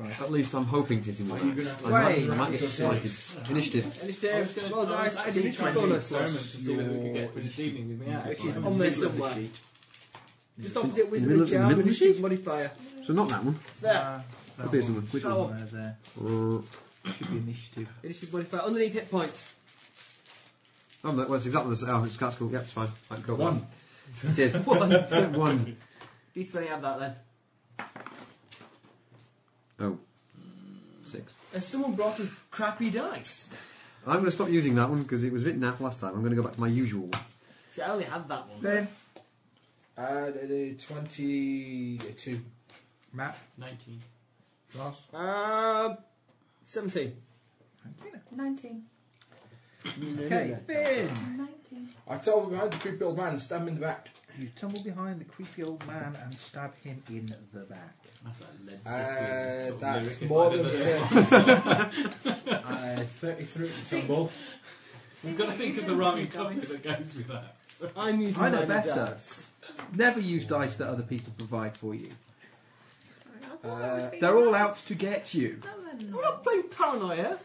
Right.
At least I'm hoping to hit him with
Are you
an axe. I
gonna
might,
have
I might
to
get
roll
excited. Initiative.
I was
Initiative,
gonna-
roll
I was
dice,
actually
D20
trying to do an
bonus.
experiment to see whether we could get for this evening with me. Yeah,
Which
it's
is
fine.
on there
middle of the
somewhere.
sheet.
Just opposite
middle
Wizardry
of- in the
Jar,
middle of the
Initiative modifier.
So not that one.
It's there.
Uh, that
There's
one.
one. Which
That
one?
one there,
Uh,
there. Should be initiative.
Initiative modifier. Underneath hit points.
Oh, that was exactly the same. Oh, it's, that's cool. Yep, it's fine. I can go one. It is. one. one.
D20 add that then.
Oh. six.
And Uh, someone brought us crappy dice.
I'm going to stop using that one because it was written naff last time. I'm going to go back to my usual one.
See, I only had that one.
Then.
Uh, the- the 22.
Matt?
19.
Ross?
Uh, 17.
19.
Okay, Finn!
19.
I told him I had the creepy old man, stab him in the back.
You tumble behind the creepy old man and stab him in the back.
That's like Led
Uh,
Zeppelin.
that's
sort
more
of
than
lyric, if I remember.
30. uh, 33 tumble.
We've got to think of the rhyming copy that goes with that.
I'm using
I know
my
better.
dice.
Never use dice that other people provide for you.
Uh,
They're all out to get you.
We're not playing Paranoia.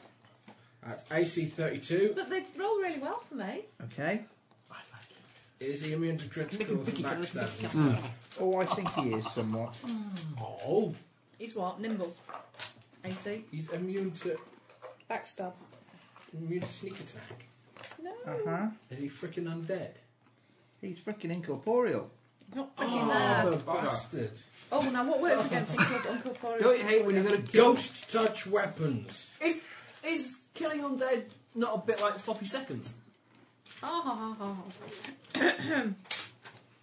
that's AC 32.
But they roll really well for me.
Okay.
Is he immune to criticals and backstabs and
Mm.
stuff?
Oh, I think he is somewhat.
Oh,
He's what? Nimble. AC.
he's immune to
Backstab.
immune to sneak attack.
No.
Uh huh.
Is he freaking undead?
He's freaking incorporeal.
Not
Oh,
freaking
the
there.
bastard.
Oh, now what works against incorp- incorporeal?
Don't you hate when you're going to kill.
Ghost touch weapons.
Is, is killing undead not a bit like sloppy seconds?
Ah, ha, ha, ha, ha.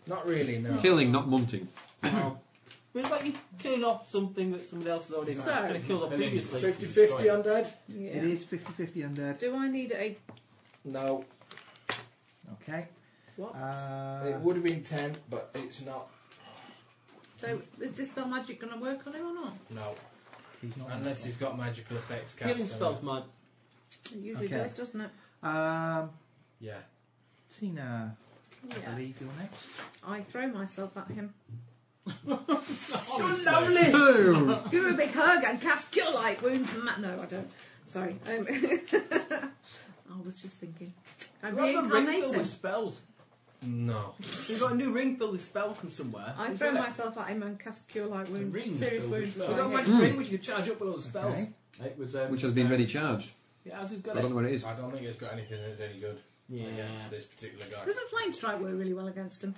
Not really, no.
Killing, not munting.
What about you killing off something that somebody else has already
So-
kind of killed off previously?
50 50 undead?
Yeah.
It is 50 50 undead.
Do I need a.
No.
Okay.
What?
it
Uh,
would have been 10, but it's not.
So is Dispel Magic going to work on him or not?
No.
he's not
Unless he's got magical effects cast.
Healing
on
spells,
him.
man.
It usually
Okay.
does, doesn't it?
Um,
Yeah.
Tina, I
Yeah.
believe you're next.
I throw myself at him.
You're lovely!
Boom!
Give him a big hug and cast Cure Light Wounds. Ma- no, I don't. Sorry. Um, I was just thinking. I'm
You have a ring filled
reincarnating.
with spells.
No.
You've got a new ring filled with spells from somewhere.
I
Is
throw
that-
myself at him and cast Cure Light Wounds.
ring
serious
filled with
wounds. Mm.
We've got a
Sorry.
magic ring which you can charge up with all the spells.
Okay.
It was, um,
Which has been ready charged.
Yeah, as we've
I
got
don't know
it.
where it is.
I don't think it's got anything that's any good against this particular guy.
Doesn't Flame Strike work really well against him?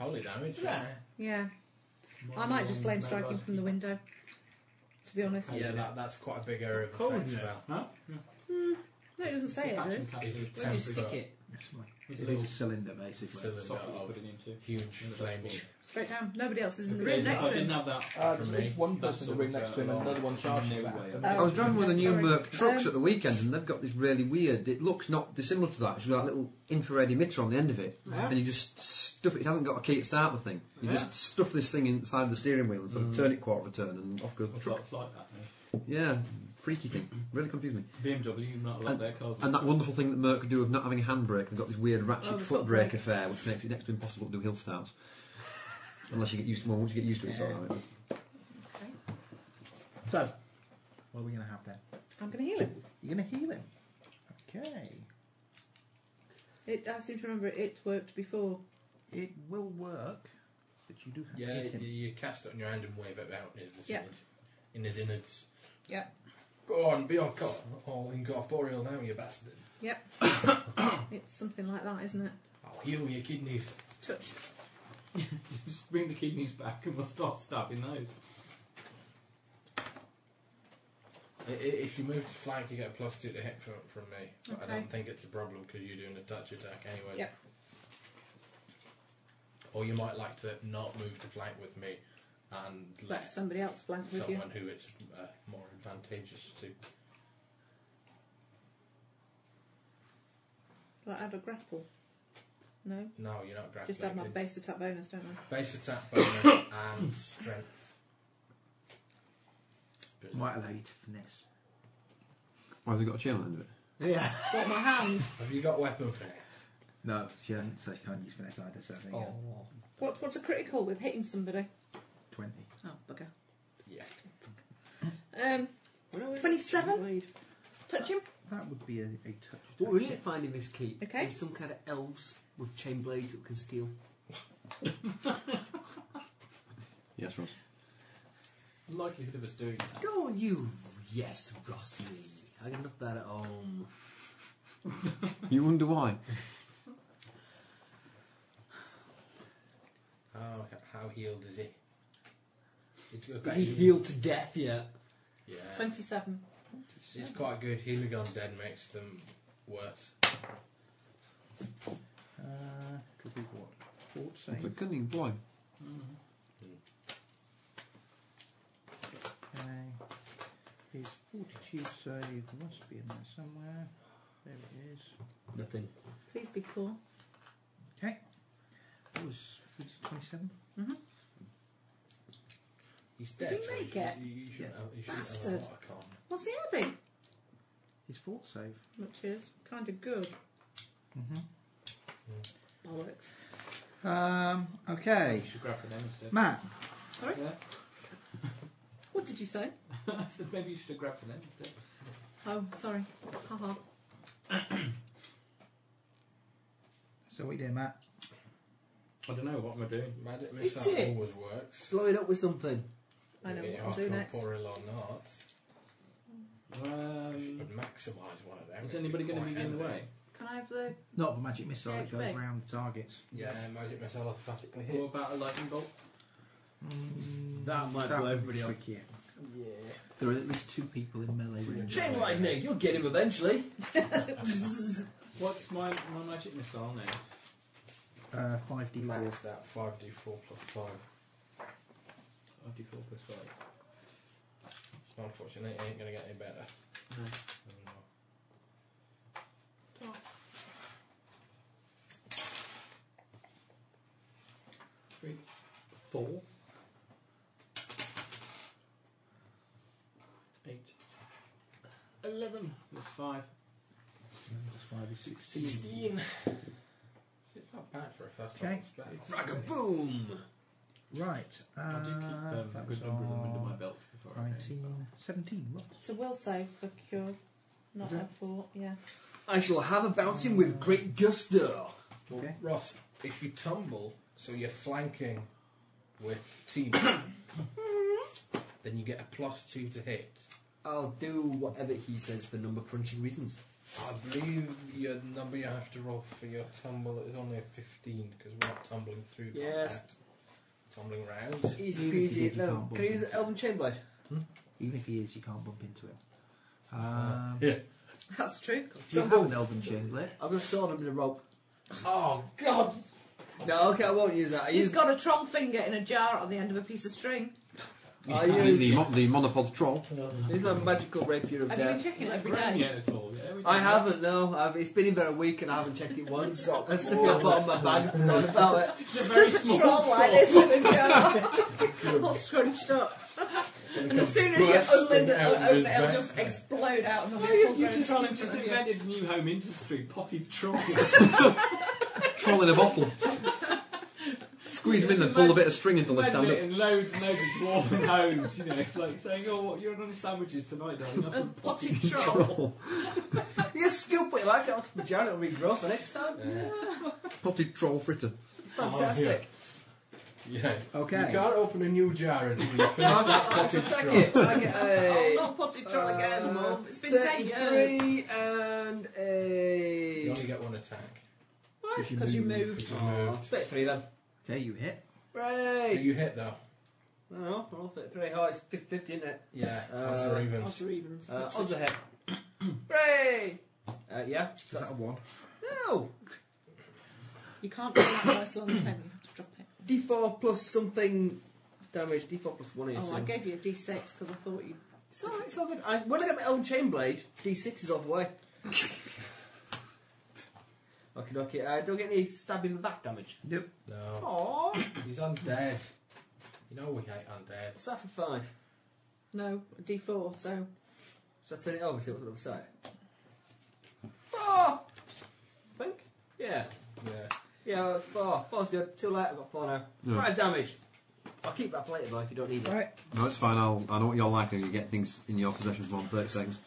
Holy damage.
Yeah.
Yeah. I might just Flame Strike him from the window. To be honest.
Yeah, that, that's quite a big area of
Cold,
effect
yeah.
spell.
Huh?
No, it doesn't say it, does it?
It's
Where do you
10
stick
foot
it?
It's my-
It's
It is a
a little
cylinder, basically.
cylinder
socket you
of
put it into.
huge flaming.
Straight down. Nobody else is in the
Yeah,
room next
I
to
didn't
him.
have that.
Uh,
there's at least
one
person in the room next to him and another one charged him.
I was driving one of the new
Sorry.
Merc trucks
Um,
at the weekend, and they've got this really weird. It looks not dissimilar to that. It's got that little infrared emitter on the end of it,
Yeah.
and you just stuff it. It hasn't got a key to start the thing. You
Yeah.
just stuff this thing inside the steering wheel and sort of turn it quarter of a turn, and off goes the
It's
truck.
lots like that. eh?
Yeah, freaky thing. Really confused me.
BMW, not a lot of their cars.
And that wonderful thing that Merc could do of not having a handbrake, they've got this weird ratchet
Oh, the
foot
foot
brake
brake.
affair, which makes it next to impossible to do hill starts. Unless you get used to well, once you get used to it, it's all right.
So, what are we going to have then?
I'm going to heal him.
You're going to heal him. Okay.
It, I seem to remember it, it worked before.
It will work, but you do have to
Yeah, you,
hit him.
you cast it on your hand and wave it out in his
Yeah.
innards. In his innards.
Yeah.
Go on, be all, co- all incorporeal now, you bastard.
Yep. it's something like that, isn't it?
I'll heal your kidneys.
Touch.
Just bring the kidneys back and we'll start stabbing those.
I- i- If you move to flank, you get a plus two to hit from, from me. But I
Okay.
don't think it's a problem because you're doing a touch attack anyway.
Yep.
Or you might like to not move to flank with me and
Let
let
somebody else flank with you.
someone who it's uh, more advantageous to.
Do I add a grapple? No.
No, you're not grappling.
Just add my base attack bonus, don't I?
Base attack bonus and strength.
Might allow you to finesse.
Why Oh, have we got a chain on the end of it?
Yeah.
Got my hand.
Have you got weapon finesse?
No, she hasn't, so she can't use finesse either, so I think uh,
What, what's a critical with hitting somebody?
20.
Oh, bugger.
Yeah.
Um, 27? Touch him?
That would be a, a touch.
What we're really finding this key
Okay.
is some kind of elves with chain blades that can steal.
Yes, Ross.
Likelihood of us doing that.
Go on, you. Yes, Rossi. I can look that at home.
You wonder why?
Oh, How, how healed is he? He's
Is
got-
he healed to death yet?
Yeah.
27.
It's quite good. Healing on dead makes them worse.
Uh, could be what? Fort save.
It's a cunning boy.
Okay. His fortitude save must be in there somewhere. There it is.
Nothing.
Please be cool.
Okay. That was, it was 27.
Mm-hmm.
He's
Did
dead.
he
so
make
should-
it?
You, you should
Yes.
have, you should have a lot
Bastard.
of con.
What's he adding?
His fort save.
Which is kind of good.
Mm-hmm.
Bollocks.
Um, okay.
You should grab for them instead.
Matt.
Sorry?
Yeah.
What did you say?
I said maybe you should have grabbed for them instead.
Oh, sorry. Haha.
So what you doing, Matt?
I don't know what am I doing.
Magic
It's
missile
it.
always works.
Blow it up with something.
I know
Be
what I'll do next.
Corporeal or not.
Um,
But maximise one of them.
is anybody going to be in the way?
Can I have the.
Not of a magic missile,
Yeah,
it goes
big.
round the targets.
Yeah, magic missile automatically
What
hit.
about a lightning bolt?
That might
Mm. That
blow
would
everybody up.
trick you.
Yeah.
There are at least two people in melee range.
Chain lightning, you'll get him eventually.
What's my, my magic missile name?
Uh, 5d4.
Max that 5d4 plus 5.
Five D four plus five.
Unfortunately, it ain't going to get any better. Oh,
No. Three. Four. Eight. Eleven. That's five.
That's 5 is 16.
Sixteen.
It's not bad for a first
Okay.
level spell.
boom.
Right. Uh,
I do keep um, a
that was
good number of them under my
on
belt before I
19, 17, Ross.
So we'll save for cure. Not
Is it?
at four, yeah.
I shall have about him with great gusto.
Well,
Okay.
Ross, if you tumble, so you're flanking with team, then you get a plus two to hit.
I'll do whatever he says for number crunching reasons.
I believe your number you have to roll for your tumble is only a 15 because we're not tumbling through
Yes.
combat. Tumbling rounds.
Easy
Even if you
peasy.
did, you
No,
can't bump
can I use
into
Elven Chain Blade?
Even if he is, you can't bump into him.
Uh,
Um,
Yeah.
That's true.
do you have an elven chain blade?
I've got a sword under the rope.
Oh, God!
No, okay, I won't use that. I
He's
use.
got a trom finger in a jar on the end of a piece of string.
I
He's the,
use.
mo- the monopod troll.
He's my magical rapier of
Have you been
death.
checking it every
came. Yeah,
day?
at all. Yeah, we
I
do.
haven't, no. I've, it's been in about a week and I haven't checked it once. I stuck it up on my bag and forgot about it.
It's a very small
Troll like this in a jar. All scrunched up. And as soon as you
Burst
unlid it,
out of his
open it, it'll
vest.
just explode out in the
Well, you,
full
you just,
grown
you
stump
just
of you.
invented a new home industry, potted troll.
troll in a bottle. Squeeze them in and pull a bit of string until they
Imagine
stand
it
up.
in loads and loads of dwarven homes, you know, it's like saying, oh, what, you're on sandwiches tonight, darling,
Oh.
have some potted
Potted troll.
You scoop it like it off the jar, it'll regrow for next time.
Uh,
Potted troll fritter.
It's
Oh,
fantastic.
Yeah. You
Okay.
can't open a new jar until you finish that potted
Check
straw.
it. I get
Oh,
a.
not potted troll again, Mum. It's been 10 years.
33 Uh, and
You
a.
only get one attack.
Because you moved.
If you moved.
33 then.
Okay, you hit.
Do
Right.
you hit though?
No, I'm off at 3
Oh,
high, it's 50 50, isn't it?
Yeah.
Uh,
Odds are even.
Odds are evens.
Uh, odds ahead. Hooray! Uh, yeah.
Is that a one?
No!
You can't do that nice long time, you have to drop it.
D4 plus something damage, D4 plus 1 is.
Oh, I gave you a d6 because I thought you.
It's alright, it's all good. I, when I get my own chain blade, D6 is all the way. okay, okay. Uh, do I get any stab in the back damage?
Nope.
No.
Aww.
He's undead. You know we hate undead.
What's that for 5?
No, a d4, so.
So I turn it over and see what's on the other side. 4! I think? Yeah.
Yeah.
Yeah, it's 4. 4's good. Too late, I've got 4 now.
Yeah.
5 damage. I'll keep that for later though if you don't need it.
Right.
No, it's fine. I'll, I know what you're like. and You get things in your possession for more than 30 seconds.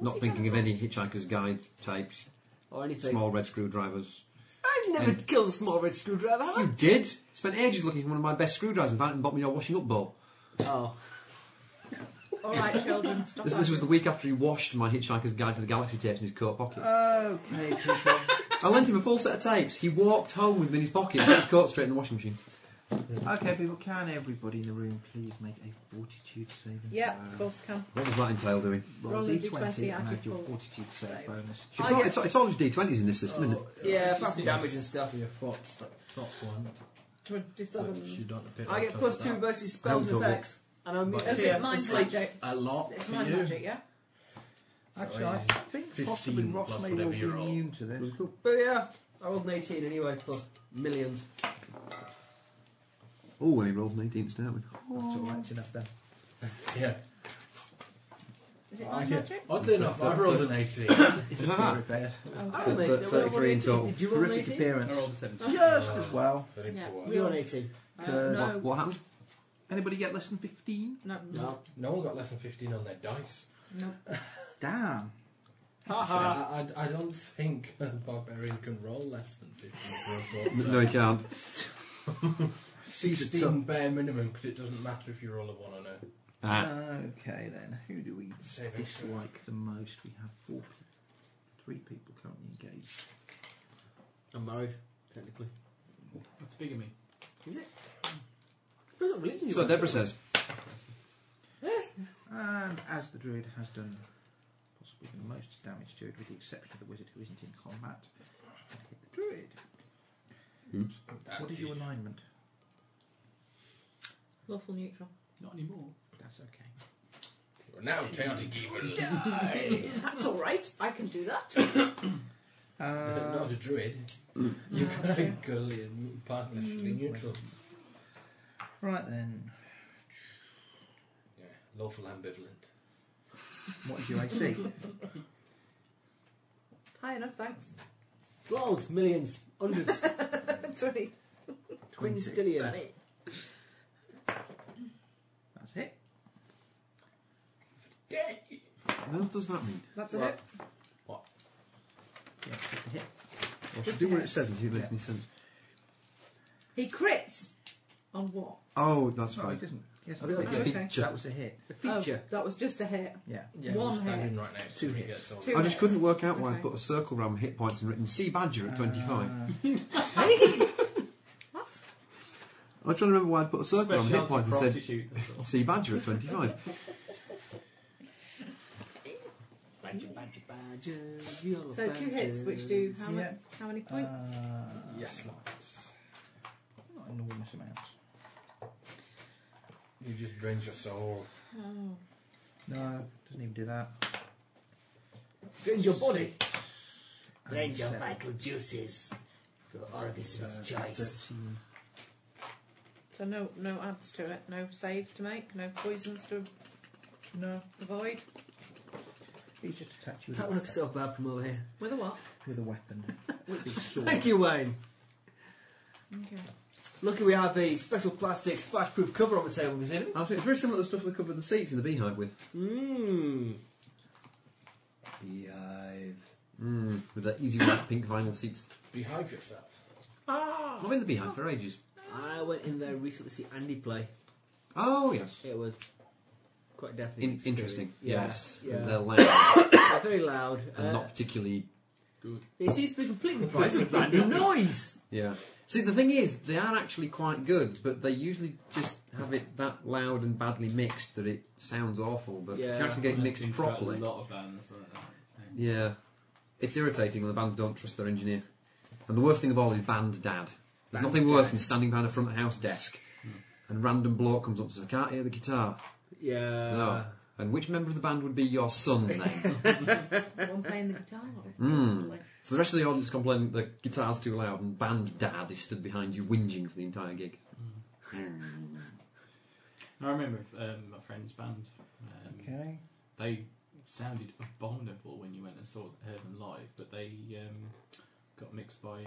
Not thinking of any Hitchhiker's Guide types,
Or anything.
small red screwdrivers.
I've never
And-
killed a small red screwdriver, have I?
You did? Spent ages looking for one of my best screwdrivers and found it in the bottom of your washing up bowl.
Oh.
Alright, children, stop
This, this was the week after he washed my Hitchhiker's Guide to the Galaxy tapes in his coat pocket.
Okay, people.
I lent him a full set of tapes. He walked home with them in his pocket, put his coat straight in the washing machine.
Okay, people, can everybody in the room please make a fortitude saving
Yeah,
throw?
of course can.
What does that entail doing?
Roll,
Roll a
d20,
D20
and add your
attitude
fortitude save,
save.
bonus.
It's, all, it's, all- it's all just d20s in this system, isn't it?
Yeah,
It's
apart from
six.
damage and stuff.
Your foot, top, top one. Which you don't appear
I
on
get
top
plus
of
two
that.
versus spells and
Double.
effects, and I'm
But-
Is it mind magic?
A lot
It's
for
mind
you.
magic, yeah?
Actually, I think possibly
15
Ross
plus
may
whatever
well be
you roll.
immune to this.
But yeah, I rolled an 18 anyway, plus millions.
Oh, when he rolls an 18 to start with.
That's all right, it's enough then.
Yeah.
Is
Ah,
it mind magic?
Oddly enough, I rolled an 18.
It's a fair effect.
I rolled an 18. I rolled an 18. Did you roll an
Terrific
18?
appearance.
I rolled a 17.
Just as well.
Yeah.
You rolled an 18.
Because
Uh, no.
What happened?
anybody get less than 15?
No.
No.
No one got less than 15 on their dice.
No.
Damn.
I, I, I don't think a barbarian can roll less than 15 for a
No, he can't.
16 bare minimum because it doesn't matter if you roll a 1 or no.
Ah.
Okay then, who do we
Save
dislike the most? We have four people. Three people currently engaged.
I'm married, technically.
That's bigamy.
Is it? Depends what religion you
So
are.
Deborah says.
And as the druid has done possibly the most damage to it, with the exception of the wizard who isn't in combat, and hit the druid.
Oops.
What is your alignment?
Lawful neutral.
Not anymore.
That's okay.
You're now chaotic evil.
That's alright, I can do that.
Not
Uh,
as a druid. You can have gully and partnership neutral.
right then,
Yeah, lawful ambivalent.
what is your AC?
High enough, thanks.
Loads, millions, hundreds,
20.
quintillion.
That's it.
What does that mean?
That's a hit.
Yeah, take the hit.
I should do what it says and see if it makes any sense.
He crits! On what?
Oh, that's
No, it
right.
doesn't. Yes,
I don't
it
know.
did.
Okay.
That was a hit.
Feature.
Oh, that was just a hit.
Yeah.
Yeah,
One
we're standing
hit.
right next
Two
to him. He
hits.
gets all
Two
I just couldn't work out why I
Okay.
put a circle around my hit points and written Sea Badger at 25. Uh.
What?
I'm trying to remember why I put a circle around my hit
Specialty
points and said
prostitute. that's all.
Sea Badger at 25.
Badger, badger, badger, you're a
So two hits,
badger.
which do how,
Yeah.
many, how many
Uh,
points?
Yes, lads.
Not enormous amounts.
You just drained your soul.
oh.
No, doesn't even do that.
Drains your body.
And
Drains your
seven.
vital juices. For all of
Uh,
this
Uh,
is choice.
13.
So no, no adds to it, no saves to make, no poisons to
No,
avoid.
he's just attacked you with,
That looks so bad from over here.
With a what?
with a weapon. with his sword.
Thank you, Wayne.
Okay.
Lucky we have a special plastic splash-proof cover on the table this evening.
Actually, it's very similar to the stuff they covered the seats in the beehive with.
Mmm.
Behive.
Mm, with that easy white pink vinyl seats.
Behive yourself.
Ah.
I've been in the beehive for ages.
I went in there recently to see Andy play.
Oh, yes.
It was quite deafening.
In-
experience.
interesting.
Yeah,
Yes.
yeah.
They're loud
They're very loud.
and
Uh,
not particularly.
It seems to be completely deprived of random noise.
Yeah. See, the thing is, they are actually quite good, but they usually just have it that loud and badly mixed that it sounds awful. But if you
Yeah.
can actually get it
I've
mixed
been to
properly.
A lot of bands like that. so-
Yeah. It's irritating when the bands don't trust their engineer. And the worst thing of all is band dad. There's
Band
nothing worse
dad.
than standing behind a front of house desk and random bloke comes up and says, I can't hear the guitar.
Yeah.
no. And which member of the band would be your son then?
One playing the guitar. Hmm.
Mm. so the rest of the audience complain that the guitar's too loud and band dad is stood behind you whinging for the entire gig.
I remember um, my friend's band. Um,
Okay.
They sounded abominable when you went and saw heard them live, but they um, got mixed by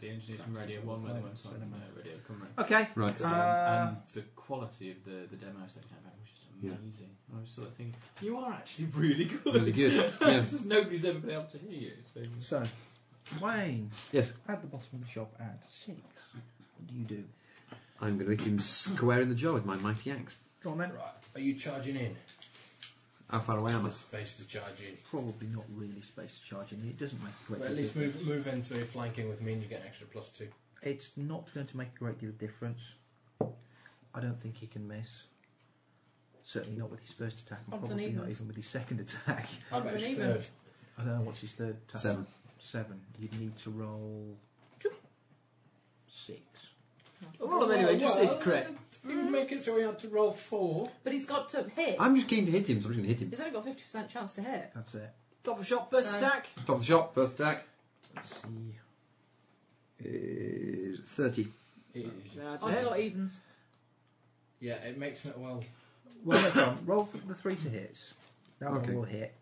the engineers from Radio One when they went on uh, Radio Cymru.
Okay.
Right.
Um,
Uh,
and the quality of the, the demos they came out was just
Yeah.
amazing. I was sort of thinking, you are actually really good.
Really good.
It's
Yes.
just nobody's ever been able to hear you. So
So, Wayne,
yes.
at the bottom of the shop at six, what do you do?
I'm going to hit him square in the jaw with my mighty axe.
Go on then.
Right, are you charging in?
How far away am I?
There's space to charge in.
Probably not really space charging. It doesn't make a great
Well, at
deal
least
of difference.
move move in so you're flanking with me and you get an extra plus two.
It's not going to make a great deal of difference. I don't think he can miss. Certainly not with his first attack, and
Odds and
probably not
evens.
even with his second attack.
I bet Odds his and third. evens.
I don't know what's his third attack.
Seven.
Seven. You'd need to roll six.
Roll him anyway, just see if it's crit.
You make it so we had to roll four.
But he's got to hit.
I'm just keen to hit him, so I'm just going to hit him.
He's only got fifty percent chance to hit.
That's it.
Top of shot, first
So-
attack.
Top of the shot, first attack
Let's see.
is 30.
That's
Odds
it.
or evens.
Yeah, it makes it well.
Well, hold on. roll for the three to hits. That
Okay. Oh,
one will hit.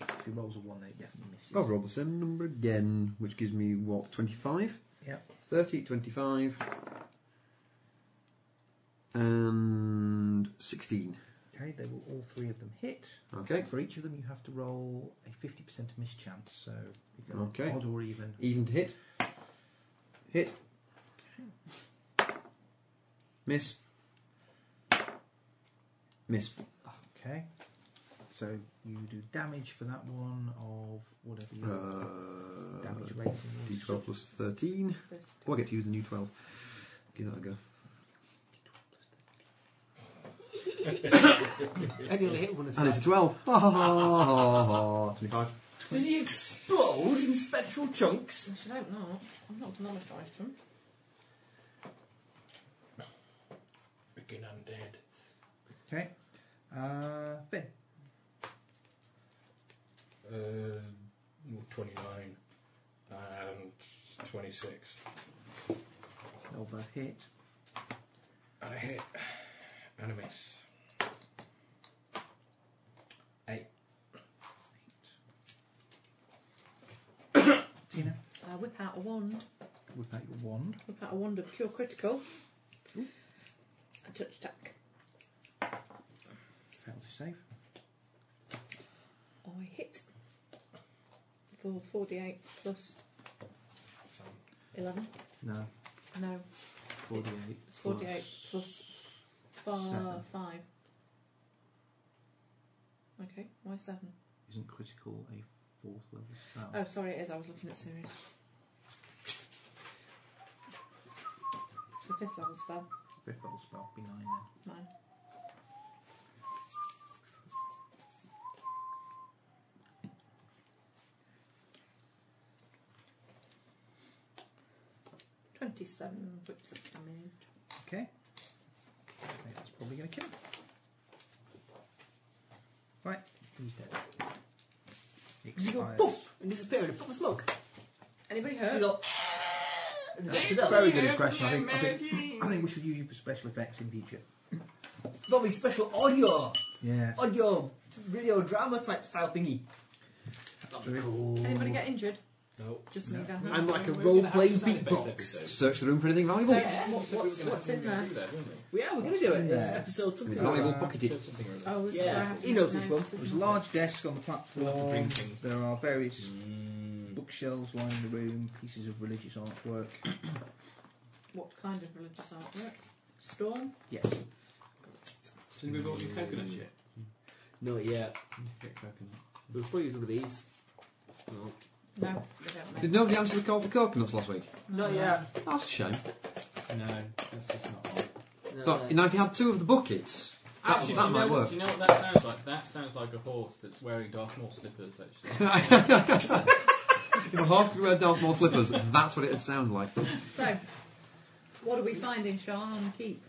If he rolls a one, then he definitely misses.
I've rolled the same number again, which gives me what, 25?
Yep.
30, 25, and 16.
Okay, they will all three of them hit.
Okay.
For each of them, you have to roll a fifty percent mischance. So you go
Okay. E-
odd or even.
Even to hit. Hit. Miss. Miss.
Okay. So you do damage for that one of whatever your
Uh,
damage rating is.
D12 plus 13. Oh, I get to use the new 12. Give that a go.
And he only hit one
And
attack.
it's 12. Ha, ha, ha, ha, ha, ha. 25.
Does he explode in spectral chunks?
I should hope not. I've not done that much damage to him.
Freaking undead.
Okay. Uh, Finn.
Uh, 29 and 26.
They'll both hit.
And a hit. And a miss. Eight.
Tina,
Uh, whip out a wand.
whip out your wand.
Whip out a wand of cure critical. A touch attack.
Fails to save.
I hit for forty-eight plus eleven.
No.
No,
Forty-eight.
it's forty-eight plus
Seven.
far, five. Okay, why seven?
Isn't critical a fourth level spell?
Oh, sorry, it is. I was looking at series. It's a fifth level spell.
Fifth level spell. Be nine then.
Mine. Twenty-seven whips of damage.
Okay. I think that's probably going to kill him. Right, he's dead.
Does he go
Expires.
poof and disappear in a puff of smoke?
Anybody
Does he
hurt?
go and disappear?
Very good impression. I think, I think I think we should use you for special effects in future.
Probably special audio,
Yeah,
audio, video drama type style thingy.
that's true.
Anybody get injured?
No.
Just me then.
I'm like a
We're gonna
role
have
playing
to sound effects
beatbox.
episode.
Search the room for anything valuable.
So, what- what's, what's in there?
Do that, don't we?
Yeah, we're going to do it.
in
It's
there?
episode something.
It's valuable
Uh,
pocketed.
Said something or other.
Oh, this is
Yeah,
where I have to
he knows
make
which
notes,
one.
isn't
There's a
it?
large desk on the
We'll have to
platform.
bring things.
There are various Mm. bookshelves lining the room, pieces of religious artwork.
What kind of religious artwork? Storm?
Yes.
Did we bought new coconuts yet?
No, yeah.
Get coconut.
We'll probably use one of these. No.
No, they don't make.
Did nobody answer the call for coconuts last week?
Not yet.
That's a shame.
Uh, No, that's just not on.
So, you know, if you had two of the buckets, that,
Actually,
that
do, you
might
know,
work.
do you know what that sounds like? That sounds like a horse that's wearing Darth Maul slippers, actually.
If a horse could wear Dartmoor slippers, that's what it'd sound like.
So, what do we find in Sharn Keep?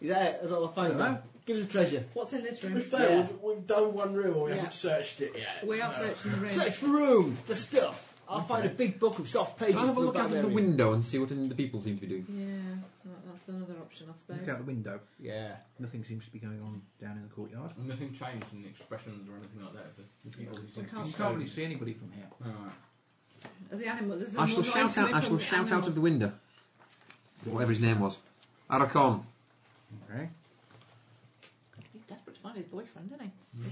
Is that it? That's all I find.
Hello?
Give us a treasure.
What's in this
To
room?
be fair,
Yeah.
we've, we've done one room and we
Yeah.
haven't searched it yet.
We are
so-
searching the room.
Search for room, the stuff. I'll find a big book of soft pages.
I'll have a
for
look out of the
barbarian.
window and see what the people seem to be doing.
Yeah, that- that's another option, I
Look
suppose.
out the window.
Yeah.
Nothing seems to be going on down in the courtyard.
Nothing changed in expressions or anything like that. of The, the people who "Oh, seem to
can't
be
You can't really
stoned.
see anybody from here.
Alright.
Are the animals? Is there
I shall
more noise
shout out.
coming
I
from
shall
the
shout out
animals?
of the window. Whatever his name was, Aracon.
Okay.
He's desperate to find his boyfriend, isn't he?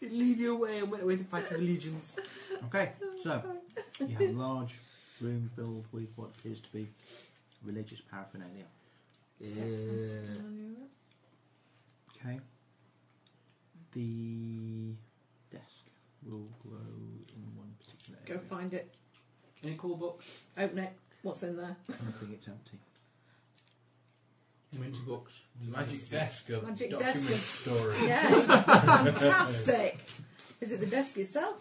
He'd leave you away and went away to fight the legions.
Okay, so you have a large room filled with what appears to be religious paraphernalia.
Yeah.
Okay. The desk will glow in one particular
Go
area.
find it.
Any cool books?
Open it. What's in there?
Nothing, it's empty.
Winter books.
The magic desk of
Magic
document
desk.
storage.
Yeah, fantastic. Is it the desk itself?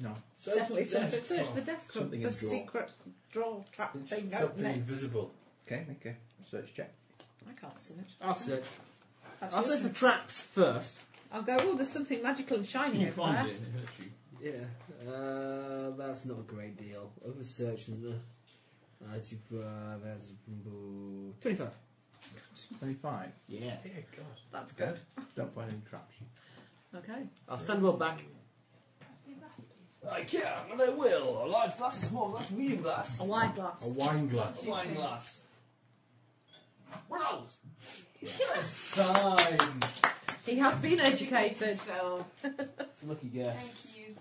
No.
Definitely something.
desk
Search
for
the desk for
something in
the
drawer.
secret drawer trap thing. open
Something
it.
invisible.
Okay, okay. Search check.
I can't search.
I'll search.
That's
I'll
your
search
turn.
for traps first.
I'll go, oh, there's something magical and shiny
You
over
find
there.
it and it hurts you.
Yeah, uh, that's not a great deal. I was searching the. Uh, to, uh, that's- 25.
25.
Yeah.
Dear God.
That's good.
Good. Don't find any traps.
Okay.
I'll stand well back. I can, and I will. A large glass, a small glass, a medium glass.
A wine glass.
A wine glass.
A wine glass. What else? Yes, time.
He has been educated.
So,
It's a lucky guess.
thank you.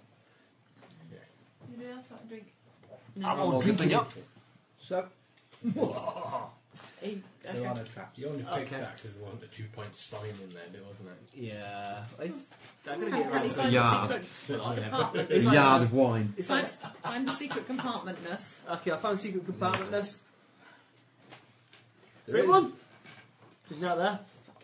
Anybody else want a drink?
I'm all drinking up.
So,
He,
there
okay.
are no traps.
You only picked
Okay.
that because they wanted the two point Stein in there, didn't- wasn't it?
Yeah. I, I'm going to
Can
get
he
around to
find
it.
yard.
the secret
A
compartment? It's like-
yard of wine.
It's
Find,
like,
find the secret compartment, nurse.
okay, I found a secret compartment. Let's
There
Great
is-
one. He's not there.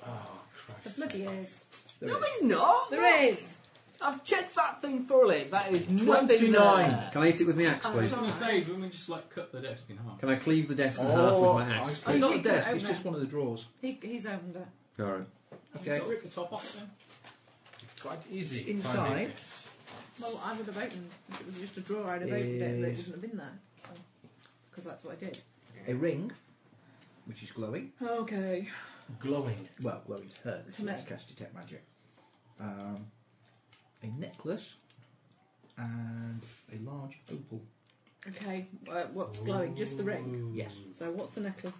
Oh,
The
Christ.
bloody is.
no, he's not.
There is.
I've checked that thing thoroughly. That is nothing there.
Can I eat it with my axe,
Oh,
please?
it's
I'm going to say, when we just like cut the desk in half.
Can I cleave the desk in
Oh,
half with my axe?
It's not a
you can
desk, it's
open
just
it.
one of the drawers.
He, he's owned her.
All right.
Okay.
Just rip the top off then.
It's quite easy.
Inside.
finding this.
Well, I would have opened if it was just a drawer. I'd have opened it, but it
Is-
wouldn't have been there. Because that's what I did.
A ring, which is glowing.
Okay.
Glowing.
Well, glowing to her. 'cause She
No.
was cast detect magic. Um, a necklace and a large opal.
Okay. Uh, what's glowing? Just the ring.
Yes.
So what's the necklace?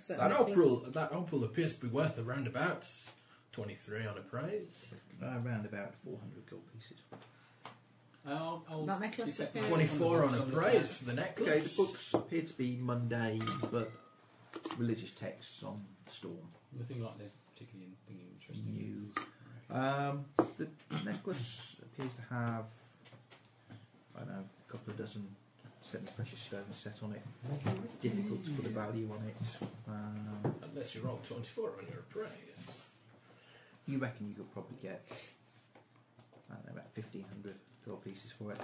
Is that
That
necklace?
opal, that opal appears to be worth around about 23 on a prize.
Uh, around about 400 gold pieces.
I'll, I'll
That necklace
detect
appears-
magic on the
24 on
books
a
the
prize
desk.
for the necklace.
Okay, the books appear to be mundane but religious texts on storm.
Nothing like this particularly anything interesting.
New. Um, the necklace appears to have, I don't know, a couple of dozen semi-precious stones set on it. It's difficult to put a value on it. Um,
Unless you roll 24 on your prize.
you reckon you could probably get, I don't know, about 1,500 gold pieces for it.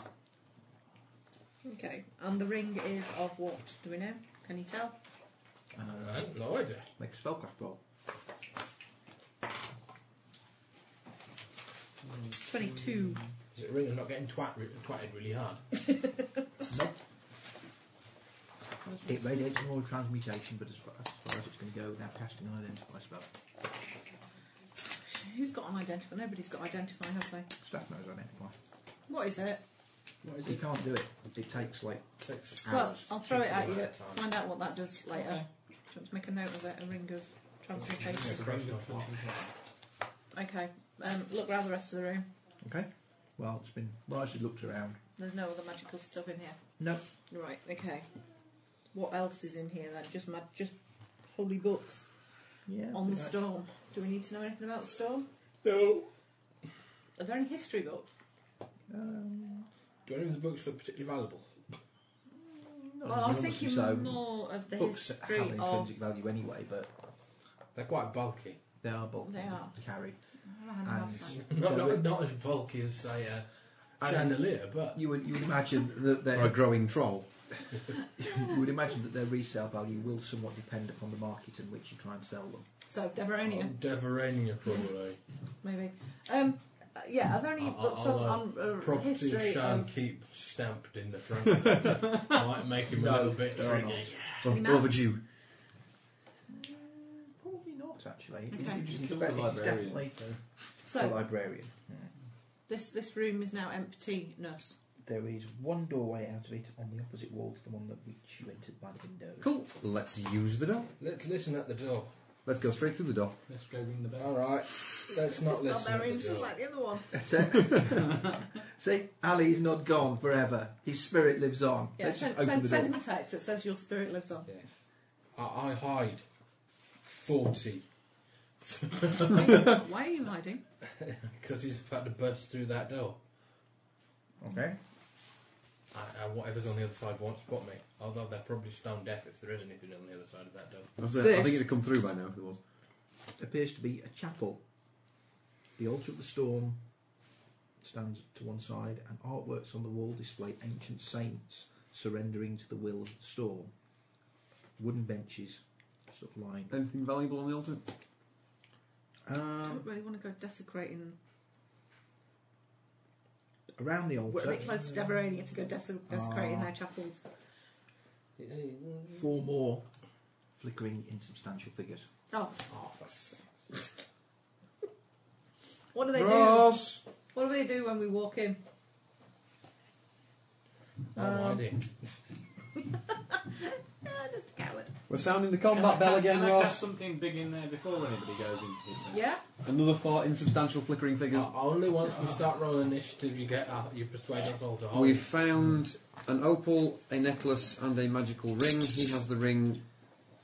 Okay. And the ring is of what? Do we know? Can you tell?
I have no idea.
Make a spellcraft roll.
22.
Is it really not getting twat, re- twatted really hard?
No. It radiates an oral transmutation, but as far, as far as it's going to go without casting an identify spell.
Who's got an identify? Nobody's got identify, have they?
Staff knows identify.
What is it?
You can't do it. It takes like six
Well,
hours.
I'll throw it at
Check it
you.
out at a time.
Find out what that does later. Do you want to make a note of it? A ring of transmutation. Okay. Um, look round the rest of the room.
Okay. Well, it's been largely looked around.
There's no other magical stuff in here.
No.
Right. Okay. What else is in here then? Just mad, just holy books
Yeah.
on the
pretty much.
storm. Do we need to know anything about the storm?
No.
Are there any history books?
Um,
Do any of the books look particularly valuable?
not
Well, I was
enormously
thinking
so.
more of the
Books have
history of.
intrinsic value anyway, but
They're quite bulky.
they are bulky
They are.
to carry.
And
Not,
Yeah,
not,
but-
not as bulky as, say, a
And-
chandelier, but
You would you would imagine that
Or a
their
growing troll.
you would imagine that their resale value will somewhat depend upon the market in which you try and sell them.
so Deverania,
Oh, Deverania probably.
maybe. Um, uh, yeah, are there any
I'll-
books
I'll, uh,
on, on uh,
Property of
history
Shan
of?
keep stamped in the front. Might make him a little bit
there are
tricky.
Oh,
Any maps?
overdue.
Probably not actually.
Okay.
It's,
You
it's,
just killed the
it's
librarian.
definitely a
So
librarian.
this this room is now empty, nurse.
There is one doorway out of it on the opposite wall to the one that which you entered by the windows.
Cool. Let's use the door.
Let's listen at the door.
Let's go straight through the door.
Let's go ring the bell.
Alright, let's not
Well,
listen. At
Barbarian's
the
just
door.
like the other one.
That's it. See, Ali's not gone forever. His spirit lives on.
Yeah,
Let's just
send,
open
send,
the door.
send him a text that says your spirit lives on.
I, I hide 40
Why are you- Why are you hiding?
because he's about to burst through that door.
Okay.
I, I, whatever's on the other side won't spot me. Although they're probably stone deaf if there is anything on the other side of that door.
I, was there, I think it'd come through by now if there was.
appears to be a chapel. The altar of the storm stands to one side, and artworks on the wall display ancient saints surrendering to the will of the storm. Wooden benches, sort of lying.
Anything valuable on the altar?
I
Um,
don't really want to go desecrating.
around the
We're a
altar,
bit close together, ain't you, to go des-
Ah.
desecrating their chapels.
four more flickering insubstantial figures.
Oh, what do they
Ross.
do? What do they do when we walk in?
No idea.
Ah, just a coward.
We're sounding the
Can I
combat
ca-
bell again,
can I cast
Ross.
something big in there before anybody goes into this thing?
Yeah.
Another four insubstantial flickering figures.
Uh, Only once we start rolling initiative, you get uh, you persuade us all to hold.
We've Oh, found an opal, a necklace, and a magical ring. He has the ring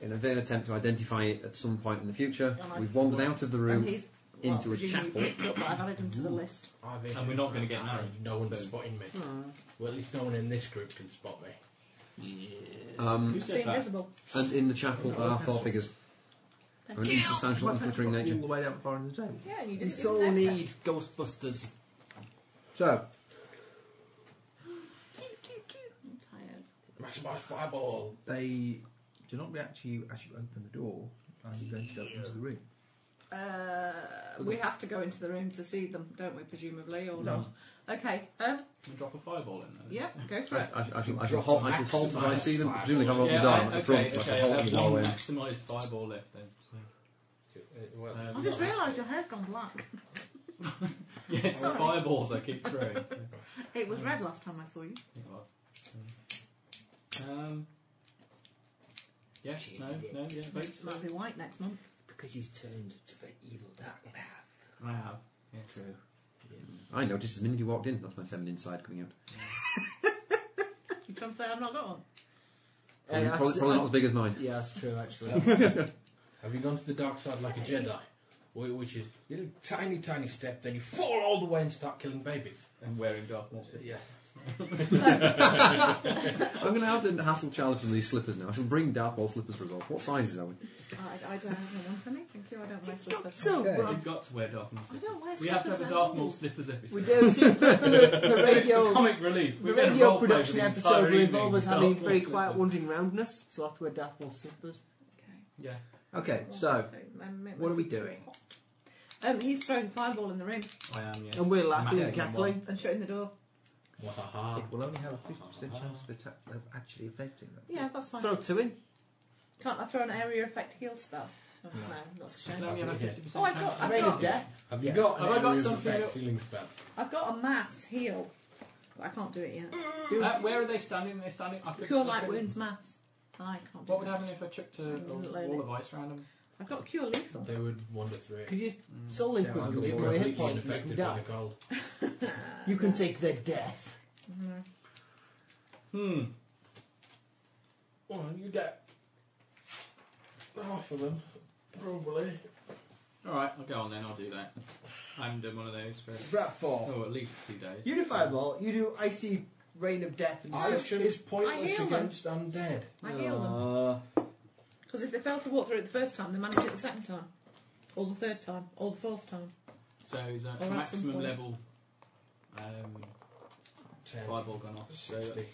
in a vain attempt to identify it at some point in the future.
And I-
We've wandered out of the room
Oh, And he's well,
into a
presumably
chapel.
picked up, but I've added him to the list.
And we're not going to get married.
No one's
So-
spotting me.
Hmm.
Well, at least no one in this group can spot me.
Um,
You say invisible.
and in the chapel
No,
are
that's
four
all.
figures. Of an
Yeah.
insubstantial and flickering nature.
All the way down the bar in the table.
Yeah, you
We
didn't
so
even notice.
need Ghostbusters.
So,
I'm tired.
Maximise fireball.
They do not react to you as you open the door and you're going to go into the room.
Uh, we have to go into the room to see them, don't we? Presumably, or
No.
not? Okay. Um,
Can I drop a fireball in there.
yeah, go for
I,
it.
I, I, shall, I shall halt, I shall halt as I see them. Presumably, if I've opened
Yeah,
the door
I-
I'm at the
okay,
front, so I
okay,
shall halt
I've
as I go
one
in.
maximised fireball left then.
well,
Um,
I've just realised your hair's gone black.
Yeah, it's the
Sorry.
fireballs I keep throwing. so.
It was red last time I saw you.
Think about it. Um, yeah, no, no, yeah, votes.
It might be white next month.
Because he's turned to the evil dark path.
I have. Yeah.
True.
I noticed as the minute you walked in, that's my feminine side coming out.
You trying to say I've not got one?
Probably, probably, probably not as big as mine.
Yeah, that's true, actually.
Have you gone to the dark side like a Jedi? Wh- Which is you do a tiny, tiny step, then you fall all the way and start killing babies.
And wearing Darth Maul.
Yeah.
I'm going to have to hassle challenge from these slippers now. I shall bring Darth Maul slippers for us all. What size is that one?
I, I don't have one for me. Thank you. I don't wear slippers.
We've got to wear Darth Maul slippers.
don't wear
we have to have a
slippers
Darth
at
Maul
all.
slippers episode.
We do. See, the, the
So it's the
radio,
comic relief.
the
We're gonna
radio
roleplay for
production
the
episode
entire
will
evening
involve
with
us
Darth
having
Maul
very
slippers.
quiet wandering roundness, so I have to wear Darth Maul slippers.
Yeah.
Okay, so what are we doing?
Um, he's throwing fireball in the ring
I am, yes.
And we're laughing
Maximum
and cackling.
and shutting the door.
Wahaha.
It will only have a 50% chance of, atta- of actually affecting them.
Yeah, that's fine.
Throw two in.
Can't I throw an area effect heal spell? Oh, no. that's a
one.
shame.
I only have a
Yeah.
50%
Oh, I
chance
got,
to-
I've
Rain of
got,
death.
Have
Yes.
you got?
Have I
an
got
area of
something
effect
that-
healing spell?
I've got a mass heal, but I can't do it yet.
Uh, where are they standing? They're standing. I could-
Cure
I
light
could-
wounds mass. I can't do
What would
it.
happen if I chucked a, a
Load
wall
it.
of ice around them?
I've got cure lethal.
They would wander through it.
Could you soul link
Yeah,
with
I've
them?
got
Give
more
them a hit
Completely
point and
unaffected
you
by
die.
the cold.
You can take their death.
Hmm.
Well, you get half of them, probably.
All right, I'll go on then. I'll do that. I haven't done one of those for
Brat four.
oh, at least two days.
Unified ball. You do icy rain of death and
Ice
destruction.
is
I
pointless
heal them.
against undead.
I heal them.
Uh,
Because if they fail to walk through it the first time, they manage it the second time. Or the third time. Or the fourth time.
So is that
Or at some
maximum
point.
level? Um,
Ten,
fireball gone off. So
sixty.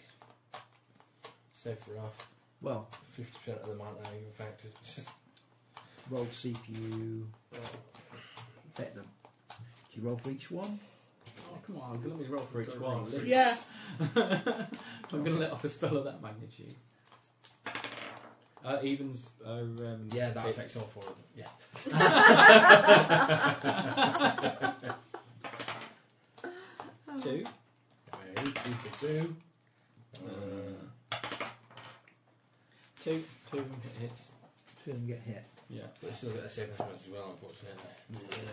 Save for half.
Well,
Fifty percent of them aren't area affected.
roll to see if you uh, bet them. Do you roll for each one?
oh, come on, let me roll for each one. at least.
Yeah.
I'm going to let off a spell of that magnitude. Uh, evens are. Um,
yeah, that
bits.
affects all four of them. Yeah.
Oh.
two.
Wait, two for two. Uh,
Two, two of them hit hits.
Two of them get hit.
Yeah.
But they still get the saving throws as well, unfortunately.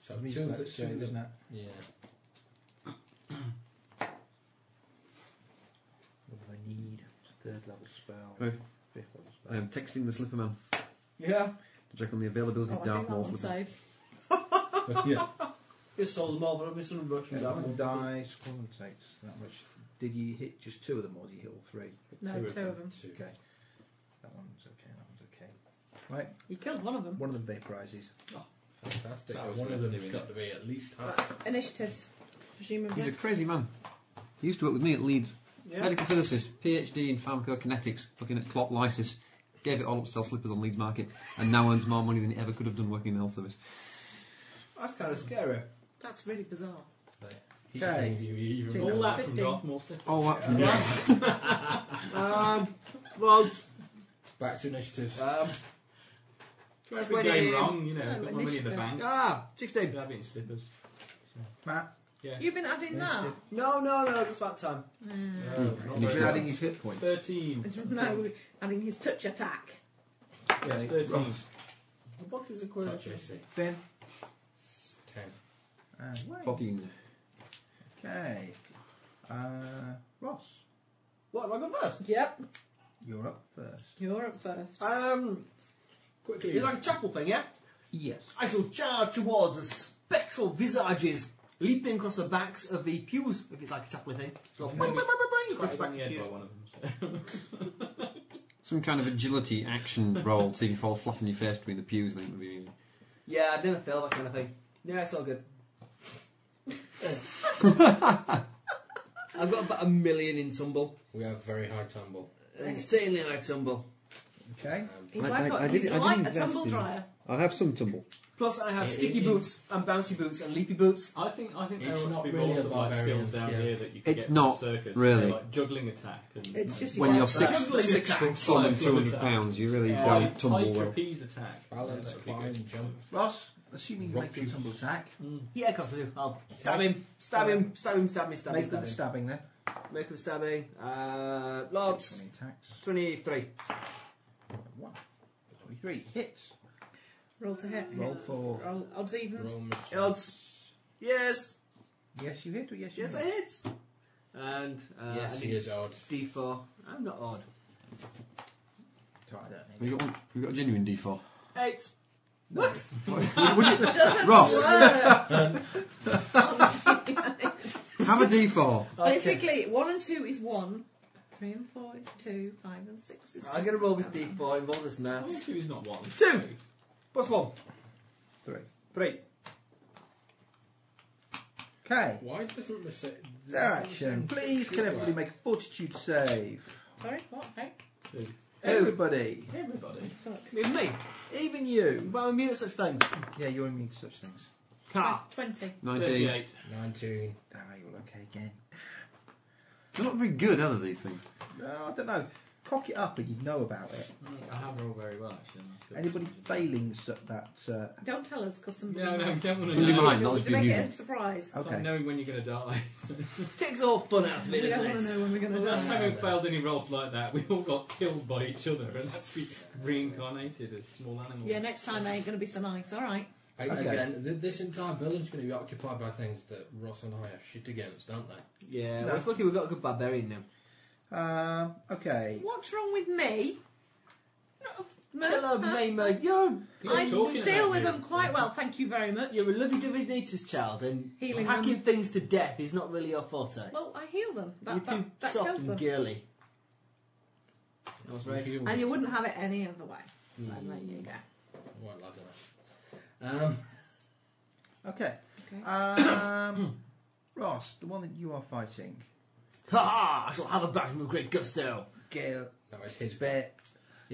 So
That means
two,
that's
that,
two,
two,
doesn't
that,
it?
yeah.
What do they need? It's a third level spell.
Right.
Fifth level spell.
I am texting the slipper man
yeah.
to check on the availability
Oh,
of
I
Darth
think that
Maul
one
slippers.
saves.
yeah.
Just all them over, miss them rushing
Yeah, one
down.
dies, one takes that much. Did you hit just two of them or did you hit all three?
No, Two of two them. of them. Two.
Okay. That one's okay, that one's okay. Right.
You killed one of them.
One of them vaporizes.
Fantastic.
That was
One of
worth
them's
doing.
got to be at least half.
Initiatives. Presumably.
He's a crazy man. He used to work with me at Leeds.
Yeah.
Medical physicist, PhD in pharmacokinetics, looking at clot lysis. Gave it all up to sell slippers on Leeds Market, and now earns more money than he ever could have done working in the health service.
That's kind of scary.
That's really bizarre.
Okay.
All that from Dartmoor Snippets.
All that from
um, vote.
Back to initiatives.
Um,
So every game wrong,
Oh,
you know, got my money in the bank.
Ah, 16.
Should have it in slippers.
Matt?
Yeah.
You've been adding that?
No, no, no, just about time.
And he's adding his hit points.
13.
no, adding his touch attack.
Yes, 13.
The box is a quarter.
Touch AC.
Ben?
Ten.
And Wayne.
Fucking.
Okay. Uh, Ross,
What, have I gone first?
Yep.
you're up first.
You're up first.
Um,
quickly.
It's like a chapel thing, yeah?
Yes.
I shall charge towards the spectral visages, leaping across the backs of the pews, if it's like a chapel thing. So,
Okay.
boing, boing, boing, boing,
It's
across the
quite
backs
on
of the
the end by
pews.
one of them.
Some kind of agility action roll to see if you fall flat on your face between the pews. I think would be easy.
Yeah, I'd never fail that kind of thing. Yeah, it's all good. I've got about a million in tumble.
We have very high tumble.
Insanely high tumble.
Okay.
He's like, a- he's like a tumble dryer.
I have some tumble.
Plus, I have
Yeah,
sticky
yeah.
boots and bouncy boots and leapy boots.
I think I think
It's
there ought
not
to be
really
more sort of
about
like skills
variance,
down
yeah.
here that you can
It's
get from
not,
the circus.
really.
They're Like juggling attack. And
It's just
When
like
you're
that.
six,
Juggling
six
attack.
foot tall and
Juggling
200
attack.
pounds, you really
Yeah.
don't tumble
High
well.
trapeze attack.
Balance,
that'd be
climb,
good.
jump.
Ross, assuming you
Rock
make your
you.
tumble attack,
Yeah, of course I do. I'll stab him, stab him, stab him, stab me, stab him,
make
stab
them
him.
stabbing there.
Make him stab him. Uh, Lance,
20 attacks.
23.
One. 23. Hits.
Roll to hit.
Roll for.
Roll odds evens.
Roll machine.
Odds. Yes,
Yes, you hit or yes, you
yes, I
miss?
hit. And uh,
Yes,
I
he
need
is odd.
D4. I'm not odd.
So I don't need
We got, one, we got a genuine D4.
Eight. What?
Ross, have a D4.
Basically, one and two is one. Three and four is two. Five and six is.
I'm gonna roll this D4, involve this
One or
maths.
two is not one.
Two! Plus one.
Three.
Three.
Okay.
Why doesn't the sa-
Their action. Please, can everybody make a fortitude save?
Sorry, what? Hey,
Everybody.
Everybody.
fuck.
With me.
Even you.
But I'm immune to such things.
Yeah, you're immune to such things.
Car.
Twenty.
19.
38.
19.
Ah, you're okay again.
They're not very good, are they, these things?
No, I don't know. Cock it up and you'd know about it.
Mm, I have rolled very well, actually. and that's good.
Anybody failing su- that? Uh,
Don't tell us, because somebody.
No, no,
might.
you don't want to
Somebody
know.
might.
We
I'll
want
just
to
be
make it
amusing.
a surprise.
It's like
okay.
knowing when you're going to die. so-
Takes all fun out of it,
We don't want to
doesn't it?
know when we're going to
Last
die.
time we failed any rolls like that, we all got killed by each other, and that's we reincarnated as small animals.
Yeah, next time I ain't going to be so nice. All right.
I,
Okay.
Again, th- this entire building's going to be occupied by things that Ross and I are shit against, aren't they?
Yeah,
No.
well, it's lucky we've got a good barbarian now.
Um, okay.
What's wrong with me?
Killer
Huh?
Maimer, you're,
People
I
talking
deal
about
with
you,
them quite
so-
well, thank you very much.
you're a lovely divinitator's child, and
Healing
hacking
them.
things to death is not really your forte.
Well, I heal them.
you're
That,
too
that, that
soft
kills
and
them.
girly. I'm afraid.
And you wouldn't have it any other way. So there you go.
White lads are not. Um,
Okay.
Okay.
Um, Ross, the one that you are fighting,
Ha ha! I shall have a battle with great gusto.
Gale,
that was his bit.
ba-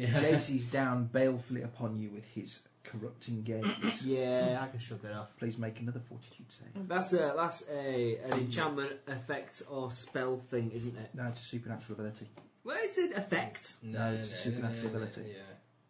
Yeah.
gazes down balefully upon you with his corrupting gaze.
Yeah, I can shrug it off.
Please make another fortitude save.
That's a that's a an enchantment effect or spell thing, isn't it?
No, it's a supernatural ability.
Well, it's an effect.
No, it's a supernatural ability.
Yeah.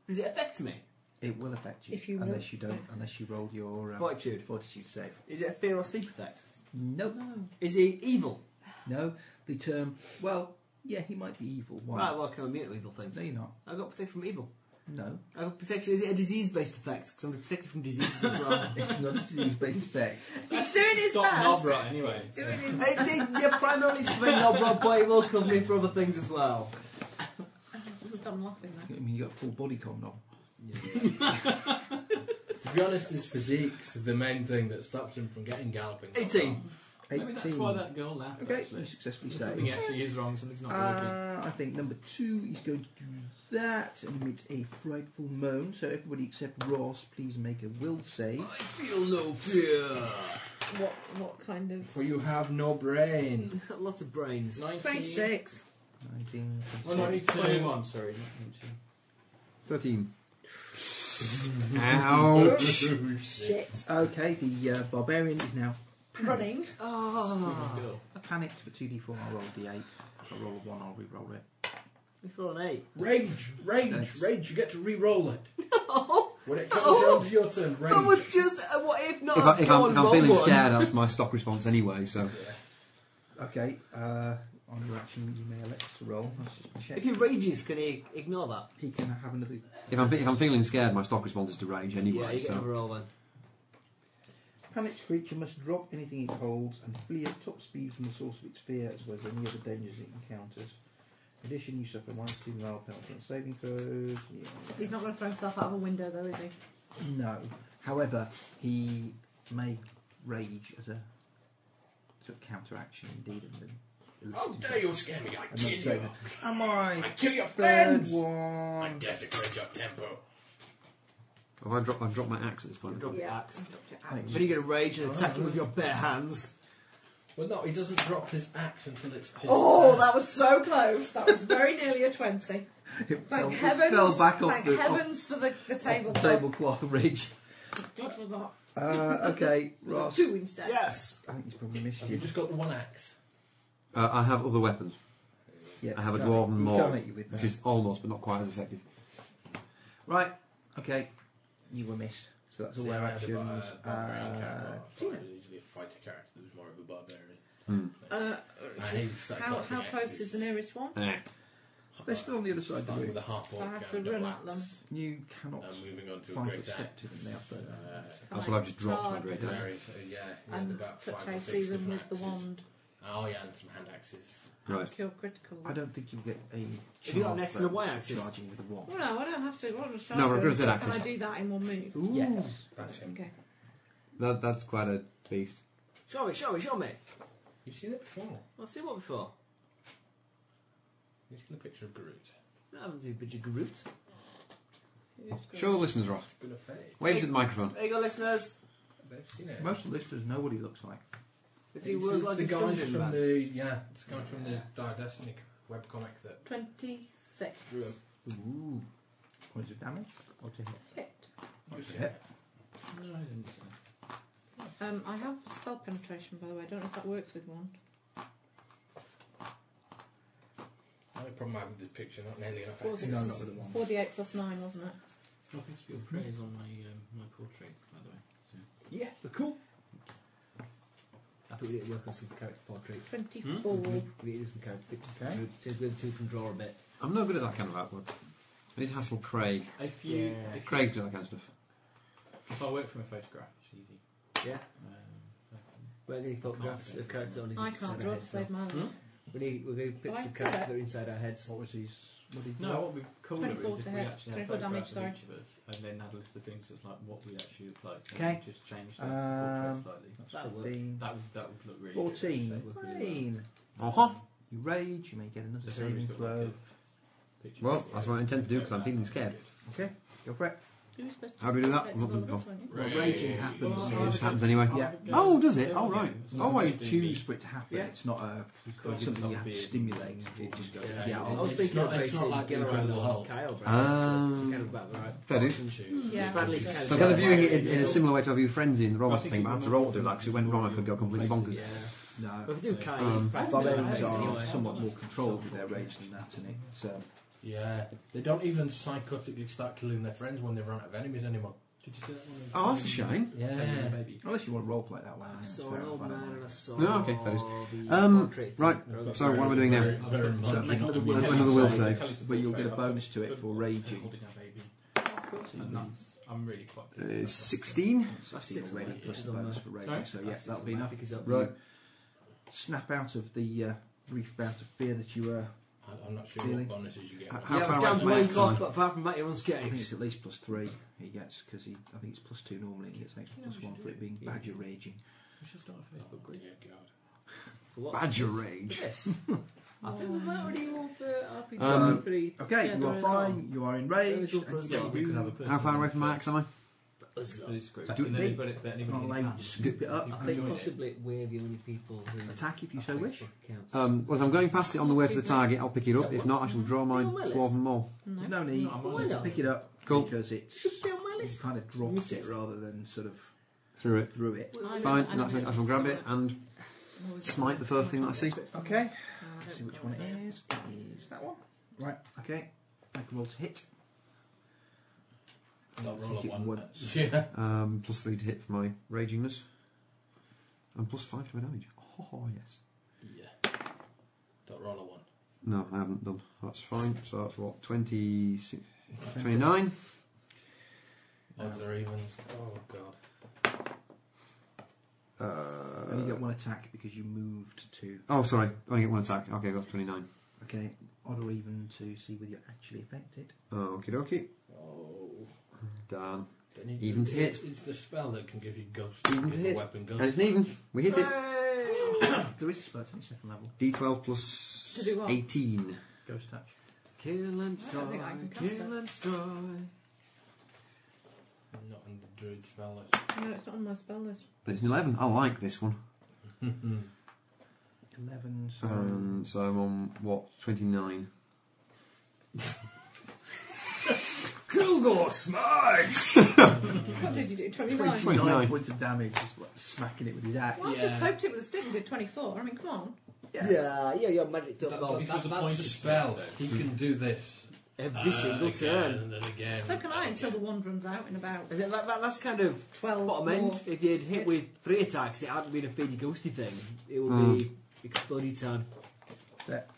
Does it affect me?
It will affect you,
If you
unless
roll-
you don't, unless you roll your um,
Fortitude.
fortitude save.
Is it a fear or sleep effect?
No,
Is he evil?
no. The term. Well, yeah, he might be evil. Why?
Right, well, I can immune to evil things.
no, you're not.
I got protection from evil.
No,
I got protection. Is it a disease-based effect? Because I'm protected from diseases as well.
it's not a disease-based effect.
He's doing his
Stop
best.
Nobra anyway.
Doing his
it, it, you're primarily something not but it will cover me for other things as well.
Just stop laughing
I mean, you got full body condom.
yeah. To be honest, his physique's the main thing that stops him from getting galloping.
18.
Maybe that's why that girl laughed.
Okay,
actually.
you successfully
Something
saved.
actually is wrong. Something's not working.
Uh, I think number two is going to do that and emit a frightful moan. So everybody except Ross, please make a will save.
Feel no fear.
What what kind of
For you have no brain.
Lots of brains.
26.
19,
Oh, no,
22.
21, sorry. not 22.
13.
Oh,
Oh,
Ouch.
Shit. Okay, the uh, barbarian is now
running? Oh,
Ah.
panicked for 2d4. I'll roll a d8. If I roll a 1, I'll re roll it.
If you're an 8.
Rage, rage,
Nice.
rage. You get to re-roll it. When it comes
Oh.
around to your turn, rage.
I was just. Uh, what if not?
If, I, if
Go
I'm,
on,
if I'm
roll
feeling
one.
scared, that's my stock response anyway, so.
Okay, uh, on your action, you may elect to roll. Let's just check.
If he rages, can he ignore that?
He can have another.
If I'm, if I'm feeling scared, my stock response is to rage
yeah,
anyway,
you get another
so.
roll then.
Panicked creature must drop anything it holds and flee at top speed from the source of its fear as well as any other dangers it encounters. In addition, you suffer minus two morale penalty on saving throws. Yeah.
He's not going to throw himself out of a window, though, is he?
No. However, he may rage as a sort of counteraction indeed. And then
How
Oh,
dare you scare me? I
And
kill
that's
you.
over. Am I?
I kill your
Third
friends. I
one.
desecrate your temple.
Have I dropped, I've dropped my axe at this point.
Drop your
Yeah.
axe. Then you get a rage and attack him with your bare hands.
Well, no, he doesn't drop his axe until it's his
Oh,
turn.
that was so close. That was very nearly a 20.
It
Thank
fell, it
heavens,
fell back off
thank
the, off-
heavens for the, the
off
table.
the tablecloth rage.
Good for that.
Uh, okay,
Was it
Ross.
Two instead.
Yes.
I think he's probably missed
Have you
you.
just got the one axe?
Uh, I have other weapons.
Yeah,
I have a
he can't-
dwarven
he
maul,
can't hit you with
which
that.
is almost but not quite as effective.
Right. Okay. You were missed. So that's all
See,
our
I had a
actions.
bar- uh, barbarian character.
Uh,
I thought I usually fight a character that was more of a barbarian.
Uh,
I hate that
how
clapping
how close
axes.
is the nearest one?
they're still on the other side of the
Starting
room.
with a half orc
I have to
and a
run
black
at them.
You cannot
And moving on to a
five
great
foot step
axe.
to them. They are further. than
Uh,
that.
That's what I've just dropped my
God.
great axe.
Very, so, yeah, he had
And
about
touch
five or
AC
six
them
different
with the
axes.
wand.
Oh yeah, and some hand axes.
Right.
Kill critical.
I don't think you'll get a.
Have you got
charge
an X and a
bonus
Y
for
axis?
Charging with a wand.
Well, no, I don't have to. I don't have to
No, we're
shout
gonna say
at it.
axes.
Can I do that in one move?
Ooh.
Yes.
That's him.
Okay.
That, that's quite a beast.
Show me, show me, show me.
You've seen it before.
I've seen what before.
You've seen a picture of Groot.
I haven't seen Bidger Groot.
Show the listeners, Ross.
It's gonna fade.
Wave it at the microphone.
There you go, listeners.
They've seen it.
Most of the listeners know what he looks like.
Is he
It's
worth like
the
his
guys
dungeon
from
man?
the yeah, it's guys from the Die Destiny webcomic that
26.
drew him.
Ooh. Points of damage. Or to hit.
Hit.
Not to
Just
hit.
No, I didn't say.
Um, I have spell penetration, by the way. I don't know if that works with one.
The only problem I have with this picture, not nearly enough.
Four,
axes.
six,
No, not with a wand.
48 plus 9, wasn't it?
Well, thanks for your praise on my um, my portrait, by the way.
Yeah, they're cool. I think we need to work on some character portraits.
24.
Hmm?
We need to do some character pictures.
Okay.
Oh. Okay. Says we two can draw a bit.
I'm not good at that kind of artwork. I need to hassle Craig.
If you,
Yeah.
if,
Craig do that kind of stuff.
if I work from a photograph, it's easy.
Yeah.
Um,
We need photographs
Can't.
of characters only
I
inside
can't
our
draw to
heads, though.
save my life.
Hmm?
We need we're going to pictures
I
of
can do
characters
that.
that are inside our heads.
What was his. What did he
no, what would be cooler is
24
if
to
we
hit.
actually had
24
photographs
damage,
of each of us and then had a list of things that's like what we actually look like. and
Okay.
Just change the
Um,
portrait slightly.
That'll work.
15,
That would, that would look really
14.
Good. That would really well.
14.
Uh huh.
You rage, you may get another
Just
saving
everybody's got, like,
throw.
a picture
Well,
of
that's
it.
what I intend to do because I'm feeling scared.
Okay, go for it.
You were supposed to
How do we do that?
That's
I'm not
all
looking
of
for-
us, weren't you?
Well,
Rage.
raging happens.
Oh,
Well,
It
it's-
just happens anyway.
Yeah.
Oh, does it? All right. Oh,
I
wait.
choose for it to happen.
Yeah.
It's not a
got
something you have to
being-
stimulate. It just goes.
Yeah,
Yeah.
yeah.
I'll-
I was
It's
thinking
not-
of
it's
basically
not like
getting
the
around
Incredible Hulk.
Kyle, right?
Um,
kind of about the right.
Fair dude.
Yeah.
Badly kind of
So instead of
shape.
viewing it in, in a similar way to I view Frenzy in the
I
Rollers
think
thing,
it
but I had to
would
roll
not
to do that because it
be
went wrong, I
your
could go completely
face,
bonkers.
yeah.
Well,
No.
if we do Kyle,
Um,
um,
Barbarians are
anyway.
somewhat more controlled with their rage than that, and it's. Um,
Yeah, they don't even psychotically start killing their friends when they run out of enemies anymore.
Did you see that one?
Oh, that's a shame.
Yeah.
Baby.
unless you want to roleplay that way.
I
it's
saw
fair
an
enough,
old
I
man
don't
and I
know.
saw
No, okay, fair
the
Um,
portrait
right.
thing. Rogue
So what am I doing now?
Very, very much.
So make
not
another
amused.
will
Make another will
save,
save.
but you'll get a bonus to it for raging.
Holding a baby. And that's, I'm really quite
Uh,
pleased about that.
16.
It's actually
six
already
away,
plus
yeah.
a bonus for raging,
Sorry?
so yeah,
That's
that'll be enough.
automatic, is it?
You Snap out of the uh, brief bout of fear that you were
I- I'm not sure
Really?
what bonuses you get.
How-
but-
how Yeah, far
Down below golf, but apart from that, everyone's
I think
skating.
it's at least plus three he gets because he. I think it's plus two normally. and He gets an extra
No,
plus
we
one
should
for
do
it being badger raging.
We should start a Facebook group.
Yeah, God.
Badger rage.
I think we've already all the RPG
Um,
three.
okay,
Yeah,
you are
there is
fine. You are enraged.
Yeah, we
and
could
you-
have a person
How far away from Max am I? Do
and
it
then
me.
anybody, but anybody
I'll allow you to scoop it up.
I think possibly we're the only people who
attack if you so wish.
Um, well, if I'm going past it on the way to the target, I'll pick it up. If not, I shall draw my dwarven maul.
There's no need.
No, I'm on
to
it.
pick it up
Cool.
because it's you kind of dropped it rather than sort of
Through it.
through it.
I'm-
Fine,
I'm-
in that case, I shall grab it and snipe the first thing that I see.
Okay. Let's see which one it is. Is that one? Right. Okay. I can roll to hit.
Not roll
Since
at
it
one.
won't.
Yeah.
Um, plus three to hit for my ragingness. And plus five to my damage. Oh, yes.
Yeah. Don't roll a one.
No, I haven't done. That's fine. So that's what, 26, 29?
Odds or evens. Oh god.
You only
Uh,
get one attack because you moved to.
oh, sorry. I only get one attack. Okay, that's 29.
Okay. Odd or even to see whether you're actually affected.
Okie dokie.
Oh.
Damn.
Then you-
Even to hit.
It's the spell that can give you ghost.
Even to
give the
hit.
Weapon ghost.
And it's an even. We hit it.
there is a spell attack second level.
D12 plus
To do what?
18.
Ghost touch.
Kill and
I don't think I
destroy,
can cast
kill
it.
and destroy.
Not in the druid spell. That's
No, it's not on my spell list.
But it's an 11. I like this one.
Eleven. So
Um, so I'm on, what, 29?
Kilgore Smite!
What did you do? 29?
29
29.
points of damage, just like smacking it with his axe.
Well, I just
Yeah.
poked it with a stick and did 24. I mean, come on.
Yeah.
Yeah, yeah, you're magic
that,
top gold.
that, that's
was a
a
pointed
spell.
spell,
He can do this
Every single
Uh, again
turn.
and then again.
So can I until the wand runs out in about
Is it like that last kind of
12
bottom end?
more.
If you'd hit
Yes.
with three attacks, it hadn't been a fadey ghosty thing. It would
Hmm.
be explodey tan.
Set.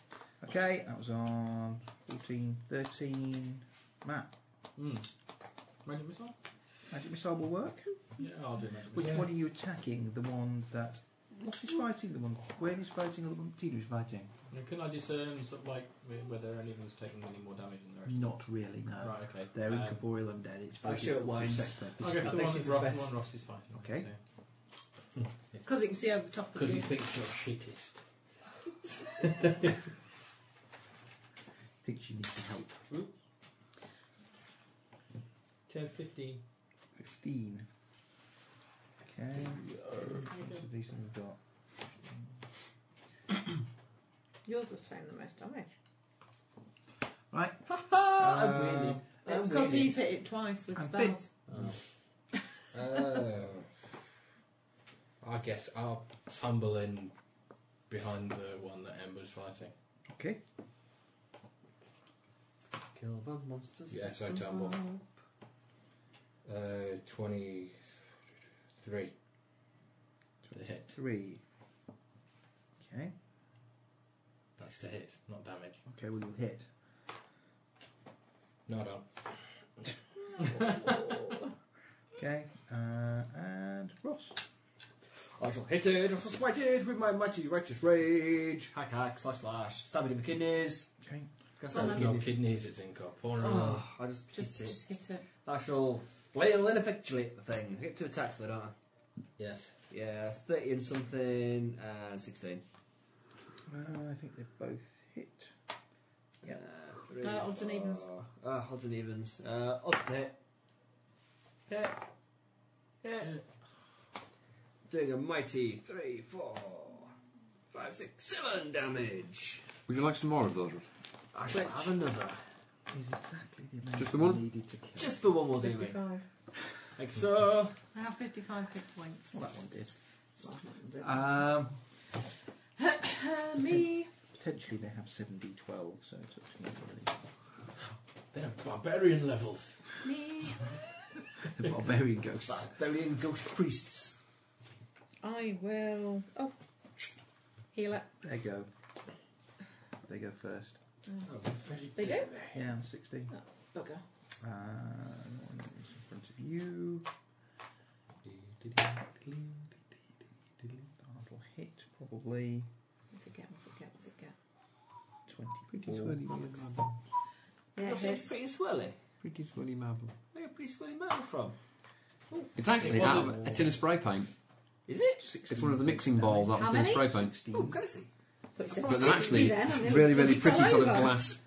Okay, that was on 14, 13. Matt,
Mm. Magic missile?
magic missile will work.
Yeah, I'll do magic
Which
missile.
one are you attacking? The one that. What's is fighting? The one Gwen is fighting or the one Tina is fighting?
Now, Can I discern sort of like wh- whether any of them's taking any more damage than the rest?
Not really, no.
Right, okay.
They're
Uh,
Um,
incorporeal undead. It's
I'll
very
show it
difficult to
lines.
assess their
I'll go
physical-
for the
think
one
it's
that's
the
Ross,
best.
the one Ross is fighting.
Okay.
so-
because it can see over the top of
Because he
you.
thinks you're shittest.
I think she needs help.
10, 15.
15. Okay. Which of these have we got?
Yours was taking the most damage.
Right.
Ah,
Ah, I'm
Um,
winning. I'm
It's because
winning.
he's hit it twice with
I'm
spells.
Oh. I guess I'll tumble in behind the one that Ember's fighting.
Okay.
Kill the monsters.
Yes, I
Oh,
tumble. Uh, 23. To hit.
Three. Okay.
That's to hit, not damage.
Okay, well, you'll hit.
No, no.
Okay. Uh, and Ross.
I shall hit it, I shall smite it with my mighty righteous rage. Hack, hack, slash, slash. Stab it in the kidneys.
Okay.
Can I stab
That's
it in the
not
kidneys?
kidneys, it's incorporeal.
Oh, I just hit
Just,
it.
just hit it.
I shall flail ineffectually at the thing. I get two attacks, but don't I?
Yes.
Yeah, it's 30 and something, and 16.
Uh, I think they both hit.
Yeah.
Yep.
Uh, odds and evens.
Uh, odds and evens. Uh, odds to hit. Hit. Hit. Doing a mighty 3, 4, 5, 6, 7 damage.
Would you like some more of those? Ross?
I shall have another.
Is exactly the amount
Just the one?
I needed to kill.
Just the one will do me.
55.
Like so.
I have 55 hit points.
Well, that one did.
Um,
Uh, me.
Potentially they have 7d12, so it's up to me really.
They're barbarian levels.
Me.
The barbarian ghosts.
barbarian ghost priests.
I will. Oh. Heal it.
They go. They go first.
Oh,
They do?
Yeah, I'm 16.
Bugger.
Uh, that one is in front of you. That'll hit probably
What's it get? What's it get? What's it get?
Pretty
swirly
swirly.
Yeah,
Gosh, it's
his-
pretty swirly.
Pretty swirly marble.
Where did pretty swirly marble from?
It's actually
It
out
wasn't-
of a tin of spray paint.
Is it?
It's one of the mixing balls out of
How
a tin of
many?
spray paint.
Oh, can I see?
But they're actually really, really pretty sort of glass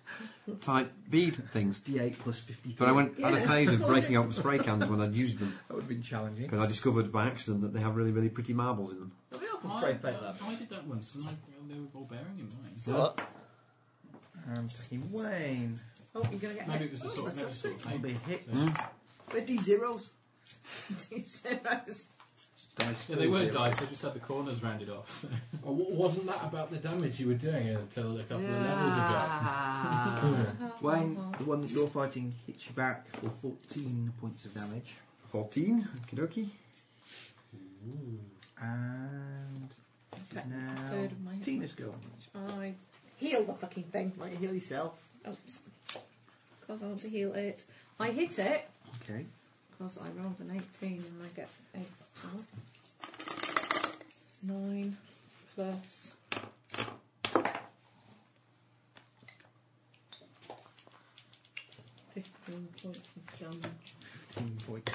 type bead things.
D8 plus 50.
But I went had a
Yeah.
phase of breaking out the spray cans when I'd used them.
That would have been challenging.
Because I discovered by accident that they have really, really pretty marbles in them.
I,
spray paint
uh, I did that once, and I, they were all bearing in mine.
What?
I'm taking Um, Wayne.
Oh, you're going to get
Maybe
hit.
it was a sort of never sort of
I'll be
paint.
hit.
They're D zeros.
D0s.
Dice
Yeah, they weren't
zero.
dice. They just had the corners rounded off. So.
Oh, wa- wasn't that about the damage you were doing until a couple of levels
Ah.
ago?
Wayne, the one that you're fighting hits you back for 14 points of damage.
14, okie dokie.
And now
Third of my-
Tina's going.
I heal the fucking thing. Might heal yourself. Oops. Because I want to heal it. I hit it.
Okay.
Because I rolled an 18 and I get 8. Oh. 9 plus. Fifteen points of damage.
15 points.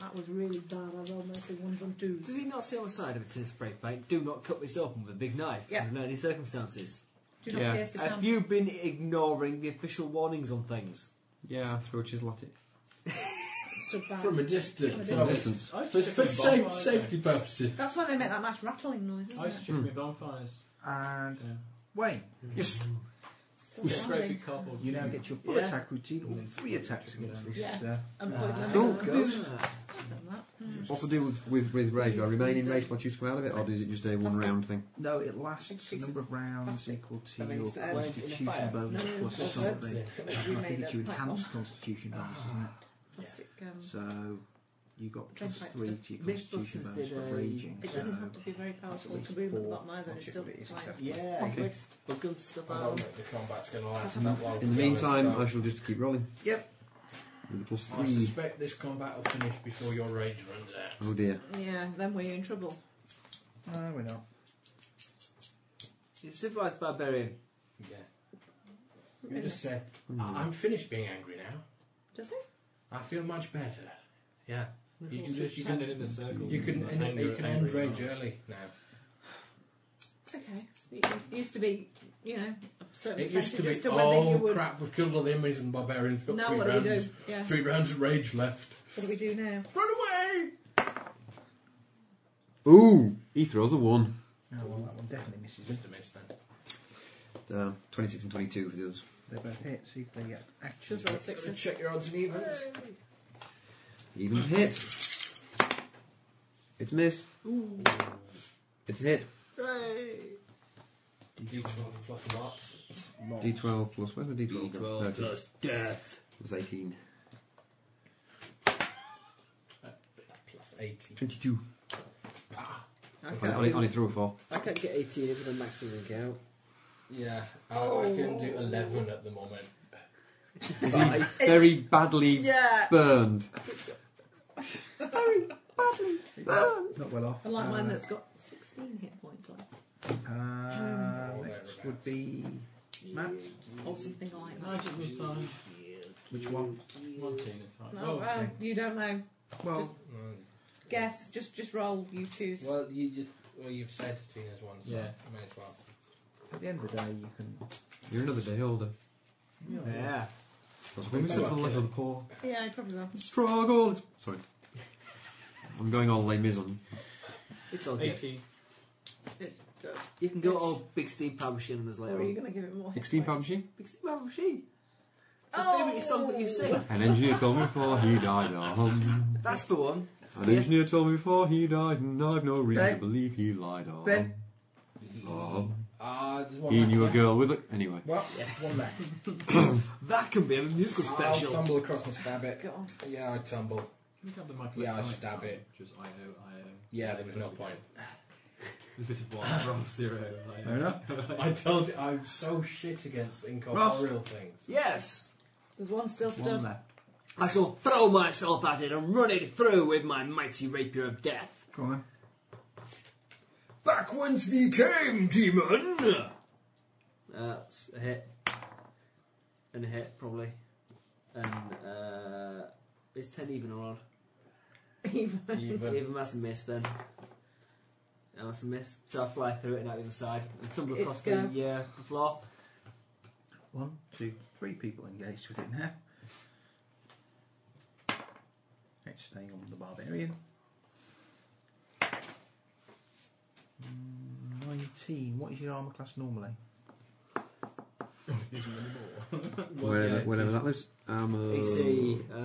That was really bad. I rolled mostly ones and twos.
Does he not see on the side of a tin of spray paint? Do not cut this open with a big knife
Yeah.
under any circumstances.
Do not Yeah. pierce the
Have
thumb.
you been ignoring the official warnings on things?
Yeah, throw a chisel at it.
Stood back.
From a distance.
From a
From a
distance.
distance.
I
For,
just
for
took my
safe,
bonfire.
safety purposes.
That's why they make that nice rattling noise,
I
isn't
used to
it?
chuck my bonfires.
And
Yeah.
Wayne,
Still standing.
Scraping cardboard.
you now get your full
Yeah.
attack routine, all three attacks against this.
Yeah.
Uh,
And poison
uh,
them.
gold ghost.
I've done that. Hmm.
What's the deal with, with, with rage? Do I remain in rage till I choose to come out of it, or is it just a one round thing?
No, it lasts a number of rounds equal to your
it's aligned in a
constitution
fire.
bonus
No, no,
plus
no, that's
something.
it.
And
You
I
made
think it's
a
your
pipe
enhanced
bomb.
constitution bonus,
Plastic. Um,
isn't it? So you got
Drain
plus
pipe
three
stuff.
to your
Big
constitution
buses
bonus
did
for
a-
raging.
it
so
doesn't have to be very powerful to boom at the bottom either. It's still fine.
Yeah,
Okay.
okay. bugging stuff
I don't
out.
think the combat's going to last that long.
In
to
the
be honest,
meantime,
though.
I shall just keep rolling.
Yep.
With the plus
I
three.
suspect this combat will finish before your rage runs out.
Oh dear.
Yeah, then we're in trouble.
No, we're not.
You're a civilised barbarian.
Yeah. You just said, "I-
Ah.
I'm finished being angry now.
Does it?
I feel much better. Yeah. You can
Sit-
just you
stand
can,
in a circle.
you can
Like
end,
anger-
you can
angry
end rage
eyes.
early now.
Okay. It used- used to be, you know, a certain
It used to
percentage
be,
as to whether you
oh
would.
crap, we've killed all the enemies and barbarians. Got
Now
three
what do we
rounds,
do? Yeah.
Three rounds of rage left.
What do we do now?
Run away!
Ooh! He throws a one.
No, well, that one definitely misses. it.
Just a miss then.
Um, 26 and 22 for the others.
They both hit. See if they get action.
Just roll
Gotta
sixes.
check your odds and evens.
Even hit. It's miss. It's hit.
Hooray!
D12 plus lots.
Lots.
D12 plus. Where's the D12?
D12
go? There it is.
plus death.
It was 18.
Plus 80.
22.
I
I only, only threw a 4.
I can't get 18 over the maximum count.
Yeah, oh, I can do 11 at the moment.
Is he very badly
Yeah.
burned?
Not well off.
I like
Uh,
mine that's got 16 hit points on.
Uh,
Mm.
Or
next would be Matt.
Or something like that.
Magic missile.
Which one?
Martin is fine.
No,
Oh,
well, you don't know.
Well,
Guess. Just just roll. You choose.
Well, you just, well, you've said Tina's one, so
Yeah.
you may as well.
at the end of the day, you can.
You're another day older.
Yeah.
When we set for the life of the poor.
Yeah, I probably will.
Struggle! Sorry. I'm going all lame is on you.
It's all good.
18.
It's,
You can go all big steam power machine on us
or
later
are you
on.
going to give it more? hit
16 pound
points?
machine?
Big steam power machine. The
Oh.
favourite song that you sing.
An engineer told me before he died. Um,
That's the one.
an engineer told me before he died, and I've no reason to believe he lied. Um,
Ben.
um,
Ah, there's one
he
left
knew a
left.
girl with a. Anyway.
Well, one left.
That can be a musical
I'll
special.
tumble across and stab it.
God.
Yeah, I tumble.
Can we have the Michael
Yeah, I'll
Electronics
stab
one,
it.
Which was IO, IO.
Yeah, there was no point.
A bit of one. Roll zero. IO.
Fair enough.
I told you, I'm so shit against incorporeal things.
Yes.
There's one still
One
stood.
left.
I shall throw myself at it and run it through with my mighty rapier of death.
Go on.
Back whence ye came, demon! Uh, s- hit.
and hit probably, and uh, is ten even or odd?
Even.
Even.
Even that's a miss then. Yeah, that's a miss. So I fly through it and out the other side and tumble
It's
across
go.
the yeah the floor.
One, two, three people engaged with it now. It's staying on the barbarian. Mm, 19. What is your armour class normally?
Isn't anymore.
wherever, whatever that was. Um,
AC, uh,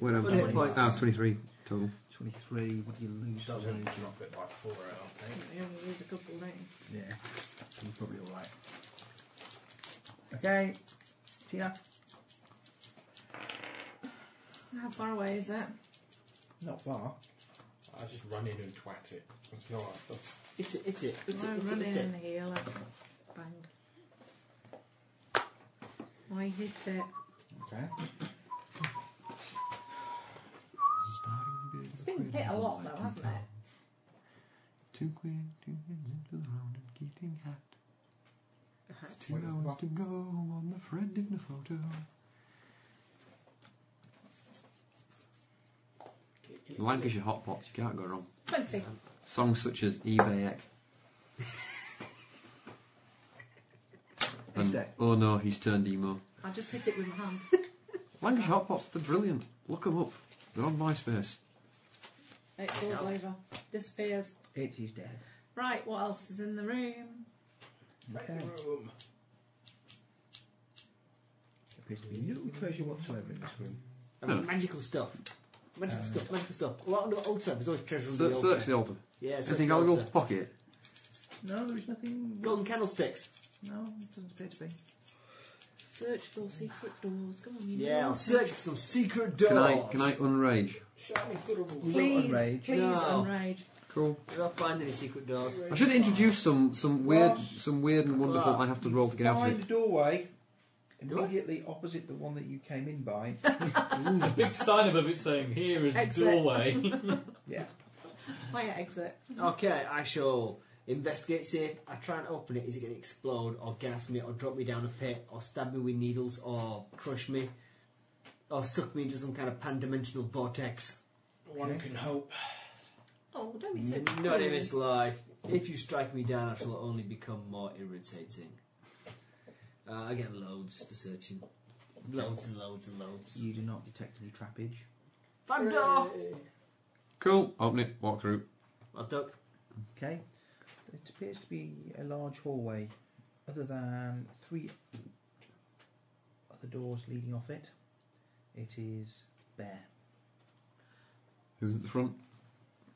whatever.
20 hit points.
Ah, 23 total.
23. What do you lose?
Doesn't drop it by four, I don't think.
You only lose a couple, don't you?
Yeah, you're probably alright. Okay, Tina.
How far away is it?
Not far.
I just run in and twat it. Oh, God, that's-
It's it, it's it, it's
Well,
it, it's
run
it, it's
in
it.
and heal it. Bang. Why hit it?
Okay.
It's been hit a lot though, hasn't it?
Two quid, two quid into the round and getting hat. Two
What is
hours to go on the Fred Dibner photo. Lancashire hot pots, you can't go wrong.
Twenty.
Songs such as eBay Ek.
He's
And-
dead.
Oh no, he's turned emo.
I just hit it with my hand.
Lancashire hot pots, they're brilliant. Look them up. They're on MySpace.
It falls over. Disappears.
It is dead.
Right, what else is in the room?
Okay.
Boom.
Appears to be no treasure whatsoever in this room.
I mean, Um, Magical stuff. Magical
Um,
stuff, magical stuff. A lot under the altar, there's always treasure under
Search-
the altar.
search the altar.
Yeah, search
Anything
the
out of your
altar.
pocket?
No, there's nothing.
Golden candlesticks.
No, it doesn't appear to be.
Search for secret doors. Come on, you
Yeah,
know.
I'll search for some secret doors.
Can I, can I unrage?
Please,
Enrage.
please
No.
enrage.
Cool.
Did I find any secret doors?
I should introduce some some weird some weird and wonderful.
Ah.
I have to roll to get out of
Behind
it.
the doorway, immediately opposite the one that you came in by.
There's a big sign above it saying, here is the
Exit.
doorway.
yeah.
Fire exit.
Okay, I shall investigate, see if I try and open it. Is it going to explode, or gas me, or drop me down a pit, or stab me with needles, or crush me, or suck me into some kind of pan dimensional vortex?
One can hope.
Oh, don't be so
Not in
cruel.
this life. If you strike me down, I shall only become more irritating. Uh, I get loads for searching. Loads and loads and loads.
You do not detect any trappage.
Front door!
Cool. Open it. Walk through.
I duck.
Okay. It appears to be a large hallway, other than three other doors leading off it. It is bare.
Who's at the front?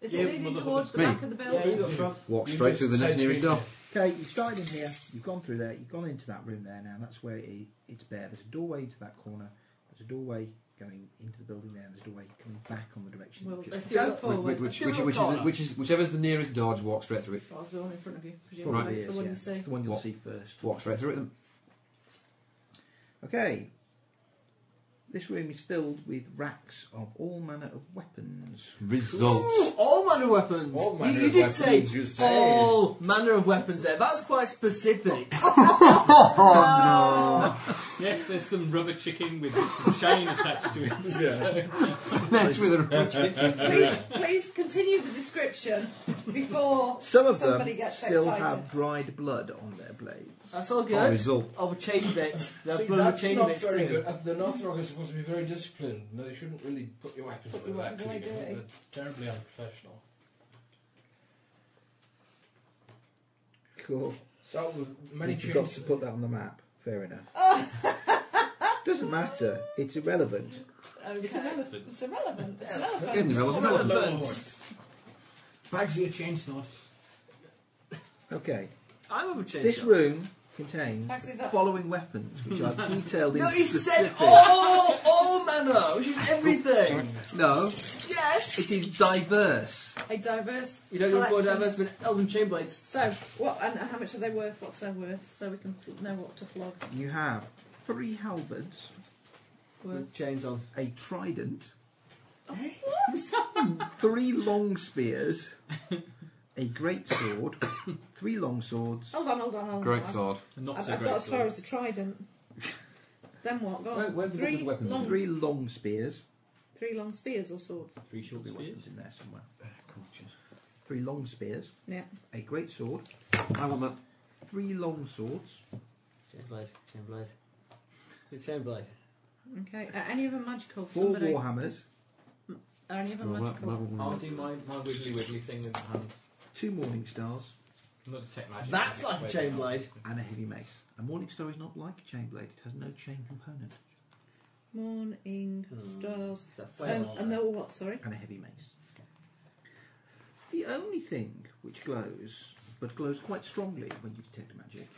Is
Yeah,
it leading
motherfucker.
towards the
Me.
back of the
Yeah,
building?
you got front.
Walk
You
straight
just
through the next
take
nearest
me-
door.
Okay, you started in here, you've gone through there, you've gone into that room there now, that's where it, it's bare. There's a doorway to that corner, there's a doorway going into the building there, and there's a doorway coming back on the direction.
Well,
you
let's
just
go
Which, which,
forward.
which,
Let's do
which,
a
which,
corner.
is, which is whicheverver's the nearest door. Just walk straight through it.
Well, Oh, it's the one in front of you, presumably.
Probably
It's
is,
the one
yeah.
you see.
It's the one you'll
What?
see first.
Walk straight through it. Then.
Okay. This room is filled with racks of all manner of weapons.
Results.
Ooh, all manner of weapons.
All manner
you, you
of
did
weapons,
say
you say.
all manner of weapons there. That was quite specific.
Oh,
yes, there's some rubber chicken with some chain attached to it.
Mess with a rubber chicken.
Please, please continue the description before
Some of them
somebody gets
still
excited.
have dried blood on their blades.
That's all
Oh,
good.
result.
Over chain bits. They're
See,
blown with
that's
chain
not
bits
very
too.
good. Uh, The North Rock is supposed to be very disciplined. No, they shouldn't really put your weapons
Put
away
your
that
weapons away,
clean.
do they?
They're terribly unprofessional.
Cool.
So, with many
You forgot
tunes.
to put that on the map. Fair enough.
Oh.
Doesn't matter. It's irrelevant.
Okay.
It's an elephant.
Oh, It's irrelevant. It's irrelevant.
Again, relevant.
Bags of your chain sword.
Okay.
I'm over chain
This
shot.
room contains
Actually,
the
that-
following weapons, which are detailed in
No, he said
specific.
all, all manner, which is everything.
No,
yes.
it is diverse.
A diverse.
You don't go for
collection.
diverse, but Elven chain blades.
So, what and how much are they worth? What's their worth? So we can f- know what to flog.
You have three halberds,
Worth.
With chains on.
a trident, Eh? three long spears, a great sword, three long swords,
Hold on, hold on, hold on.
Great sword.
Not
I've,
so
I've
great
got as far
sword.
as the trident. Then what? Go on.
Where- where's the
three,
one with the weapons?
long,
Three long spears.
three long spears or swords.
Three short spears. Weapons in there somewhere. Three long spears.
Yeah.
A great sword. I want that. Three long swords.
Chain blade, chain blade. The chain blade.
Okay. Are any of them magical?
Four
Somebody-
war hammers.
Are any of them magical?
I'll do my, my wiggly wiggly thing with the hands.
Two morning stars.
Not detect magic.
That's
but
like a
it's
chain
way
blade. And a heavy mace. A morning star is not like a chain blade. It has no chain component.
Morning
Hmm.
stars.
It's Hmm. a flame
Um, and they're all what? Sorry.
And a heavy mace. The only thing which glows, but glows quite strongly when you detect magic,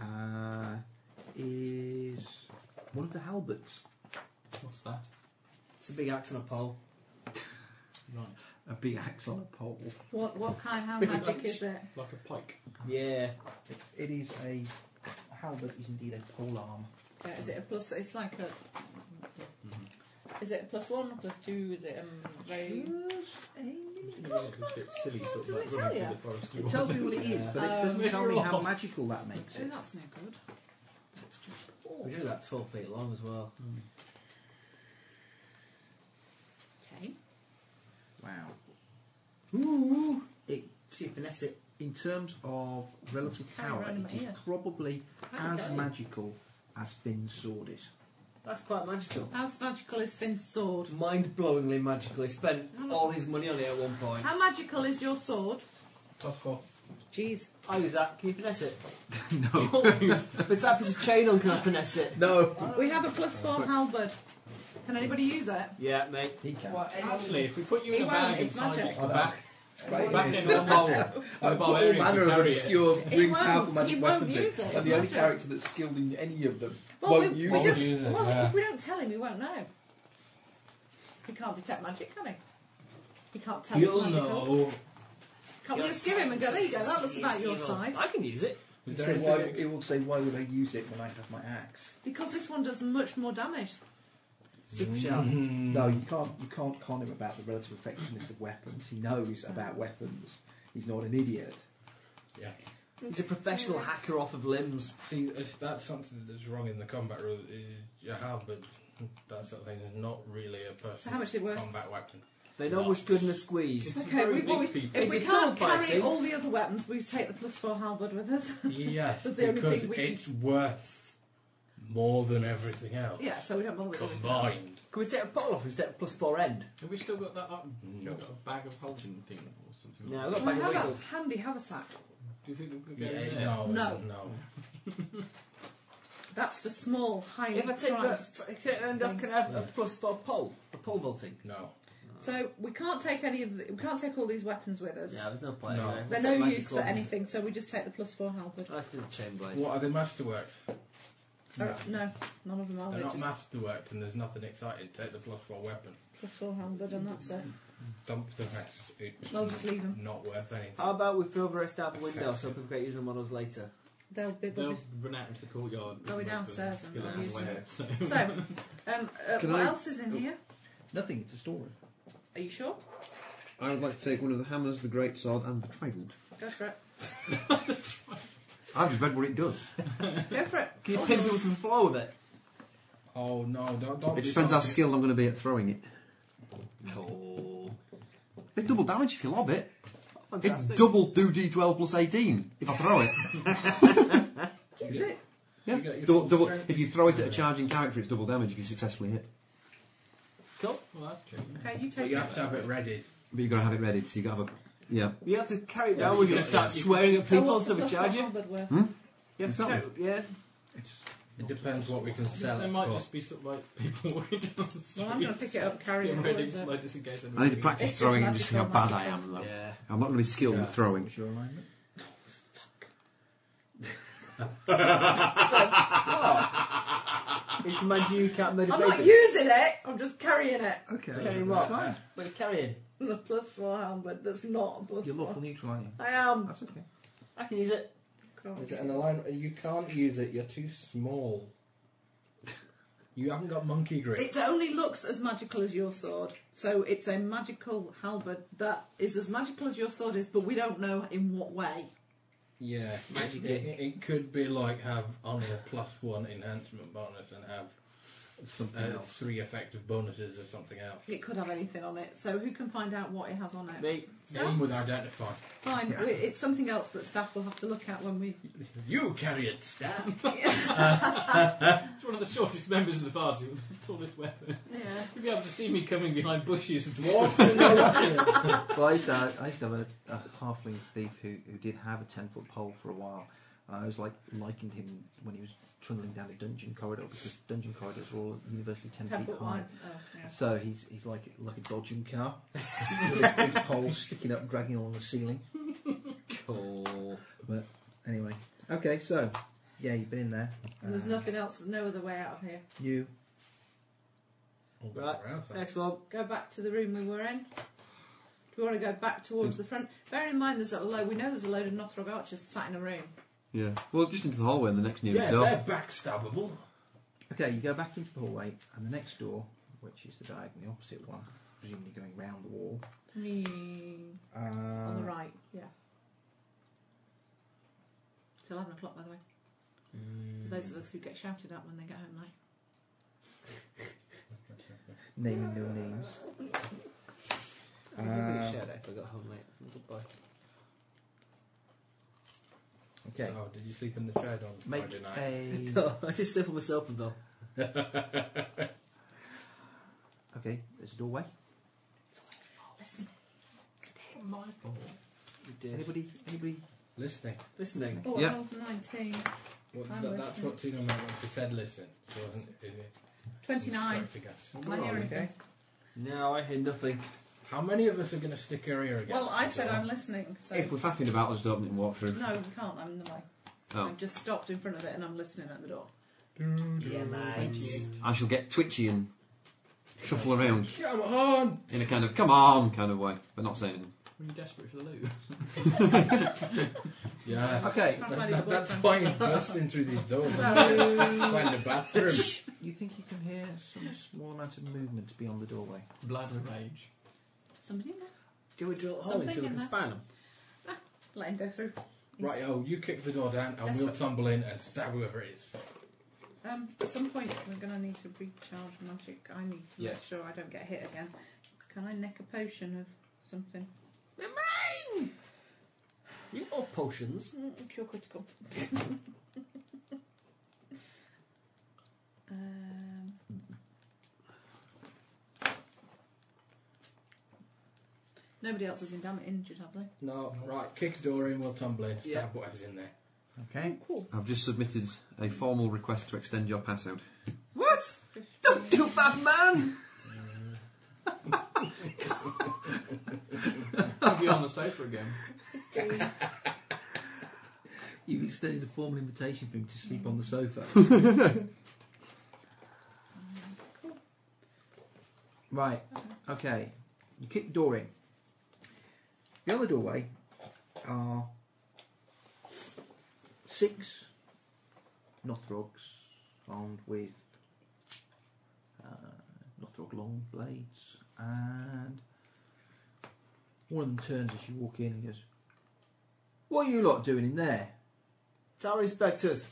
uh, is one of the halberds.
What's that?
It's a big axe on a pole.
Right.
A big axe on a pole.
What? What kind? How magic is it?
Like a pike.
Yeah. It, it is a, a halberd is indeed a pole arm.
Yeah, is it a plus? It's like a. Is it a plus one, a plus two? Is it um, very?
A bit silly, sort of
Does
like
it tell
running through
you?
the forest.
It tells me what it is, but it doesn't
Um,
tell me how magical that makes
Oh,
it.
that's no good. That's just poor.
We do that 12 feet long as well.
Okay.
Wow.
Ooh.
It, see, finesse it. In terms of relative
Carry
power,
around in my
it is
ear.
probably
How'd it
as
go?
magical as Finn's sword is.
That's quite magical.
How magical is Finn's sword?
Mind blowingly magical. He spent all his money on it at one point.
How magical is your sword?
Plus four.
Jeez.
I use Oh, that. Can you finesse it? no. the type of chain on, can I finesse it? No.
We have a plus four halberd. Can anybody use it?
Yeah, mate. He can.
Actually, if we put you in
He
a bag
won't, it's
inside
magic.
this back,
great.
back in the bowl, the bowl
all
area,
manner
we
of
carry it.
obscure,
He
really
won't-
powerful
he
magic
won't
weapons.
use it,
in,
it's
and the only
magic.
character that's skilled in any of them
Well,
won't
we,
use
we
it.
just, well if we don't tell him, he won't know. He can't detect magic, can he? He can't tell
You'll
it's magical.
know.
Can't we Oh, just give him and go, there you go, that looks about your size.
I can use it.
It,
there
says,
is
why,
a-
it will say, why would I use it when I have my axe?
Because this one does much more damage.
Mm.
Super sharp.
Mm.
No, you can't. You can't con him about the relative effectiveness of weapons. He
Mm.
knows about weapons. He's not an idiot.
Yeah.
He's a professional hacker off of limbs.
See, it's, that's something that's wrong in the combat rule. Is your halberd, that sort of thing, is not really a personal
how much is it worth?
combat weapon.
They know much good in a squeeze.
Okay, we, well, we, if we
If it's
can't
all
carry
fighting-
all the other weapons, we take the plus four halberd with us.
Yes,
That's the only
because
thing we can-
it's worth more than everything else.
yeah, so we don't bother with it.
Combined.
Can we take a bottle off instead of plus four end?
Have we still got that up?
No.
We've got a bag of holding thing or something.
No, we've got a bag
like that.
Well,
of
how
weasels.
about handy haversack?
Do you think we could go
Yeah,
in there?
no,
No.
no.
That's for small, highly
If I take
priced.
that, take that end off, can I have a plus four pole? A pole vaulting?
No.
So we can't take any of the, we can't take all these weapons with us.
Yeah, there's no point.
No.
anyway.
They're
We'll take
no
magic
use for
ones.
anything, so we just take the plus four halberd.
Let's do the chain blade.
What are they masterworked?
Uh, no, none of them are.
They're
Oh,
not
They're just
masterworked and there's nothing exciting. Take the plus four weapon.
plus four halberd, and that's it.
Dump the rest. It's
I'll just leave 'em.
Not worth anything.
How about we fill the rest out the window so people can use the models later?
They'll be. They'll
They'll
be
run out into the courtyard.
They'll be
Make
downstairs
them
and
get
they'll
out of
use
the way,
them.
so-
so, um, uh,
Can
what
I-
else is in here?
Nothing. It's a story.
Are you sure?
I would like to take one of the hammers, the great sword, and the trident.
Go for it.
I've just read what it does.
Go for it.
Can you
All
pin
yours.
people to the floor with it?
Oh no, don't. don't
It
be
just depends how
talking.
skilled I'm going to be at throwing it.
No.
It double damage if you lob it.
Fantastic.
It double do d12 plus 18 if I throw it.
Is it?
Yeah.
You get your
Double,
full
double,
strength.
if you throw it at a charging character, it's double damage if you successfully hit.
Cool.
Well, that's true.
Okay, you
But
take
you
it.
have to have it ready.
But you've got to have it ready, so you've got to have a. Yeah.
You have to carry it
Yeah,
down
you
when you're
can-
going to start
yeah, you
swearing at
So
people
what's
to
the plus four
charge you.
halberd worth?
You have to carry,
Exactly.
yeah.
It's
It depends what we can sell
There
it
might
for.
just be sort of like people walking down the street.
Well, I'm going to pick it up, carry it
Get ready,
towards it.
to, like, just in case
I need to
anyone-
practice
It's just
throwing and just see how
magical,
bad I
magical.
am, though.
Yeah.
I'm not going to be skilled
Yeah.
at throwing.
What's your alignment?
It's my you can't meditate.
I'm not using it. I'm just carrying it.
Okay.
Carrying
that's
what?
fine.
But you're carrying.
The plus four halberd. That's not a plus
You're
four.
lawful neutral, aren't you?
I am.
That's okay.
I can use it.
Is it an alignment? You can't use it. You're too small. You haven't got monkey grip.
It only looks as magical as your sword, so it's a magical halberd that is as magical as your sword is, but we don't know in what way.
Yeah,
Magic
it, it, it could be like have only a plus one enhancement bonus and have
Something
uh,
else.
three effective bonuses or something else.
It could have anything on it, so who can find out what it has on it?
The one with identify.
Fine, we- it's something else that staff will have to look at when we.
You carry it, staff.
It's one of the shortest members of the party with the tallest weapon.
Yeah.
You'll be able to see me coming behind bushes and
well, I used to have, I used to have a, a halfling thief who, who did have a ten foot pole for a while, and I was like likened him when he was trundling down a dungeon corridor because dungeon corridors are all universally ten,
10
feet
foot
high.
wide. Oh, yeah.
So he's he's like like a dodging car with a big pole sticking up, dragging along the ceiling.
Cool.
But anyway, okay, so yeah, you've been in there.
And there's
Uh,
nothing else, no other way out of here.
You
Right.
Next one.
Go back to the room we were in. Do we want to go back towards the front? Bear in mind, there's a load. We know there's a load of Northrog archers sat in a room.
Yeah. Well, just into the hallway and the next nearest
yeah,
door.
they're backstabbable.
Okay, you go back into the hallway, and the next door, which is the diagonal, the opposite one, presumably going round the wall.
Mm,
Uh,
on the right, yeah. It's 11 o'clock, by the way. For those of us who get shouted at when they get home late.
Naming no names.
I'll give you a
Uh,
Um,
shout out if I got home late. Goodbye.
Okay.
So, did you sleep in the shed on
Make
Friday night?
a.
No, I just slept on myself and though.
Okay, there's a doorway.
Listen.
My fault.
Anybody? Anybody?
Listening.
Listening.
Oh,
Yeah.
I'm 19.
Well,
I'm
that, that's
listening.
what Tina meant when she said listen. She wasn't. It, it,
29.
Strike the gas.
Am I hearing anything?
No, I hear nothing.
How many of us are going to stick our ear against?
Well, I
the
said
door?
I'm listening, so.
If we're faffing about, let's open it and walk through.
No, we can't. I'm in the way.
Oh.
I've just stopped in front of it and I'm listening at the door.
Yeah, mate.
I shall get twitchy and shuffle around
Come on!
in a kind of "come on" kind of way, but not say anything.
Were you desperate for the loot?
Yeah.
Okay.
Can't
That,
find his
that, that's why
boyfriend.
you're bursting through these doors.
Well-
Find the bathroom.
You think you can hear some small amount of movement beyond the doorway?
Bladder rage.
Somebody in there.
Do we drill a hole in so
Something
we
in
can
there.
span them?
Let him go through. He's-
Right, oh, you kick the door down and
That's
we'll
what-
tumble in and stab whoever it is.
Um, at some point, we're going to need to recharge magic. I need to make
Yes.
sure I don't get hit again. Can I neck a potion of something?
You or potions?
Mm, Cure critical. um, nobody else has been damn injured, have they?
No, right, kick the door in, we'll tumble in, stab
Yeah.
whatever's in there.
Okay.
Cool.
I've just submitted a formal request to extend your pass out.
What? Don't do that, man!
I'll be on the sofa again.
You've extended a formal invitation for him to sleep on the sofa. right, okay. You kick the door in. The other doorway are six Northrogs armed with uh, Northrog long blades, and one of them turns as you walk in and goes, What are you lot doing in there?
Tower inspectors.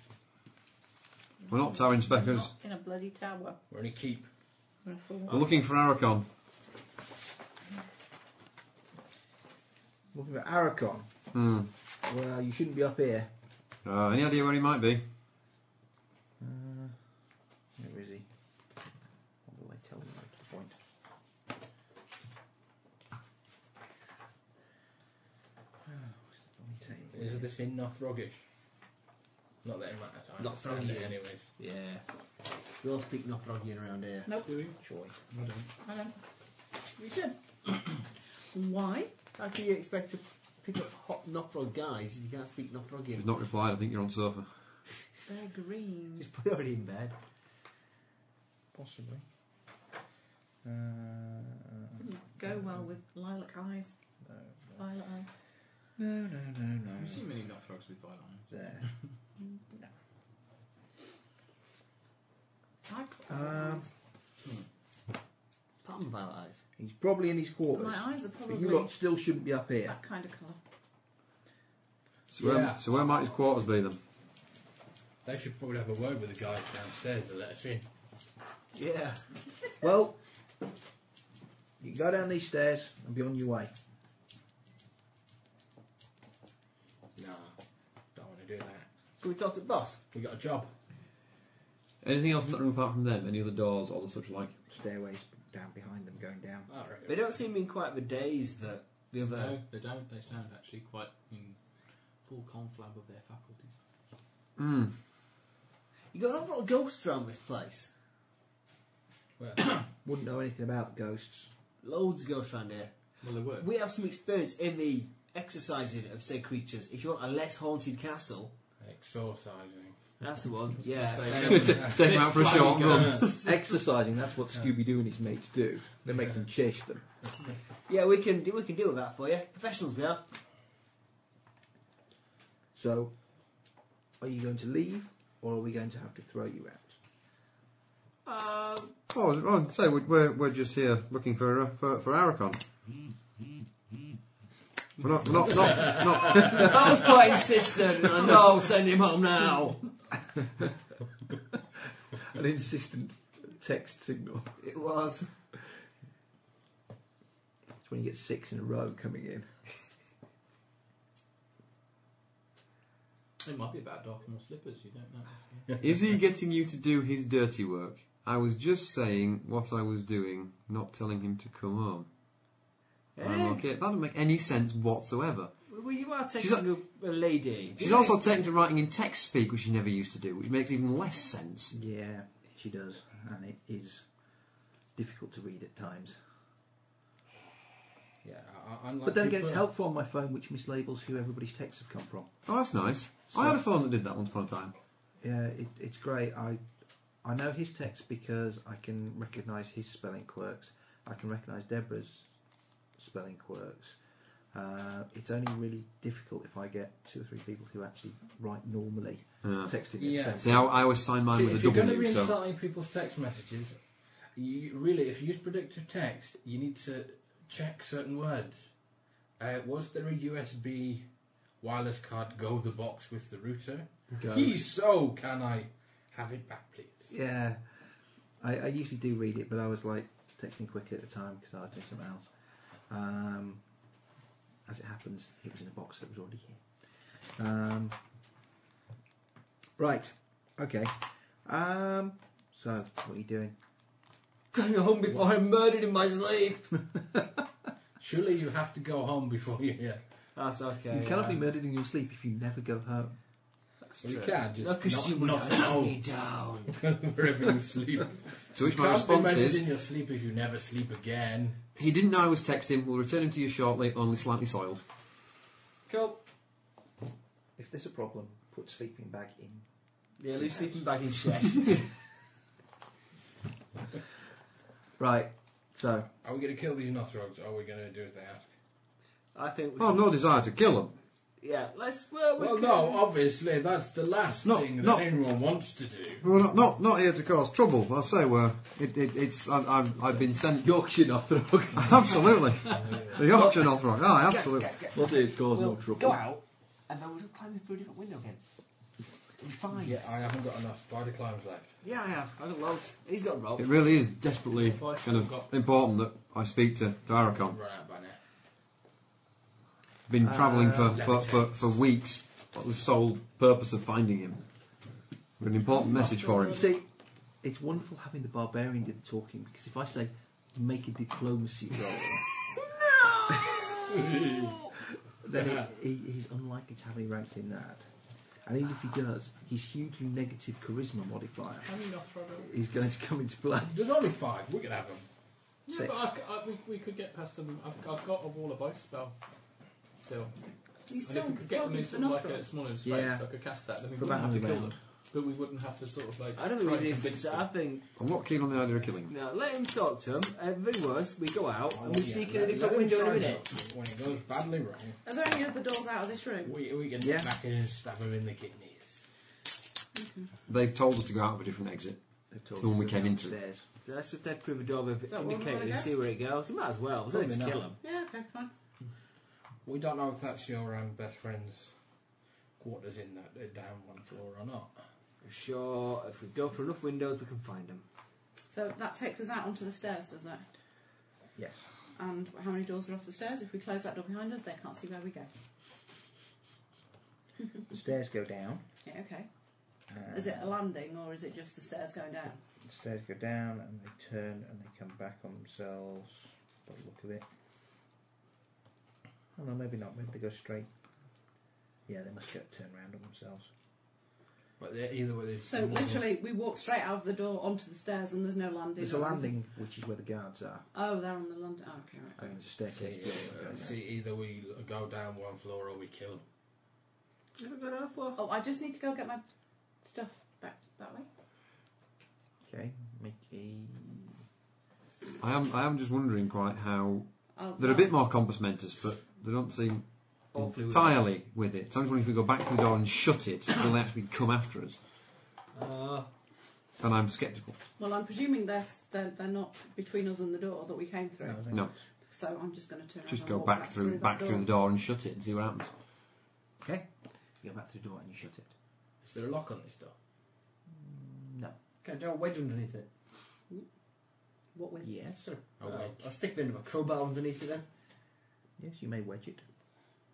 We're not tower inspectors.
Not Oh, in a bloody tower.
We're in a keep.
We're a fool.
We're looking for Aracon.
Looking for Aracon.
Hmm.
Well, you shouldn't be up here.
Uh, any idea where he might be?
Uh, where is he? What will they tell me at the point? Oh,
Is this in Northrogish? Not that it matters. I understand
Northrogian.
it anyways.
Yeah. We all speak Northrogian around here.
Nope.
Joy.
I don't.
We should.
Why?
How can you expect to pick up hot Northrog guys if you can't speak Northrogian?
He's not replied. I think you're on sofa.
They're green.
He's probably already in bed.
Possibly. Uh,
Wouldn't go well with lilac eyes.
no, no,
Violet eyes.
no, no, no,
Have you
no.
seen many Nothrogs with violet eyes?
There.
I've got
Um,
eyes.
Pardon violet eyes.
He's probably in his
But
quarters.
My eyes are
But
probably
you lot still shouldn't be up here.
that kind of colour.
So where,
Yeah.
so where might his quarters be then?
They should probably have a word with the guys downstairs to let us in.
Yeah.
Well, you can go down these stairs and be on your way.
No, don't want to do that.
Can we talk to the boss?
We got a job.
Anything else in that room apart from them? Any other doors or the such like?
Stairways down behind them, going down.
All right.
They don't seem in quite the days that the other.
No, they don't. They sound actually quite in full conflab of their faculties.
Hmm.
You got an overall ghost around this place.
Wouldn't know anything about ghosts.
Loads of ghosts around here.
Well, they were.
We have some experience in the exercising of said creatures. If you want a less haunted castle,
Exorcising.
that's the one. Yeah.
Take him out for a short run.
Exercising, that's what Scooby Doo and his mates do. They make them chase them.
Yeah, we can we can deal with that for you. Professionals, we are.
So, are you going to leave or are we going to have to throw you out?
Oh, I'd say we- we're, we're just here looking for uh, for, for Aracon. We're not, we're not, not, not.
That was quite insistent. I know. Send him home now.
An insistent text signal.
It was.
It's when you get six in a row coming in.
It might be about Darth Maul slippers. You don't know.
Is he getting you to do his dirty work? I was just saying what I was doing, not telling him to come home. I'm
Eh?
okay. That doesn't make any sense whatsoever.
Well, you are
She's
texting a, a lady.
She's also taken to writing in text speak, which she never used to do, which makes even less sense.
Yeah, she does. And it is difficult to read at times.
Yeah. I, I, unlike
But then again,
people-
it's helpful on my phone, which mislabels who everybody's texts have come from.
Oh, that's nice. I had a phone that did that once upon a time.
Yeah, it, it's great. I I know his text because I can recognise his spelling quirks. I can recognise Deborah's spelling quirks. Uh, it's only really difficult if I get two or three people who actually write normally
Uh, Yeah.
texting me.
Yeah.
Yeah.
See, I, I always signed mine
See,
with
if
a
you're going to be
W, so
insulting people's text messages, you really, if you use predictive text, you need to check certain words. Uh, was there a USB wireless card go the box with the router?
Go.
Please, so can I have it back, please?
yeah. I, I usually do read it, but I was like texting quickly at the time because I was doing something else. Um, as it happens, it was in a box that was already here. Um, right. Okay. Um, so, what are you doing?
Going home before I'm murdered in my sleep.
Surely you have to go home before you. Yeah.
That's okay.
You cannot
yeah.
be murdered in your sleep if you never go home.
That's
Well, you
true.
can just
No, 'cause
not,
she would
not
hunt
know
me down.
wherever you sleep.
to which
you
my
can't be
response
murdered
is,
in your sleep if you never sleep again.
he didn't know I was texting. We'll return him to you shortly, only slightly soiled.
Cool.
If there's a problem, put sleeping bag in.
Yeah, leave sleeping bag in shed.
Right. So,
Are we going to kill these Nothrogs or are we going to do as they ask?
I think. We
Oh,
should-
no desire to kill him.
Yeah, let's. Well, we
Well,
could-
no, obviously, that's the last
No,
thing that
no.
anyone wants to do.
We're not, not not here to cause trouble. I say we're. It, it, it's. I, I've I've been sent.
Yorkshire Northrog.
absolutely. The Yorkshire North Rock. Ah,
Guys,
absolutely.
guys, guys,
Not that it caused
We'll
no trouble.
go out and then we'll climb through a different window again. It'll be fine.
Yeah, I haven't got enough spider climbs left.
Yeah, I have. I've got loads. He's got a rope.
It really is desperately
Well, I've
kind of
still got-
important that I speak to to Aracon.
I've run out by now.
Been travelling for,
Uh,
for, for, for weeks for the sole purpose of finding him. With an important message for him.
you see, it's wonderful having the barbarian do the talking because if I say, make a diplomacy roll, then he, he, he's unlikely to have any ranks in that. And even if he does, his hugely negative charisma modifier
How many Nothrogs?
is going to come into play.
There's only five. We could have them.
Yeah,
Six.
but I c- I- we, we could get past them. I've, I've got a wall of ice spell still.
You
And if
still
we could get them
talking
in
to
sort of like a
nothing.
small enough space,
Yeah.
I could cast that. Then we
For
wouldn't
about
have to
another
kill them.
round.
But we wouldn't have to sort of like.
I don't think
try
we
and
need
convince
to. I
them.
think.
I'm not keen on the idea of killing him.
Now, let him talk to him. At the worst, we go out and we
Oh, Yeah,
sneak in
let-
a different
let him
window in a
try
minute.
something. When it goes badly wrong,
Are there any other doors out of this room?
we, we can
Yeah.
get back in and stab him in the kidneys.
They've told us to go out of a different exit.
They've told
The one
us
we
to
came
go
into.
upstairs.
So let's just head through the door of
that where we're
indicate
gonna
and
go?
see where it goes. You might as well. We're not
Probably
to
not.
kill him.
Yeah, okay, fine.
We don't know if that's your um, best friend's quarters in that are down one floor or not.
I'm sure if we go for enough windows, we can find them.
So that takes us out onto the stairs, does it?
Yes.
And how many doors are off the stairs? If we close that door behind us, they can't see where we go.
The stairs go down.
Yeah, okay.
Uh,
Is it a landing or is it just the stairs going down?
The stairs go down and they turn and they come back on themselves. By the look of it. Oh no, maybe not. Maybe they go straight. Yeah, they must get turned round on themselves.
But they're either way, they've
So literally, we walk straight out of the door onto the stairs and there's no landing.
There's a
or
landing, which is where the guards are.
Oh, they're on the landing. Oh, okay, right.
And there's a staircase.
See,
building
uh,
down there.
see, either we l- go down one floor or we kill them.
Oh, I just need to go get my stuff back that way.
Okay, Mickey.
I am. I am just wondering quite how
I'll-
they're a bit more compass mentors, but they don't seem
Awfully with
entirely with it. So I'm just wondering if we go back to the door and shut it, will they actually come after us?
Uh,
And I'm sceptical.
Well, I'm presuming they're, s- they're, they're not between us and the door that we came through.
No, they're
No,
So I'm just going to turn around
just
and
go
walk
back through,
that
back through the door and shut it and see what happens.
Okay. You go back through the door and you shut it.
Is there a lock on this door?
No.
can I do a wedge underneath it?
What with?
Yes.
A
Uh,
wedge.
I'll stick a bit of a crowbar underneath it then.
Yes, you may wedge it.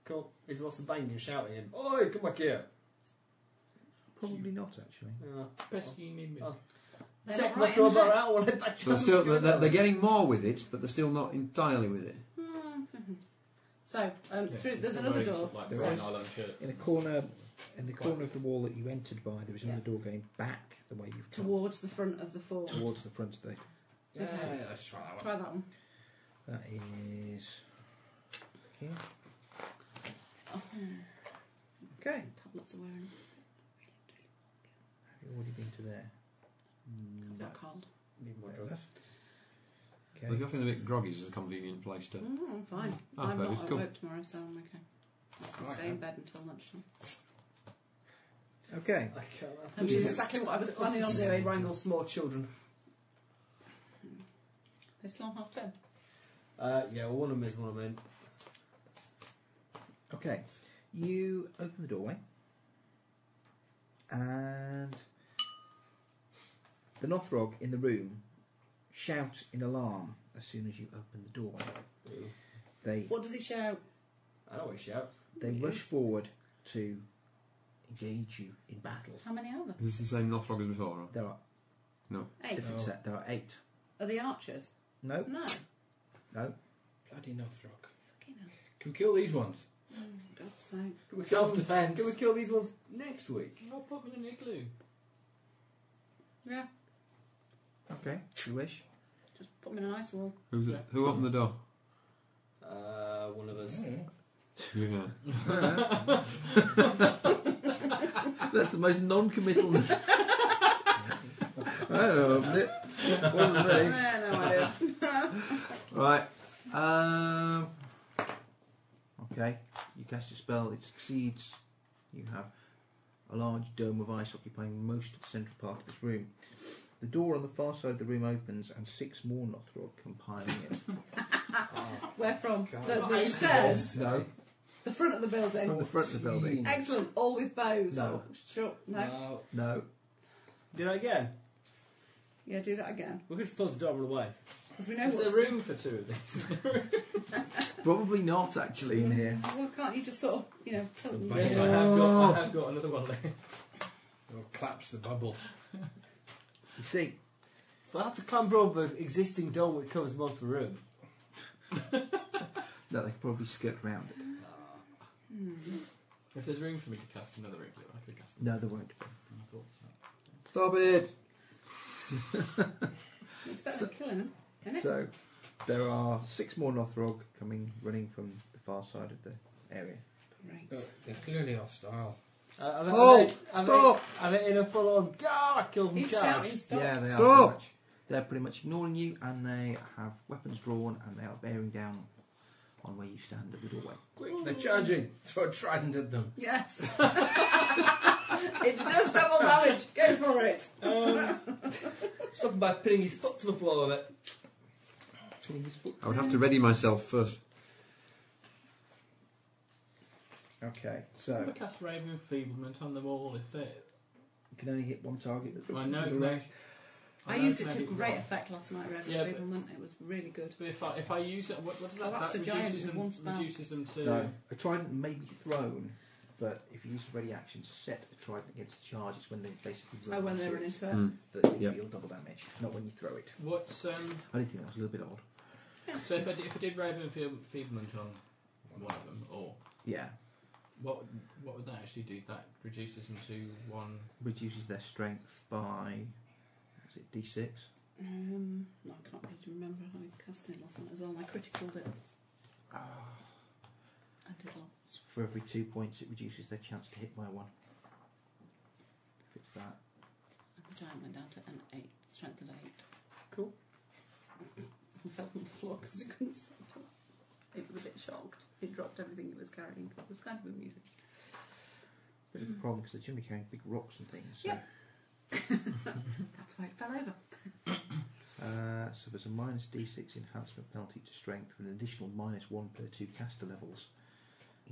Cool. There's lots of banging and shouting and, Oi, come back here!
Probably not, actually.
Uh,
Best you need me.
Oh.
They're
take
not
my
right in
crowbar
there.
out while I back
So they're still, they're, they're, they're getting more with it, but they're still not entirely with it.
Hmm, So um,
Yeah,
through,
it's
there's
the
another
roads,
door.
Like
There
Rhode
is.
Island shirt.
In the corner, in the corner of the wall that you entered by, there is another door going back the way you've come
towards the front of the fort.
towards the front of the.
Yeah,
Okay.
yeah, let's try that one.
Try that one.
That is. Here. Okay.
Oh, hmm. Tablets are wearing.
Have you already been to there?
I've got cold.
Need more
Fair
drugs.
enough. Okay.
Well, if you're feeling a bit groggy, it's a convenient place to.
Mm, I'm fine.
Oh,
Ah,
fair,
I'm not
it's
at
cool.
work tomorrow, so I'm okay. I can stay in bed until lunchtime.
Okay.
I can't.
Which is exactly what I was planning on doing.
Wrangle small children.
They still on half term.
Uh, yeah, well, one of them is one of them.
Okay. You open the doorway, and the Nothrog in the room shout in alarm as soon as you open the doorway.
Ooh.
They
What does he shout?
I know what he shouts.
they rush forward to engage you in battle.
How many are there?
Is this the same Northrog as before? Or?
There are
Eight.
Oh.
different set. There are eight.
Are they archers?
No,
No.
no.
Bloody Northrog.
Fucking hell.
Can we kill these ones?
For God's sake.
Can we kill
Self
them-
defence.
Can we kill these ones next week?
I'll put them in an igloo.
Yeah.
Okay. You wish.
Just put them in an ice wall.
Who's it? Who opened the door?
Uh, one of us.
Yeah.
That's the most non-committal. I don't know, opened it. Wasn't me.
Yeah, no idea.
Right. Um, okay. You cast your spell. It succeeds. You have a large dome of ice occupying most of the central part of this room. The door on the far side of the room opens, and six more Nothrog come piling in.
Where from?
God.
The, the stairs.
no,
The front of the
from
building.
the front of the building.
Excellent. All with bows.
No.
Sure. No.
No.
No.
Did I again?
Yeah, do that again.
We could just close the door and run away.
Because we know
Is there
what's...
room for two of these?
Probably not actually in here.
Well, can't you just sort of, you know, tell them?
Yes,
I have got, I have got another one left.
Or claps the bubble.
You see,
we'll have to clamber over existing dome which covers most of the room.
no, they could probably skirt round it.
Hmm.
If there's room for me to cast another igloo, I could cast
No, there won't. be.
another. I thought so.
Stop it!
It's better than killing them.
So there are six more Nothrog coming running from the far side of the area.
Great.
Look, they're clearly hostile.
Uh, I've- I've
Oh,
hit- I've
stop!
hit- I've hit in a full on. God, I killed them
He's
charge.
shouting stop.
Yeah, they are.
Stop.
Pretty much, they're pretty much ignoring you, and they have weapons drawn, and they are bearing down on where you stand at the doorway.
Quick, they're charging. Throw a trident at them.
Yes. it does double damage. Go for it.
Stopping by pinning his foot to the floor with it.
I would have to ready myself first.
Okay, so
Never cast Raven Enfeeblement on the wall if they.
you can only hit one target. That's
I know.
within
it
the
may-
range.
I
know
used
it's
it to
maybe
great
wrong.
effect last night, Red
Yeah,
yeah, It was really good.
But if I, if I use it, what, what does
Oh,
that?
that's
that
a giant
reduces
with
them.
one spell.
Reduces them to.
No, a trident may be thrown, but if you use a ready action, set a trident against the charge. It's when they basically
Oh, when they
into
run
it
into it.
Mm.
That you
Yep.
deal double damage, not when you throw it.
What's um?
I did think that was a little bit odd.
So if I did, if I did Raven Enfeeblement on one of them, or
Yeah,
what what would that actually do? That reduces them to one.
reduces their strength by what's it d6?
Um, no, I can't really remember how I cast it last night as well. and I criticaled it. Ah. I did all.
For every two points, it reduces their chance to hit by one. If it's that,
And the giant went down to an eight, strength of eight.
Cool.
I fell on the floor because it couldn't stop it. It was a bit shocked. It dropped everything it was carrying. It was kind of amusing.
bit of a problem because they're generally carrying big rocks and things. So,
Yeah. That's why it fell over.
uh, so there's a minus d6 enhancement penalty to strength with an additional minus one per two caster levels.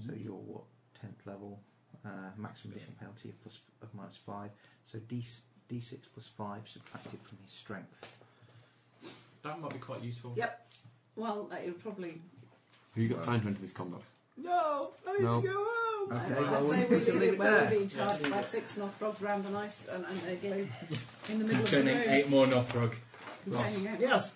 So you're what tenth level, uh, maximum additional penalty of plus of minus five. So d d6 plus five subtracted from his strength.
That might be quite useful.
Yep. Well, uh, it would probably.
Have you got time to enter this combat?
No, I
need to No. go
home.
Okay,
I,
well,
say we
we'll
leave
leave
it
it
where
there.
we're being
Yeah,
charged
leave
by
it.
six north frogs round an ice and, and a globe in the middle of the room.
Turning eight more Northrog.
Turning out.
Yes.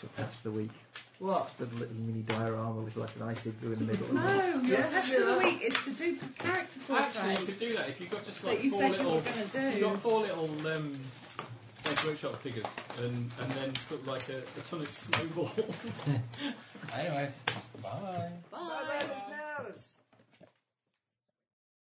So that's for the week.
What?
The little mini diorama with like an ice igloo in the middle.
No, your
Yes.
test of the week is to do character portraits.
Actually, you could do that if you've got just
That
like
you
four
said you
little.
were gonna do.
You've got four little um, Games workshop figures, and and then sort of like a, a ton of snowball.
Anyway, bye.
Bye.
Bye.